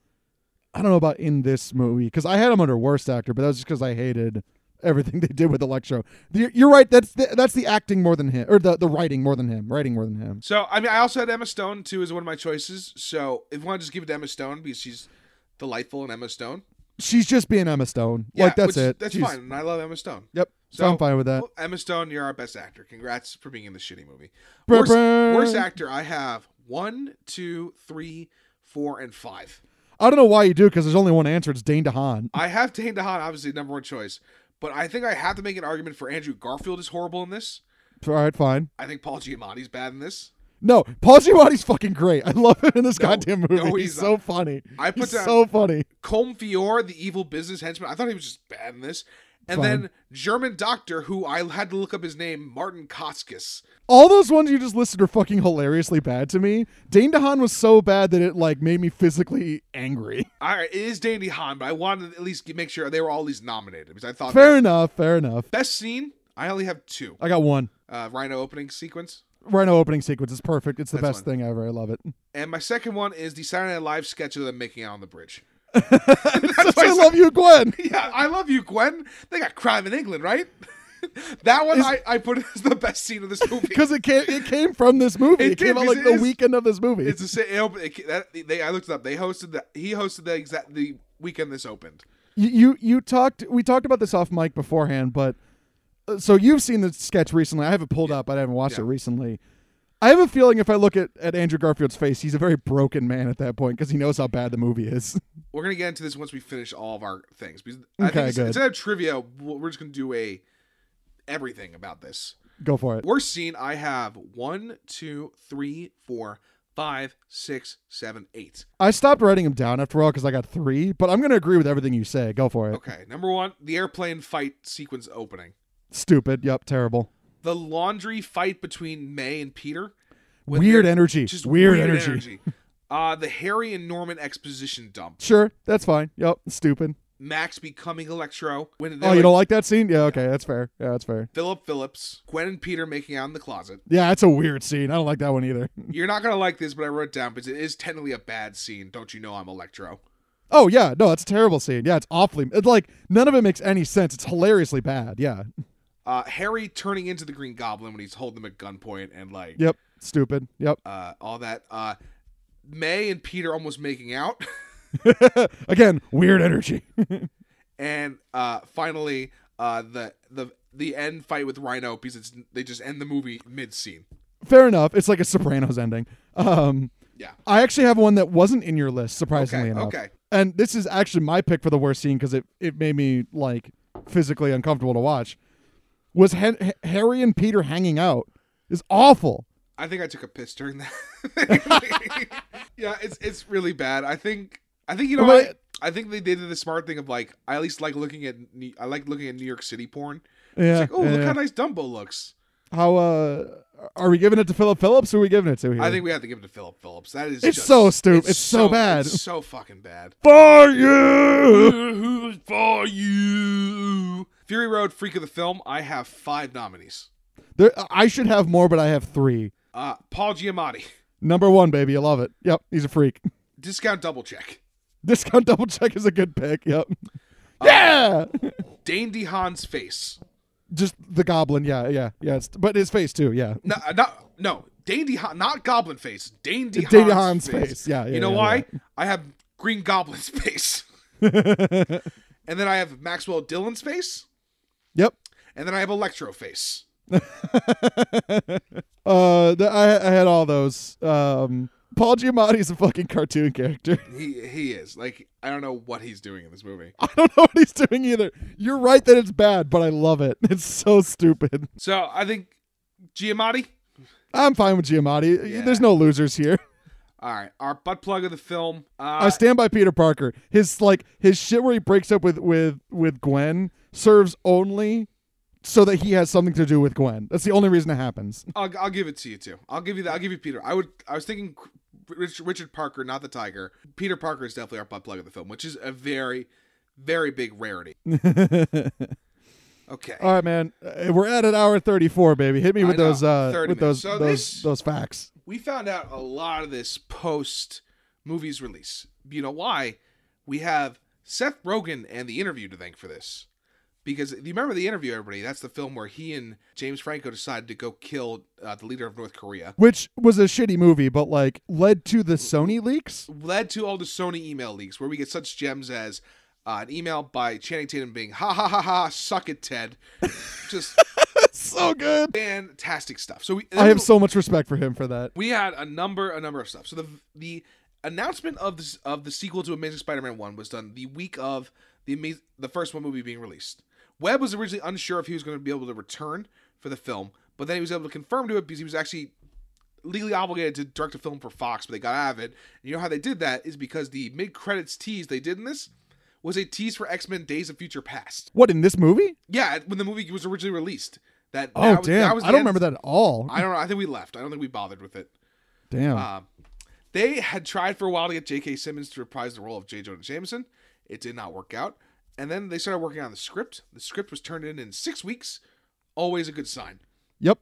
[SPEAKER 3] I don't know about in this movie because I had him under worst actor, but that was just because I hated everything they did with Electro. The- You're right. That's the, that's the acting more than him, or the the writing more than him, writing more than him.
[SPEAKER 2] So I mean, I also had Emma Stone too as one of my choices. So if you want to just give it to Emma Stone because she's delightful in Emma Stone,
[SPEAKER 3] She's just being Emma Stone. like
[SPEAKER 2] which-
[SPEAKER 3] that's it. Uh,
[SPEAKER 2] That's
[SPEAKER 3] She's-
[SPEAKER 2] fine, and I love Emma Stone.
[SPEAKER 3] Yep. So,
[SPEAKER 2] So-
[SPEAKER 3] I'm fine with that.
[SPEAKER 2] Well, Emma Stone, you're our best actor. Congrats for being in this shitty movie.
[SPEAKER 3] Brr,
[SPEAKER 2] Worst,
[SPEAKER 3] brr.
[SPEAKER 2] worst actor, I have one, two, three, four, and five.
[SPEAKER 3] I don't know why you do because there's only one answer. It's Dane DeHaan.
[SPEAKER 2] I have Dane DeHaan, obviously number one choice, but I think I have to make an argument for Andrew Garfield is horrible in this.
[SPEAKER 3] All right, fine.
[SPEAKER 2] I think Paul Giamatti's bad in this.
[SPEAKER 3] No, Paul Giamatti's fucking great. I love him in this
[SPEAKER 2] No,
[SPEAKER 3] goddamn movie.
[SPEAKER 2] no,
[SPEAKER 3] he's,
[SPEAKER 2] he's
[SPEAKER 3] so funny.
[SPEAKER 2] I put
[SPEAKER 3] He's
[SPEAKER 2] down
[SPEAKER 3] so funny.
[SPEAKER 2] Combe Fiore, the evil business henchman. I thought he was just bad in this. And
[SPEAKER 3] Fine.
[SPEAKER 2] then German doctor, who I had to look up his name, Martin Koskis.
[SPEAKER 3] All those ones you just listed are fucking hilariously bad to me. Dane DeHaan was so bad that it like made me physically angry.
[SPEAKER 2] All right, it is Dane DeHaan, but I wanted to at least make sure they were all these nominated because I thought
[SPEAKER 3] Fair enough. Fair enough.
[SPEAKER 2] Best scene? I only have two.
[SPEAKER 3] I got one.
[SPEAKER 2] Uh, Rhino opening sequence.
[SPEAKER 3] Rhino opening sequence is perfect. It's the
[SPEAKER 2] That's
[SPEAKER 3] best thing ever. I love it.
[SPEAKER 2] And my second one is the Saturday Night Live sketch of them making out on the bridge.
[SPEAKER 3] Such
[SPEAKER 2] That's why
[SPEAKER 3] I
[SPEAKER 2] I
[SPEAKER 3] love you, Gwen.
[SPEAKER 2] Yeah, I love you, Gwen. They got crime in England, right? that one I, I put as the best scene of this movie.
[SPEAKER 3] Because it came, it came from this movie. It,
[SPEAKER 2] It
[SPEAKER 3] came
[SPEAKER 2] did,
[SPEAKER 3] out
[SPEAKER 2] because
[SPEAKER 3] like
[SPEAKER 2] it
[SPEAKER 3] the
[SPEAKER 2] is-
[SPEAKER 3] weekend of this movie.
[SPEAKER 2] It's the same. It, opened- it, that, they, I looked it up. They hosted that. He hosted the exact the weekend this opened.
[SPEAKER 3] You, you you talked we talked about this off mic beforehand, but uh, so you've seen the sketch recently. I haven't pulled up, but I haven't watched it
[SPEAKER 2] Yeah.
[SPEAKER 3] recently. I have a feeling if I look at, at Andrew Garfield's face, he's a very broken man at that point because he knows how bad the movie is.
[SPEAKER 2] We're gonna get into this once we finish all of our things. Because I
[SPEAKER 3] Okay,
[SPEAKER 2] think it's-
[SPEAKER 3] good.
[SPEAKER 2] instead of trivia, we'll- we're just gonna do a everything about this.
[SPEAKER 3] Go for it.
[SPEAKER 2] Worst scene, I have one, two, three, four, five, six, seven, eight.
[SPEAKER 3] I stopped writing him down after all because I got three, but I'm going to agree with everything you say. Go for it.
[SPEAKER 2] Okay, number one, the airplane fight sequence opening.
[SPEAKER 3] Stupid. Yep. Terrible.
[SPEAKER 2] The laundry fight between May and Peter. When
[SPEAKER 3] Weird
[SPEAKER 2] they're-
[SPEAKER 3] energy.
[SPEAKER 2] Just
[SPEAKER 3] weird, energy.
[SPEAKER 2] Uh, the Harry and Norman exposition dump.
[SPEAKER 3] Sure. That's fine. Yep. Stupid.
[SPEAKER 2] Max becoming Electro. When
[SPEAKER 3] Oh, you don't like that scene? Yeah. Okay. That's fair. Yeah. That's fair.
[SPEAKER 2] Philip Phillips. Gwen and Peter making out in the closet.
[SPEAKER 3] Yeah. That's a weird scene. I don't like that one either.
[SPEAKER 2] You're not gonna like this, but I wrote it down because it is technically a bad scene. Don't you know I'm Electro?
[SPEAKER 3] Oh yeah, no, it's a terrible scene. Yeah, it's awfully. It's like none of it makes any sense. It's hilariously bad. Yeah.
[SPEAKER 2] Uh, Harry turning into the Green Goblin when he's holding him at gunpoint and like
[SPEAKER 3] Yep. Stupid. Yep.
[SPEAKER 2] uh, all that. Uh, May and Peter almost making out,
[SPEAKER 3] Again, weird energy.
[SPEAKER 2] and uh, finally uh, the the the end fight with Rhino because it's, they just end the movie mid scene.
[SPEAKER 3] Fair enough. It's like a Sopranos ending. Um,
[SPEAKER 2] Yeah.
[SPEAKER 3] I actually have one that wasn't in your list, surprisingly
[SPEAKER 2] Okay.
[SPEAKER 3] enough.
[SPEAKER 2] Okay.
[SPEAKER 3] And this is actually my pick for the worst scene because it it made me like physically uncomfortable to watch. Was Han- H- Harry and Peter hanging out? Is awful.
[SPEAKER 2] I think I took a piss during that. yeah, it's it's really bad. I think I think you know
[SPEAKER 3] But-
[SPEAKER 2] what? I think they did the smart thing of like I at least like looking at New- I like looking at New York City porn.
[SPEAKER 3] Yeah.
[SPEAKER 2] Like, oh,
[SPEAKER 3] yeah.
[SPEAKER 2] look how nice Dumbo looks.
[SPEAKER 3] how uh are we giving it to Philip Phillips? Who are we giving it to here?
[SPEAKER 2] I think we have to give it to Philip Phillips. That is
[SPEAKER 3] It's
[SPEAKER 2] just-
[SPEAKER 3] so stupid. It's so bad.
[SPEAKER 2] It's so fucking bad.
[SPEAKER 3] for you.
[SPEAKER 2] Who's for you? Fury Road Freak of the Film, I have five nominees.
[SPEAKER 3] There, I should have more, but I have three.
[SPEAKER 2] Uh, Paul Giamatti,
[SPEAKER 3] Number one, baby, you love it. Yep, he's a freak.
[SPEAKER 2] Discount Double Check,
[SPEAKER 3] Discount double check is a good pick. Yep.
[SPEAKER 2] Uh,
[SPEAKER 3] yeah,
[SPEAKER 2] Dane DeHaan's face.
[SPEAKER 3] just the goblin. Yeah, yeah, yeah. It's, but his face too. Yeah,
[SPEAKER 2] No, uh, not no. Dane DeHaan, not Goblin face. Dane DeHaan's,
[SPEAKER 3] Dane DeHaan's
[SPEAKER 2] face.
[SPEAKER 3] face. Yeah, yeah,
[SPEAKER 2] you know
[SPEAKER 3] yeah,
[SPEAKER 2] why? I have Green Goblin's face, and then I have Maxwell Dillon's face,
[SPEAKER 3] yep.
[SPEAKER 2] and then I have Electro face.
[SPEAKER 3] Uh, the, I, I had all those. Um, Paul Giamatti's a fucking cartoon character.
[SPEAKER 2] He he is like I don't know what he's doing in this movie.
[SPEAKER 3] I don't know what he's doing either. You're right that it's bad, but I love it. It's so stupid.
[SPEAKER 2] So I think Giamatti.
[SPEAKER 3] I'm fine with Giamatti.
[SPEAKER 2] Yeah.
[SPEAKER 3] There's no losers here.
[SPEAKER 2] All right, our butt plug of the film.
[SPEAKER 3] I
[SPEAKER 2] Uh,
[SPEAKER 3] stand by Peter Parker. His like his shit where he breaks up with with with Gwen serves only so that he has something to do with Gwen. That's the only reason it happens.
[SPEAKER 2] I'll, I'll give it to you too. I'll give you that. I'll give you Peter. I would. I was thinking Rich, Richard Parker, not the tiger. Peter Parker is definitely our butt plug of the film, which is a very, very big rarity. Okay.
[SPEAKER 3] All right, man. Uh, We're at an hour 34, baby. Hit me with
[SPEAKER 2] know.
[SPEAKER 3] those uh
[SPEAKER 2] 30
[SPEAKER 3] with those
[SPEAKER 2] minutes. So
[SPEAKER 3] those
[SPEAKER 2] this-
[SPEAKER 3] those facts.
[SPEAKER 2] we found out a lot of this post movie's release. You know why? We have Seth Rogen and the interview to thank for this. Because you remember the interview, everybody? That's the film where he and James Franco decided to go kill uh, the leader of North Korea.
[SPEAKER 3] Which was a shitty movie, but like led to the Sony leaks.
[SPEAKER 2] Led to all the Sony email leaks where we get such gems as uh, an email by Channing Tatum being, ha ha ha ha, suck it, Ted. Just
[SPEAKER 3] so good.
[SPEAKER 2] fantastic stuff. So we,
[SPEAKER 3] I have so much respect for him for that.
[SPEAKER 2] we had a number a number of stuff. So the the announcement of this of the sequel to Amazing Spider-Man one was done the week of the amaz- the first one movie being released. Webb was originally unsure if he was going to be able to return for the film, but then he was able to confirm to it because he was actually legally obligated to direct a film for Fox, but they got out of it. And you know how they did that is because the mid credits tease they did in this was a tease for X-Men Days of Future Past.
[SPEAKER 3] What in this movie?
[SPEAKER 2] Yeah, when the movie was originally released. That,
[SPEAKER 3] Oh
[SPEAKER 2] that was,
[SPEAKER 3] damn.
[SPEAKER 2] That was
[SPEAKER 3] I
[SPEAKER 2] the
[SPEAKER 3] don't
[SPEAKER 2] end-
[SPEAKER 3] remember that at all.
[SPEAKER 2] I don't know. I think we left. I don't think we bothered with it.
[SPEAKER 3] damn.
[SPEAKER 2] Um, they had tried for a while to get J.K. Simmons to reprise the role of J. Jonah Jameson. It did not work out. And then they started working on the script. The script was turned in in six weeks. Always a good sign.
[SPEAKER 3] yep.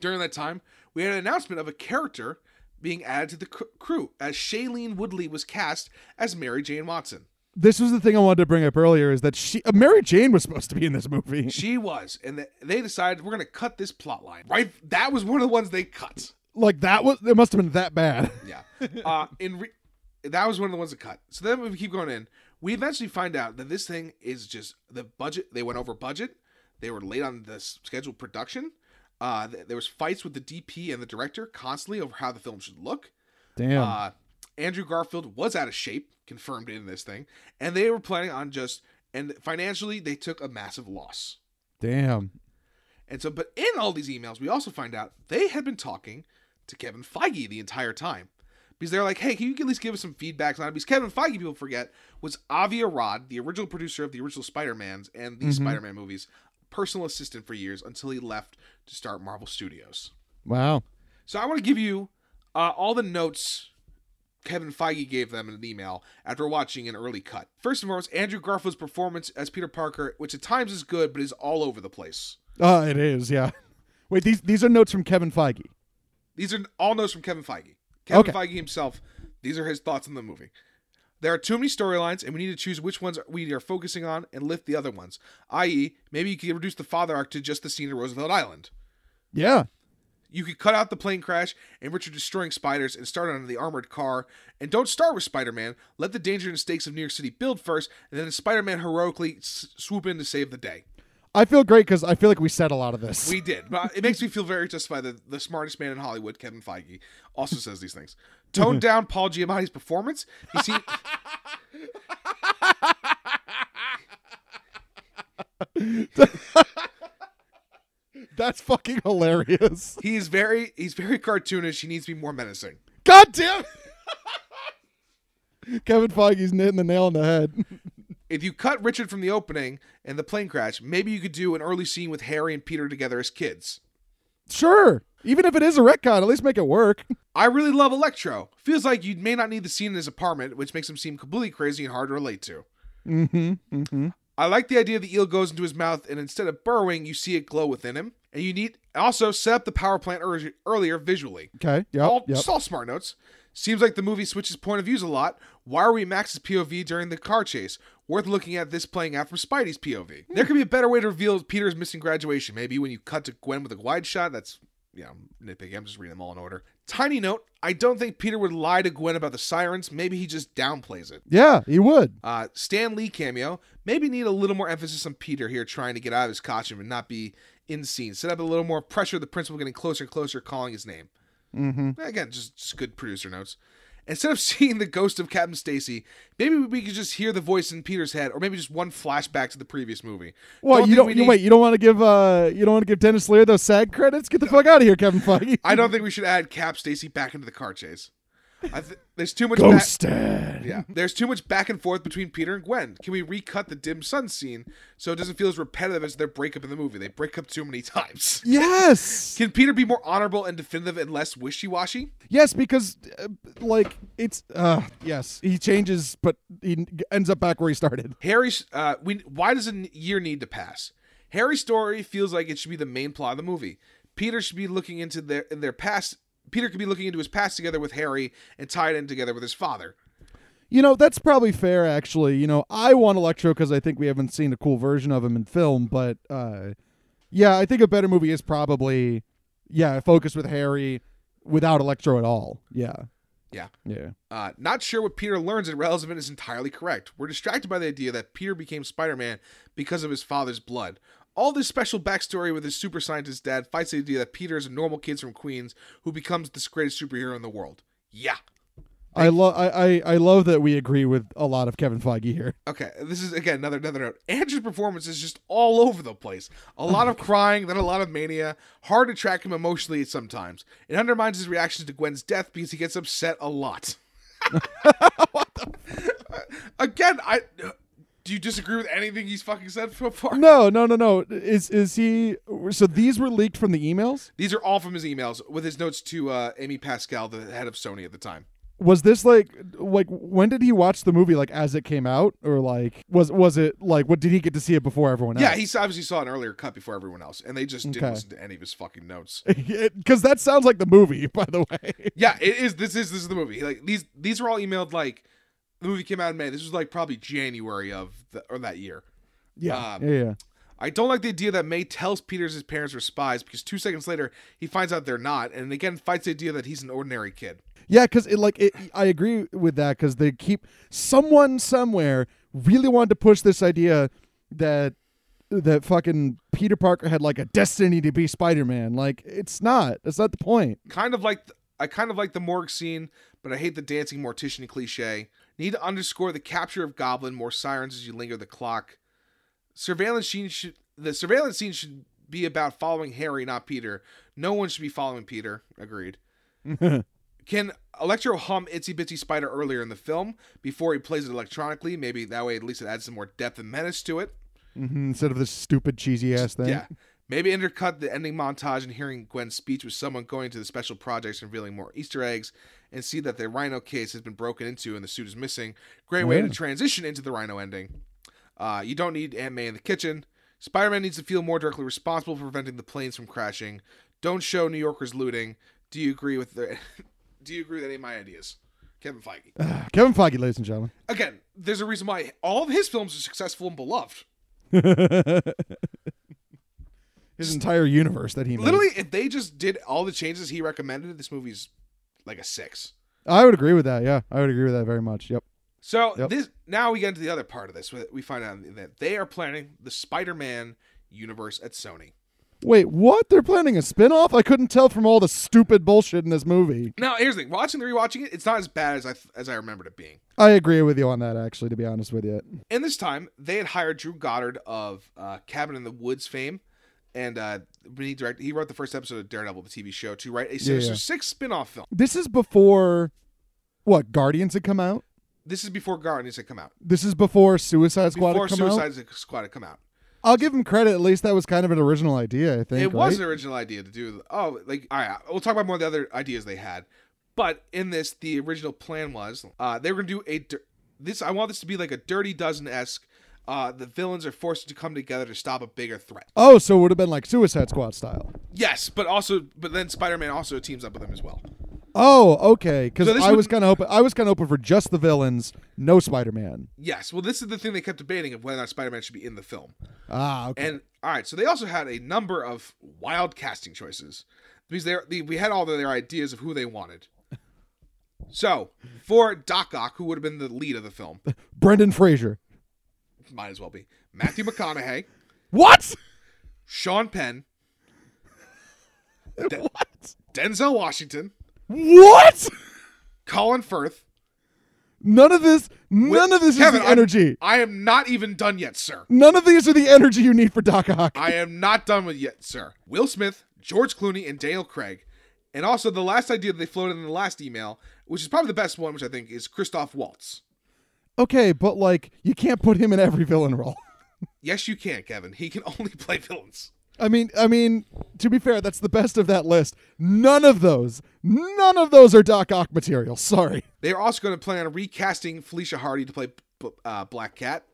[SPEAKER 2] During that time, we had an announcement of a character being added to the cr- crew as Shailene Woodley was cast as Mary Jane Watson.
[SPEAKER 3] This was the thing I wanted to bring up earlier is that she uh, Mary Jane was supposed to be in this movie.
[SPEAKER 2] She was, and th- they decided we're going to cut this plot line. Right? That was one of the ones they cut.
[SPEAKER 3] Like that was it must have been that bad.
[SPEAKER 2] Yeah. Uh, in re- that was one of the ones that cut. So then we keep going in. We eventually find out that this thing is just the budget. They went over budget. They were late on the s- scheduled production. Uh, th- there was fights with the DP and the director constantly over how the film should look.
[SPEAKER 3] Damn.
[SPEAKER 2] Uh, Andrew Garfield was out of shape, confirmed in this thing, and they were planning on just and financially they took a massive loss.
[SPEAKER 3] damn.
[SPEAKER 2] And so, but in all these emails, we also find out they had been talking to Kevin Feige the entire time. Because they're like, hey, can you at least give us some feedbacks on it? Because Kevin Feige, people forget, was Avi Arad, the original producer of the original Spider-Mans and these Spider-Man movies, personal assistant for years until he left to start Marvel Studios.
[SPEAKER 3] Wow.
[SPEAKER 2] So I want to give you uh, all the notes Kevin Feige gave them in an email after watching an early cut. First and foremost, Andrew Garfield's performance as Peter Parker, which at times is good, but is all over the place.
[SPEAKER 3] Uh it is, yeah. Wait, these these are notes from Kevin Feige.
[SPEAKER 2] These are all notes from Kevin Feige. Kevin
[SPEAKER 3] Okay.
[SPEAKER 2] Feige himself. These are his thoughts on the movie. There are too many storylines, and we need to choose which ones we are focusing on and lift the other ones. I.e., maybe you could reduce the father arc to just the scene at Roosevelt Island.
[SPEAKER 3] Yeah.
[SPEAKER 2] You could cut out the plane crash and Richard destroying spiders and start on the armored car. And don't start with Spider Man. Let the danger and stakes of New York City build first, and then Spider Man heroically s- swoop in to save the day.
[SPEAKER 3] I feel great because I feel like we said a lot of this.
[SPEAKER 2] We did. But it makes me feel very justified that the smartest man in Hollywood, Kevin Feige, also says these things. Toned down Paul Giamatti's performance. He seemed,
[SPEAKER 3] That's fucking hilarious.
[SPEAKER 2] he is very he's very cartoonish. He needs to be more menacing.
[SPEAKER 3] God damn. Kevin Feige's hitting the nail on the head.
[SPEAKER 2] If you cut Richard from the opening and the plane crash, maybe you could do an early scene with Harry and Peter together as kids.
[SPEAKER 3] Sure. Even if it is a retcon, at least make it work.
[SPEAKER 2] I really love Electro. Feels like you may not need the scene in his apartment, which makes him seem completely crazy and hard to relate to.
[SPEAKER 3] Mm-hmm. Mm-hmm.
[SPEAKER 2] I like the idea the eel goes into his mouth, and instead of burrowing, you see it glow within him. And you need also set up the power plant ear- earlier visually.
[SPEAKER 3] Okay. Yep.
[SPEAKER 2] all,
[SPEAKER 3] yep.
[SPEAKER 2] just all smart notes. Seems like the movie switches point of views a lot. Why are we Max's POV during the car chase? worth looking at this playing out from Spidey's POV. There could be a better way to reveal Peter's missing graduation. Maybe when you cut to Gwen with a wide shot. That's yeah, I'm nitpicking. I'm just reading them all in order. Tiny note: I don't think Peter would lie to Gwen about the sirens. Maybe he just downplays it.
[SPEAKER 3] Yeah, he would.
[SPEAKER 2] Uh, Stan Lee cameo. Maybe need a little more emphasis on Peter here trying to get out of his costume and not be in scene. Set up a little more pressure. The principal getting closer and closer, calling his name.
[SPEAKER 3] Mm-hmm.
[SPEAKER 2] Again, just, just good producer notes. Instead of seeing the ghost of Captain Stacy, maybe we could just hear the voice in Peter's head, or maybe just one flashback to the previous movie.
[SPEAKER 3] Well, you
[SPEAKER 2] think
[SPEAKER 3] don't.
[SPEAKER 2] we
[SPEAKER 3] you,
[SPEAKER 2] need-
[SPEAKER 3] wait, you don't want to give. Uh, you don't want to give Dennis Lear those SAG credits. Get the fuck out of here, Kevin Feige.
[SPEAKER 2] I don't think we should add Cap Stacy back into the car chase. I th- there's too much. back-
[SPEAKER 3] Ghosted.
[SPEAKER 2] Yeah. There's too much back and forth between Peter and Gwen. Can we recut the dim sun scene so it doesn't feel as repetitive as their breakup in the movie? They break up too many times.
[SPEAKER 3] Yes.
[SPEAKER 2] Can Peter be more honorable and definitive and less wishy-washy?
[SPEAKER 3] Yes, because uh, like it's. Uh, yes, he changes, but he n- ends up back where he started.
[SPEAKER 2] Harry's uh we why does a n- year need to pass? Harry's story feels like it should be the main plot of the movie. Peter should be looking into their in their past Peter could be looking into his past together with Harry and tied in together with his father.
[SPEAKER 3] You know, that's probably fair, actually. You know, I want Electro because I think we haven't seen a cool version of him in film, but uh, yeah, I think a better movie is probably, yeah, focus with Harry without Electro at all. Yeah.
[SPEAKER 2] Yeah.
[SPEAKER 3] Yeah.
[SPEAKER 2] Uh, not sure what Peter learns in Relevant is entirely correct. We're distracted by the idea that Peter became Spider Man because of his father's blood. All this special backstory with his super scientist dad fights the idea that Peter is a normal kid from Queens who becomes this greatest superhero in the world. Yeah.
[SPEAKER 3] I love I, I I love that we agree with a lot of Kevin Feige here.
[SPEAKER 2] Okay, this is again another another note. Andrew's performance is just all over the place. A lot of crying, then a lot of mania. Hard to track him emotionally sometimes. It undermines his reactions to Gwen's death because he gets upset a lot. again, I do you disagree with anything he's fucking said so far?
[SPEAKER 3] No, no, no, no. Is is he? So these were leaked from the emails.
[SPEAKER 2] These are all from his emails with his notes to uh, Amy Pascal, the head of Sony at the time.
[SPEAKER 3] Was this like like when did he watch the movie? Like as it came out, or like was was it like what did he get to see it before everyone else?
[SPEAKER 2] Yeah, he obviously saw an earlier cut before everyone else, and they just didn't
[SPEAKER 3] Okay.
[SPEAKER 2] listen to any of his fucking notes.
[SPEAKER 3] because that sounds like the movie, by the way.
[SPEAKER 2] Yeah, it is. This is this is the movie. Like these these were all emailed like the movie came out in May. This was like probably January of the, or that year.
[SPEAKER 3] Yeah,
[SPEAKER 2] Um,
[SPEAKER 3] yeah, yeah.
[SPEAKER 2] I don't like the idea that May tells Peters his parents were spies because two seconds later he finds out they're not, and again fights the idea that he's an ordinary kid.
[SPEAKER 3] Yeah, because it like it, I agree with that because they keep someone somewhere really wanted to push this idea that that fucking Peter Parker had like a destiny to be Spider Man. Like it's not. That's not the point.
[SPEAKER 2] Kind of like th- I kind of like the morgue scene, but I hate the dancing mortician cliche. Need to underscore the capture of Goblin, more sirens as you linger the clock. Surveillance scene should the surveillance scene should be about following Harry, not Peter. No one should be following Peter. Agreed. Can Electro hum Itsy Bitsy Spider earlier in the film before he plays it electronically? Maybe that way at least it adds some more depth and menace to it.
[SPEAKER 3] Mhm, Instead of this stupid cheesy ass thing.
[SPEAKER 2] Yeah. Maybe intercut the ending montage and hearing Gwen's speech with someone going to the special projects and revealing more Easter eggs and see that the rhino case has been broken into and the suit is missing. Great way to
[SPEAKER 3] Yeah.
[SPEAKER 2] transition into the rhino ending. Uh, you don't need Aunt May in the kitchen. Spider Man needs to feel more directly responsible for preventing the planes from crashing. Don't show New Yorkers looting. Do you agree with the do you agree with any of my ideas? Kevin Feige.
[SPEAKER 3] Kevin Feige, ladies and gentlemen.
[SPEAKER 2] Again, there's a reason why all of his films are successful and beloved.
[SPEAKER 3] His entire universe that he made.
[SPEAKER 2] Literally, if they just did all the changes he recommended, this movie's like a six.
[SPEAKER 3] I would agree with that. Yeah, I would agree with that very much. Yep.
[SPEAKER 2] So
[SPEAKER 3] Yep.
[SPEAKER 2] this now we get into the other part of this. where We find out that they are planning the Spider-Man universe at Sony.
[SPEAKER 3] Wait, what? They're planning a spin off? I couldn't tell from all the stupid bullshit in this movie.
[SPEAKER 2] Now, here's the thing: watching and rewatching it, it's not as bad as I as I remembered it being.
[SPEAKER 3] I agree with you on that, actually, to be honest with you.
[SPEAKER 2] And this time, they had hired Drew Goddard of uh, Cabin in the Woods fame, and uh, when he directed, he wrote the first episode of Daredevil, the TV show, to write a Sinister
[SPEAKER 3] yeah.
[SPEAKER 2] Six spin-off film.
[SPEAKER 3] This is before what Guardians had come out.
[SPEAKER 2] This is before Guardians had come out,
[SPEAKER 3] This is before Suicide Squad
[SPEAKER 2] before
[SPEAKER 3] had come out.
[SPEAKER 2] Suicide Squad had come out.
[SPEAKER 3] I'll give him credit. At least that was kind of an original idea. I think
[SPEAKER 2] It was
[SPEAKER 3] right?
[SPEAKER 2] an original idea to do. Oh, like all right, we'll talk about more of the other ideas they had. But in this, the original plan was uh, they were gonna do a dir- this. I want this to be like a Dirty Dozen esque. Uh, the villains are forced to come together to stop a bigger threat.
[SPEAKER 3] Oh, so it would have been like Suicide Squad style.
[SPEAKER 2] Yes, but also, but then Spider Man also teams up with them as well.
[SPEAKER 3] Oh, okay. Because
[SPEAKER 2] So this
[SPEAKER 3] I
[SPEAKER 2] would-
[SPEAKER 3] was kind of open. I was kind of open for just the villains, no Spider-Man.
[SPEAKER 2] Yes. Well, this is the thing they kept debating of whether or not Spider Man should be in the film.
[SPEAKER 3] Ah, okay.
[SPEAKER 2] And all right, so they also had a number of wild casting choices because they, they we had all of their ideas of who they wanted. So for Doc Ock, who would have been the lead of the film,
[SPEAKER 3] Brendan Fraser.
[SPEAKER 2] might as well be Matthew McConaughey,
[SPEAKER 3] What?
[SPEAKER 2] Sean Penn, De-
[SPEAKER 3] what?
[SPEAKER 2] Denzel Washington,
[SPEAKER 3] What?
[SPEAKER 2] Colin Firth.
[SPEAKER 3] None of this. None of this
[SPEAKER 2] Kevin,
[SPEAKER 3] is the
[SPEAKER 2] I'm-
[SPEAKER 3] energy.
[SPEAKER 2] I am not even done yet, sir.
[SPEAKER 3] None of these are the energy you need for Doc Ock.
[SPEAKER 2] I am not done with yet, sir. Will Smith, George Clooney, and Daniel Craig. And also the last idea that they floated in the last email, which is probably the best one, which I think is Christoph Waltz.
[SPEAKER 3] okay, but like you can't put him in every villain role.
[SPEAKER 2] Yes, you can, Kevin. He can only play villains.
[SPEAKER 3] I mean, I mean, to be fair, that's the best of that list. None of those, none of those are Doc Ock material. Sorry.
[SPEAKER 2] They are also going to plan on recasting Felicia Hardy to play B- uh, Black Cat.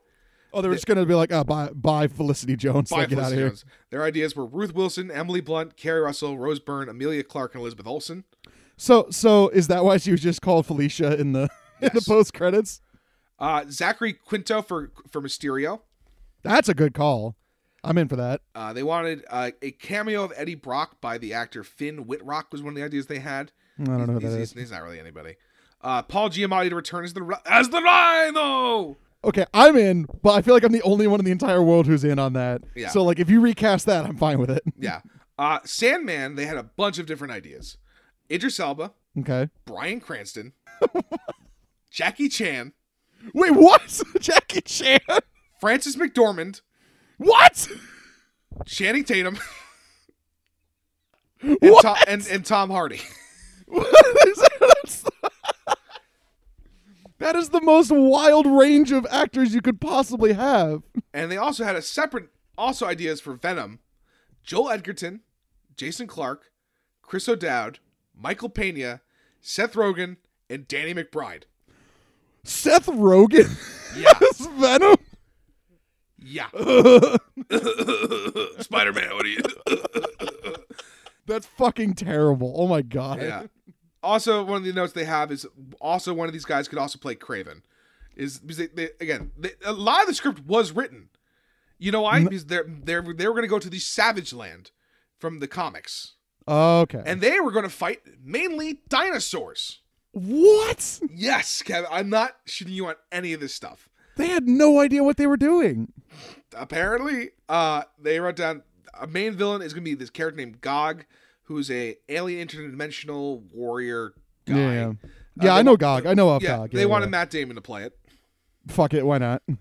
[SPEAKER 3] Oh, they were just gonna be like, oh, bye, bye, Felicity Jones.
[SPEAKER 2] By
[SPEAKER 3] Like, get out
[SPEAKER 2] Felicity
[SPEAKER 3] of here.
[SPEAKER 2] Jones. Their ideas were Ruth Wilson, Emily Blunt, Carrie Russell, Rose Byrne, Amelia Clark, and Elizabeth Olsen.
[SPEAKER 3] So, so is that why she was just called Felicia in the in the
[SPEAKER 2] Yes.
[SPEAKER 3] post credits?
[SPEAKER 2] Uh, Zachary Quinto for for Mysterio.
[SPEAKER 3] That's a good call. I'm in for that.
[SPEAKER 2] Uh, they wanted uh, a cameo of Eddie Brock by the actor Finn Whitrock was one of the ideas they had.
[SPEAKER 3] I don't know who
[SPEAKER 2] he's,
[SPEAKER 3] that
[SPEAKER 2] he's-
[SPEAKER 3] is.
[SPEAKER 2] he's not really anybody. Uh, Paul Giamatti to return as the Ri- as the Rhino.
[SPEAKER 3] Okay, I'm in, but I feel like I'm the only one in the entire world who's in on that.
[SPEAKER 2] Yeah.
[SPEAKER 3] So, like, if you recast that, I'm fine with it.
[SPEAKER 2] Yeah. Uh, Sandman. They had a bunch of different ideas. Idris Elba,
[SPEAKER 3] Okay.
[SPEAKER 2] Brian Cranston, Jackie Chan,
[SPEAKER 3] Wait, what? Jackie Chan?
[SPEAKER 2] Francis McDormand,
[SPEAKER 3] What?
[SPEAKER 2] Channing Tatum, and,
[SPEAKER 3] What?
[SPEAKER 2] Tom, and, and Tom Hardy.
[SPEAKER 3] What is that? that is the most wild range of actors you could possibly have.
[SPEAKER 2] And they also had a separate also ideas for Venom, Joel Edgerton, Jason Clark, Chris O'Dowd, Michael Pena, Seth Rogen, and Danny McBride.
[SPEAKER 3] Seth Rogen
[SPEAKER 2] Yeah,
[SPEAKER 3] as Venom.
[SPEAKER 2] yeah. Spider Man, what are you?
[SPEAKER 3] That's fucking terrible. Oh my god.
[SPEAKER 2] yeah. Also, one of the notes they have is also one of these guys could also play Craven. Is because they, they again they, a lot of the script was written. You know why? Because they're they're they were going to go to the Savage Land from the comics.
[SPEAKER 3] Okay.
[SPEAKER 2] and they were going to fight mainly dinosaurs.
[SPEAKER 3] what?
[SPEAKER 2] Yes, Kevin, I'm not shitting you on any of this stuff.
[SPEAKER 3] They had no idea what they were doing.
[SPEAKER 2] Apparently, uh, they wrote down a main villain is going to be this character named Gog, who's a alien interdimensional warrior guy.
[SPEAKER 3] Yeah.
[SPEAKER 2] they
[SPEAKER 3] Yeah, I know
[SPEAKER 2] want-
[SPEAKER 3] Gog. I know of
[SPEAKER 2] Yeah,
[SPEAKER 3] Gog.
[SPEAKER 2] they
[SPEAKER 3] yeah,
[SPEAKER 2] wanted
[SPEAKER 3] yeah.
[SPEAKER 2] Matt Damon to play it.
[SPEAKER 3] Fuck it, why not?
[SPEAKER 2] And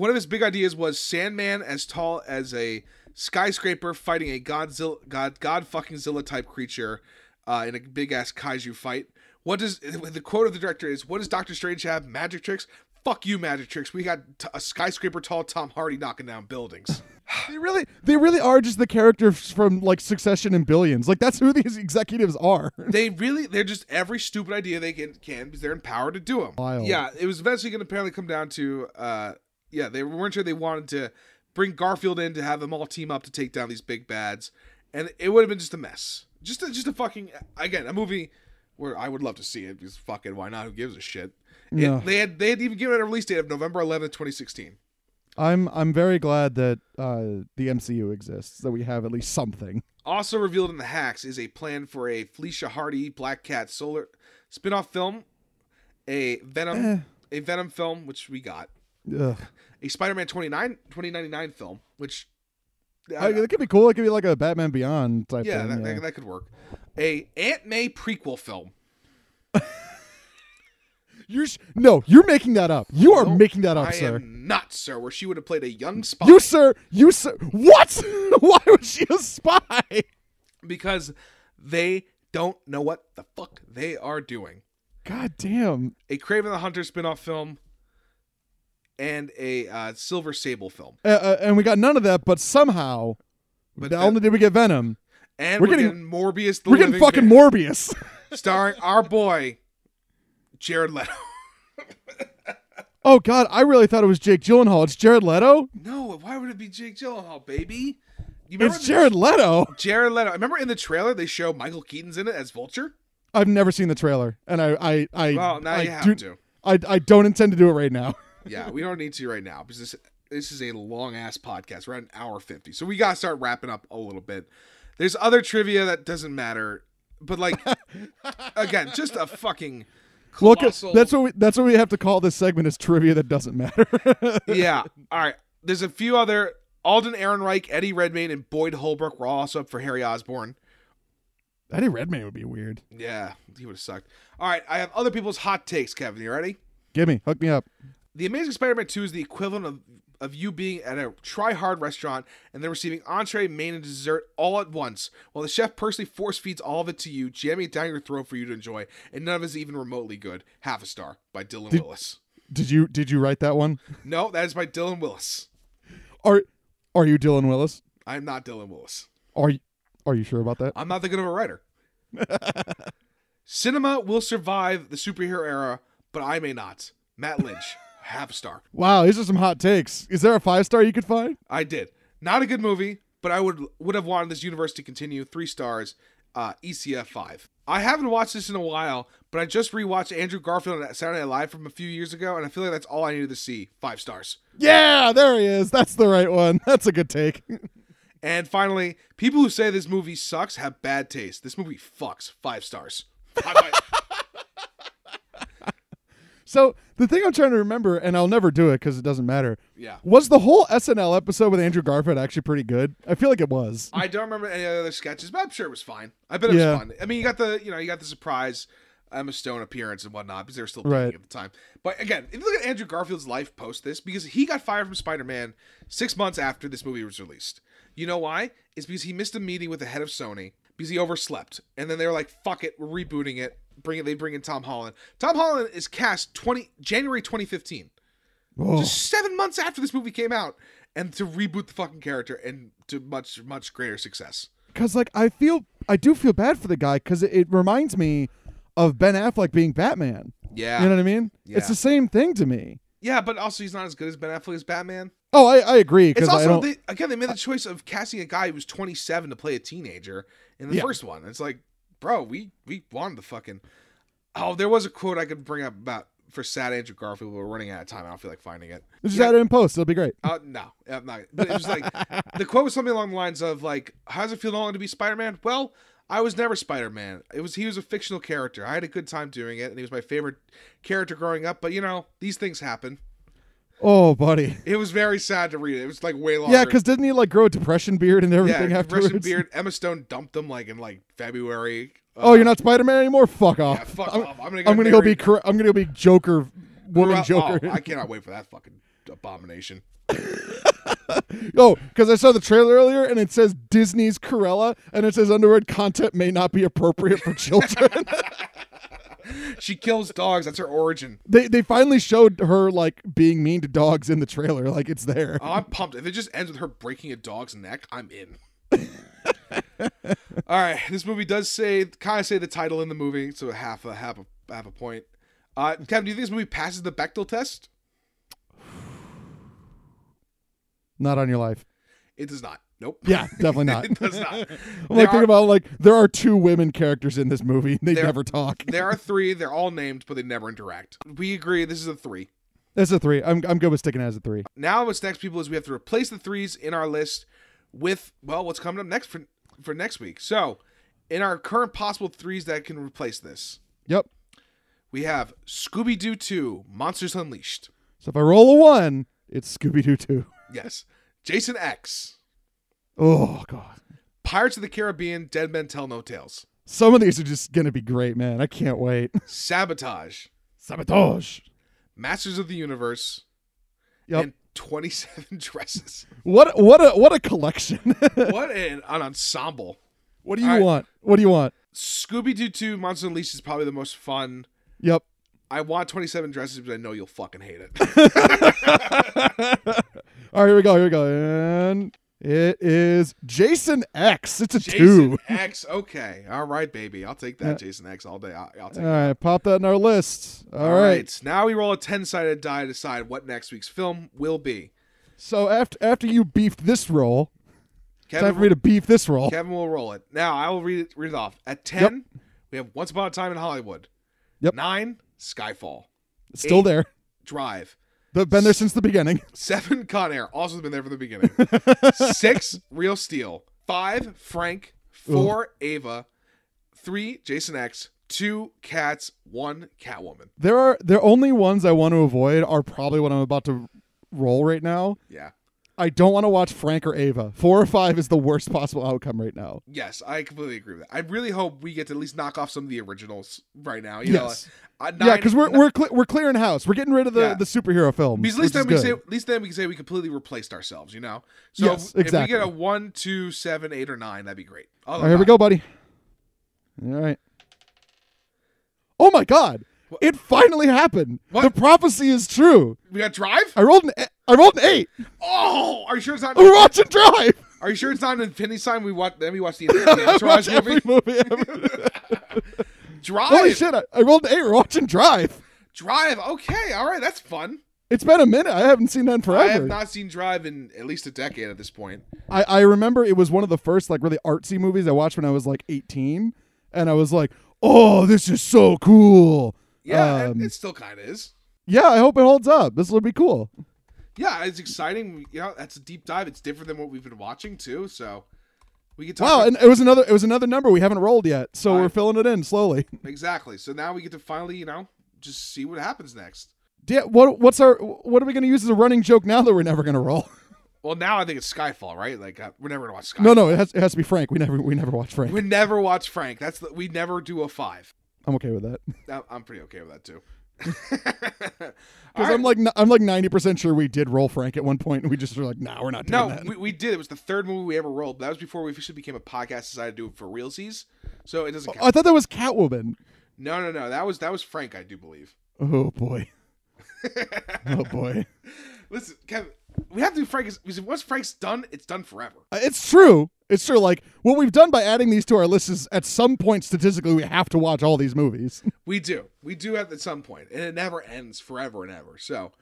[SPEAKER 2] One of his big ideas was Sandman as tall as a skyscraper fighting a Godzilla, God, God fucking Zilla type creature uh, in a big ass kaiju fight. What does the quote of the director is? What does Doctor Strange have? Magic tricks? Fuck you, magic tricks. We got t- a skyscraper tall Tom Hardy knocking down buildings.
[SPEAKER 3] They really they really are just the characters from like Succession and Billions. Like that's who these executives are.
[SPEAKER 2] they really, they're just every stupid idea they can can because they're empowered to do them.
[SPEAKER 3] Wild.
[SPEAKER 2] Yeah, it was eventually going to apparently come down to, uh, yeah, they weren't sure they wanted to bring Garfield in to have them all team up to take down these big bads, and it would have been just a mess. Just a, just a fucking again a movie where I would love to see it because fucking why not? Who gives a shit? It-
[SPEAKER 3] Yeah.
[SPEAKER 2] they had they had even given it a release date of November 11th, 2016.
[SPEAKER 3] I'm I'm very glad that uh, the MCU exists, that we have at least something.
[SPEAKER 2] Also revealed in the hacks is a plan for a Felicia Hardy Black Cat Solar spin-off film, a Venom
[SPEAKER 3] Eh.
[SPEAKER 2] a Venom film which we got.
[SPEAKER 3] Ugh.
[SPEAKER 2] a Spider-Man 29 2099 film, which uh,
[SPEAKER 3] I, it could be cool. It could be like a Batman Beyond type
[SPEAKER 2] yeah,
[SPEAKER 3] thing.
[SPEAKER 2] that,
[SPEAKER 3] yeah.
[SPEAKER 2] That, that could work. A Aunt May prequel film.
[SPEAKER 3] You're sh- no, you're making that up. You are making that up,
[SPEAKER 2] I
[SPEAKER 3] Oh, sir.
[SPEAKER 2] am not, sir. Where she would have played a young spy
[SPEAKER 3] You sir, you sir. What? Why was she a spy?
[SPEAKER 2] because they don't know what the fuck they are doing.
[SPEAKER 3] God damn.
[SPEAKER 2] A Craven the Hunter spin-off film and a uh, Silver Sable film.
[SPEAKER 3] Uh, uh, and we got none of that, but somehow,
[SPEAKER 2] But
[SPEAKER 3] not
[SPEAKER 2] the-
[SPEAKER 3] only did we get Venom,
[SPEAKER 2] And
[SPEAKER 3] We're
[SPEAKER 2] we're,
[SPEAKER 3] getting-
[SPEAKER 2] getting, Morbius the
[SPEAKER 3] we're getting
[SPEAKER 2] Living
[SPEAKER 3] fucking
[SPEAKER 2] Dead,
[SPEAKER 3] Morbius.
[SPEAKER 2] starring our boy Jared Leto.
[SPEAKER 3] oh God, I really thought it was Jake Gyllenhaal. It's Jared Leto.
[SPEAKER 2] no, why would it be Jake Gyllenhaal, baby? You remember
[SPEAKER 3] It's
[SPEAKER 2] the-
[SPEAKER 3] Jared Leto.
[SPEAKER 2] Jared Leto. I remember in the trailer they show Michael Keaton's in it as Vulture.
[SPEAKER 3] I've never seen the trailer, and I I I
[SPEAKER 2] Well, now
[SPEAKER 3] I
[SPEAKER 2] you have
[SPEAKER 3] do-
[SPEAKER 2] to.
[SPEAKER 3] I I don't intend to do it right now.
[SPEAKER 2] Yeah, we don't need to right now because this this is a long ass podcast. We're at an hour fifty, so we gotta start wrapping up a little bit. There's other trivia that doesn't matter, but like again, just a fucking
[SPEAKER 3] Look, at-
[SPEAKER 2] colossal-
[SPEAKER 3] that's what we, that's what we have to call this segment is trivia that doesn't matter.
[SPEAKER 2] yeah. All right. There's a few other Alden Ehrenreich, Eddie Redmayne, and Boyd Holbrook were also up for Harry Osborne.
[SPEAKER 3] Eddie Redmayne would be weird.
[SPEAKER 2] Yeah, he would have sucked. All right, I have other people's hot takes, Kevin. You ready?
[SPEAKER 3] Give me, hook me up.
[SPEAKER 2] The Amazing Spider-Man 2 is the equivalent of of you being at a try-hard restaurant and then receiving entree, main, and dessert all at once, while the chef personally force feeds all of it to you, jamming it down your throat for you to enjoy, and none of it is even remotely good. Half a star by Dylan Willis.
[SPEAKER 3] Did you did you write that one?
[SPEAKER 2] No, that is by Dylan Willis.
[SPEAKER 3] Are are you Dylan Willis?
[SPEAKER 2] I'm not Dylan Willis.
[SPEAKER 3] Are you, are you sure about that?
[SPEAKER 2] I'm not that good of a writer. Cinema will survive the superhero era, but I may not. Matt Lynch, half a star.
[SPEAKER 3] Wow, these are some hot takes. Is there a five star you could find?
[SPEAKER 2] I did. Not a good movie, but I would would have wanted this universe to continue. Three stars, uh, ECF five. I haven't watched this in a while, but I just rewatched Andrew Garfield on Saturday Night Live from a few years ago, and I feel like that's all I needed to see. Five stars.
[SPEAKER 3] Yeah, there he is. That's the right one. That's a good take.
[SPEAKER 2] And finally, people who say this movie sucks have bad taste. This movie fucks. Five stars. Five by-
[SPEAKER 3] So the thing I'm trying to remember, and I'll never do it because it doesn't matter.
[SPEAKER 2] yeah.
[SPEAKER 3] Was the whole SNL episode with Andrew Garfield actually pretty good? I feel like it was.
[SPEAKER 2] I don't remember any other sketches, but I'm sure it was fine. I bet it
[SPEAKER 3] Yeah.
[SPEAKER 2] was fun. I mean, you got the you know you got the surprise Emma Stone appearance and whatnot because they were still dating
[SPEAKER 3] Right.
[SPEAKER 2] at the time. But again, if you look at Andrew Garfield's life post this, because he got fired from Spider Man six months after this movie was released. You know why? It's because he missed a meeting with the head of Sony because he overslept, and then they were like, "Fuck it, we're rebooting it." Bring it. They bring in Tom Holland. Tom Holland is cast twenty January twenty fifteen
[SPEAKER 3] Oh,
[SPEAKER 2] just seven months after this movie came out, and to reboot the fucking character and to much much greater success.
[SPEAKER 3] Cause like I feel, I do feel bad for the guy because it, it reminds me of Ben Affleck being Batman.
[SPEAKER 2] Yeah,
[SPEAKER 3] You know what I mean?
[SPEAKER 2] Yeah.
[SPEAKER 3] It's the same thing to me.
[SPEAKER 2] yeah, but also he's not as good as Ben Affleck as Batman.
[SPEAKER 3] Oh, I, I agree
[SPEAKER 2] It's
[SPEAKER 3] because I
[SPEAKER 2] also
[SPEAKER 3] don't.
[SPEAKER 2] they, again they made the choice of casting a guy who was 27 to play a teenager in the
[SPEAKER 3] Yeah.
[SPEAKER 2] first one. It's like, bro, we we wanted the fucking. Oh, there was a quote I could bring up about for sad Andrew Garfield. but We're running out of time. I don't feel like finding it.
[SPEAKER 3] just
[SPEAKER 2] Yeah.
[SPEAKER 3] add it in post. It'll be great.
[SPEAKER 2] Uh, no, I'm not. But it was like the quote was something along the lines of like, "How does it feel long to be Spider-Man?" Well, I was never Spider-Man. It was he was a fictional character. I had a good time doing it, and he was my favorite character growing up. But you know, these things happen.
[SPEAKER 3] Oh, buddy.
[SPEAKER 2] It was very sad to read it. It was like way longer.
[SPEAKER 3] Yeah, because didn't he like grow a depression beard and
[SPEAKER 2] yeah,
[SPEAKER 3] everything
[SPEAKER 2] Russian
[SPEAKER 3] afterwards?
[SPEAKER 2] beard. Emma Stone dumped him like in like February. Uh,
[SPEAKER 3] Oh, you're not Spider Man anymore. Fuck off.
[SPEAKER 2] yeah, fuck
[SPEAKER 3] I'm,
[SPEAKER 2] off. I'm gonna
[SPEAKER 3] I'm gonna go be.
[SPEAKER 2] married-
[SPEAKER 3] Cor- I'm gonna go be Joker, woman
[SPEAKER 2] Well,
[SPEAKER 3] Joker.
[SPEAKER 2] oh, I cannot wait for that fucking abomination.
[SPEAKER 3] Oh, because I saw the trailer earlier and it says Disney's Corella and it says underwood content may not be appropriate for children.
[SPEAKER 2] She kills dogs. That's her origin.
[SPEAKER 3] they they finally showed her like being mean to dogs in the trailer. Like it's there.
[SPEAKER 2] Oh, I'm pumped. If it just ends with her breaking a dog's neck, I'm in. All right, this movie does say kind of say the title in the movie, so half a half a half a point. Uh, Kevin, do you think this movie passes the Bechtel test?
[SPEAKER 3] Not on your life.
[SPEAKER 2] It does not. Nope.
[SPEAKER 3] Yeah, definitely not.
[SPEAKER 2] it does not.
[SPEAKER 3] I'm like
[SPEAKER 2] There are-
[SPEAKER 3] thinking about like there are two women characters in this movie. and They
[SPEAKER 2] There-
[SPEAKER 3] never talk.
[SPEAKER 2] there are three. They're all named, but they never interact. We agree. This is a three.
[SPEAKER 3] That's a three. I'm I'm good with sticking it as a three.
[SPEAKER 2] Now, what's next, people, is we have to replace the threes in our list with well, what's coming up next for for next week. So, in our current possible threes that can replace this.
[SPEAKER 3] Yep.
[SPEAKER 2] We have Scooby Doo 2, Monsters Unleashed.
[SPEAKER 3] So if I roll a one, it's Scooby Doo two.
[SPEAKER 2] Yes. Jason X,
[SPEAKER 3] Oh god.
[SPEAKER 2] Pirates of the Caribbean, Dead Men Tell No Tales.
[SPEAKER 3] Some of these are just gonna be great, man. I can't wait.
[SPEAKER 2] Sabotage,
[SPEAKER 3] Sabotage.
[SPEAKER 2] Masters of the Universe,
[SPEAKER 3] Yep.
[SPEAKER 2] and 27 Dresses.
[SPEAKER 3] What what a what a collection.
[SPEAKER 2] what an, an ensemble.
[SPEAKER 3] what do you
[SPEAKER 2] All right.
[SPEAKER 3] want? What do you want?
[SPEAKER 2] Scooby Doo 2, Monsters Unleashed is probably the most fun.
[SPEAKER 3] Yep.
[SPEAKER 2] I want 27 Dresses, but I know you'll fucking hate it.
[SPEAKER 3] All right, here we go. Here we go. And it is Jason X. It's a
[SPEAKER 2] Jason
[SPEAKER 3] two.
[SPEAKER 2] X, okay. All right, baby. I'll take that, Jason X, all day. I, will take
[SPEAKER 3] All right, pop that in our list. Uh, All right.
[SPEAKER 2] Now we roll a 10 sided die to decide what next week's film will be.
[SPEAKER 3] So after after you beefed this roll, it's
[SPEAKER 2] Kevin,
[SPEAKER 3] time for me to beef this roll.
[SPEAKER 2] Kevin will roll it. Now I will read it, read it off. At 10, We have Once Upon a Time in Hollywood.
[SPEAKER 3] Yep.
[SPEAKER 2] Nine, Skyfall.
[SPEAKER 3] It's Still
[SPEAKER 2] Eight.
[SPEAKER 3] there.
[SPEAKER 2] Drive.
[SPEAKER 3] They've been there since the beginning.
[SPEAKER 2] Seven, Con Air. Also been there from the beginning. Six, Real Steel. Five, Frank. Four, Ava. Three, Jason X. Two, Cats. One, Catwoman.
[SPEAKER 3] There are the only ones I want to avoid are probably what I'm about to roll right now.
[SPEAKER 2] Yeah.
[SPEAKER 3] I don't want to watch Frank or Ava. Four or five is the worst possible outcome right now.
[SPEAKER 2] Yes, I completely agree with that. I really hope we get to at least knock off some of the originals right now. You
[SPEAKER 3] Yes.
[SPEAKER 2] know, like, uh,
[SPEAKER 3] yeah,
[SPEAKER 2] nine-
[SPEAKER 3] because we're
[SPEAKER 2] nine-
[SPEAKER 3] we're cle we're clearing house. We're getting rid of the,
[SPEAKER 2] Yeah.
[SPEAKER 3] the superhero films.
[SPEAKER 2] because at least
[SPEAKER 3] which
[SPEAKER 2] then
[SPEAKER 3] is
[SPEAKER 2] we can say
[SPEAKER 3] good.
[SPEAKER 2] at least then we can say we completely replaced ourselves. You know, so
[SPEAKER 3] Yes,
[SPEAKER 2] if-
[SPEAKER 3] exactly.
[SPEAKER 2] if we get a one, two, seven, eight, or nine, that'd be great.
[SPEAKER 3] All right, Oh, here we go, buddy. All right. Oh my God!
[SPEAKER 2] Wha-
[SPEAKER 3] It finally happened.
[SPEAKER 2] What?
[SPEAKER 3] The prophecy is true.
[SPEAKER 2] We got Drive.
[SPEAKER 3] I rolled an e- I rolled an eight.
[SPEAKER 2] Oh, are you sure it's not?
[SPEAKER 3] We're watching Drive.
[SPEAKER 2] Are you sure it's not an Infinity Sign? We watch then we watch the Infinity Entourage
[SPEAKER 3] Watch every
[SPEAKER 2] movie.
[SPEAKER 3] movie ever.
[SPEAKER 2] Drive.
[SPEAKER 3] Holy shit! I, I rolled an eight. We're watching Drive.
[SPEAKER 2] Drive. Okay, all right, that's fun.
[SPEAKER 3] It's been a minute. I haven't seen that in
[SPEAKER 2] I have
[SPEAKER 3] forever.
[SPEAKER 2] not seen Drive in at least a decade at this point.
[SPEAKER 3] I, I remember it was one of the first like really artsy movies I watched when I was like 18, and I was like, "Oh, this is so cool."
[SPEAKER 2] Yeah,
[SPEAKER 3] Um,
[SPEAKER 2] it, it still kind of is.
[SPEAKER 3] yeah. I hope it holds up. This will be cool.
[SPEAKER 2] Yeah, it's exciting. Yeah, that's a deep dive. It's different than what we've been watching too. So we can talk.
[SPEAKER 3] Wow,
[SPEAKER 2] about-
[SPEAKER 3] and it was another it was another number we haven't rolled yet, so
[SPEAKER 2] All
[SPEAKER 3] we're
[SPEAKER 2] right.
[SPEAKER 3] filling it in slowly.
[SPEAKER 2] exactly. So now we get to finally, you know, just see what happens next.
[SPEAKER 3] Yeah, what what's our what are we going to use as a running joke now that we're never going to roll?
[SPEAKER 2] Well, now I think it's Skyfall, right? Like uh, we're never gonna watch Skyfall.
[SPEAKER 3] No, no, it has, it has to be Frank. We never we never watch Frank.
[SPEAKER 2] we never watch Frank. That's the, we never do a five.
[SPEAKER 3] I'm okay with that because
[SPEAKER 2] I- I'm pretty okay with that too.
[SPEAKER 3] I'm like n- I'm like 90 percent sure we did roll Frank at one point, and we just were like, nah, we're not doing
[SPEAKER 2] No,
[SPEAKER 3] that.
[SPEAKER 2] we, we did. It was the third movie we ever rolled. That was before we officially became a podcast. Decided to do it for realsies, so it doesn't count.
[SPEAKER 3] Oh, I thought that was Catwoman.
[SPEAKER 2] no, no, no. That was that was Frank, I do believe.
[SPEAKER 3] Oh boy. oh boy.
[SPEAKER 2] Listen, Kevin, we have to do Frank because once Frank's done, it's done forever.
[SPEAKER 3] Uh, It's true. It's true. Like what we've done by adding these to our list is at some point statistically we have to watch all these movies.
[SPEAKER 2] We do, we do have at some point, and it never ends forever and ever. So,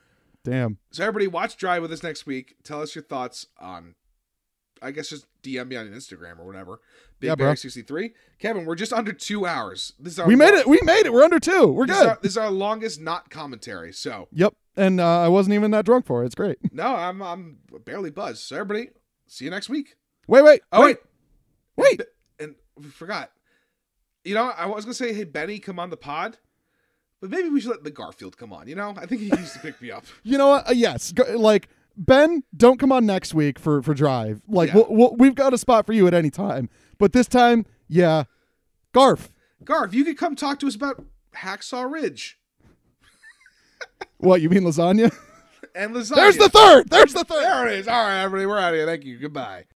[SPEAKER 3] Damn.
[SPEAKER 2] so everybody, watch Drive with us next week. Tell us your thoughts on, I guess, just DM me on Instagram or whatever. Big
[SPEAKER 3] Yeah, bro.
[SPEAKER 2] Bear sixty three. Kevin, we're just under two hours. This is our
[SPEAKER 3] We made
[SPEAKER 2] lo-
[SPEAKER 3] it. We made it. We're under two. We're
[SPEAKER 2] This is,
[SPEAKER 3] good.
[SPEAKER 2] our, this is our longest not commentary. So.
[SPEAKER 3] Yep. And uh, I wasn't even that drunk for it. It's great.
[SPEAKER 2] No, I'm I'm barely buzzed. So everybody, see you next week.
[SPEAKER 3] Wait, wait.
[SPEAKER 2] Oh wait,
[SPEAKER 3] Wait.
[SPEAKER 2] and we forgot. You know, I was gonna say, hey Benny, come on the pod, but maybe we should let the Garfield come on. You know, I think he needs to pick me up.
[SPEAKER 3] You know what? Uh, yes. Go, like Ben, don't come on next week for for drive. Like
[SPEAKER 2] Yeah.
[SPEAKER 3] we'll, we'll, we've got a spot for you at any time. But this time, yeah, Garf.
[SPEAKER 2] Garf, you could come talk to us about Hacksaw Ridge
[SPEAKER 3] What you mean lasagna?
[SPEAKER 2] and lasagna. Oh,
[SPEAKER 3] There's the third. There's the third.
[SPEAKER 2] there it is. All right, everybody, we're out of here. Thank you. Goodbye.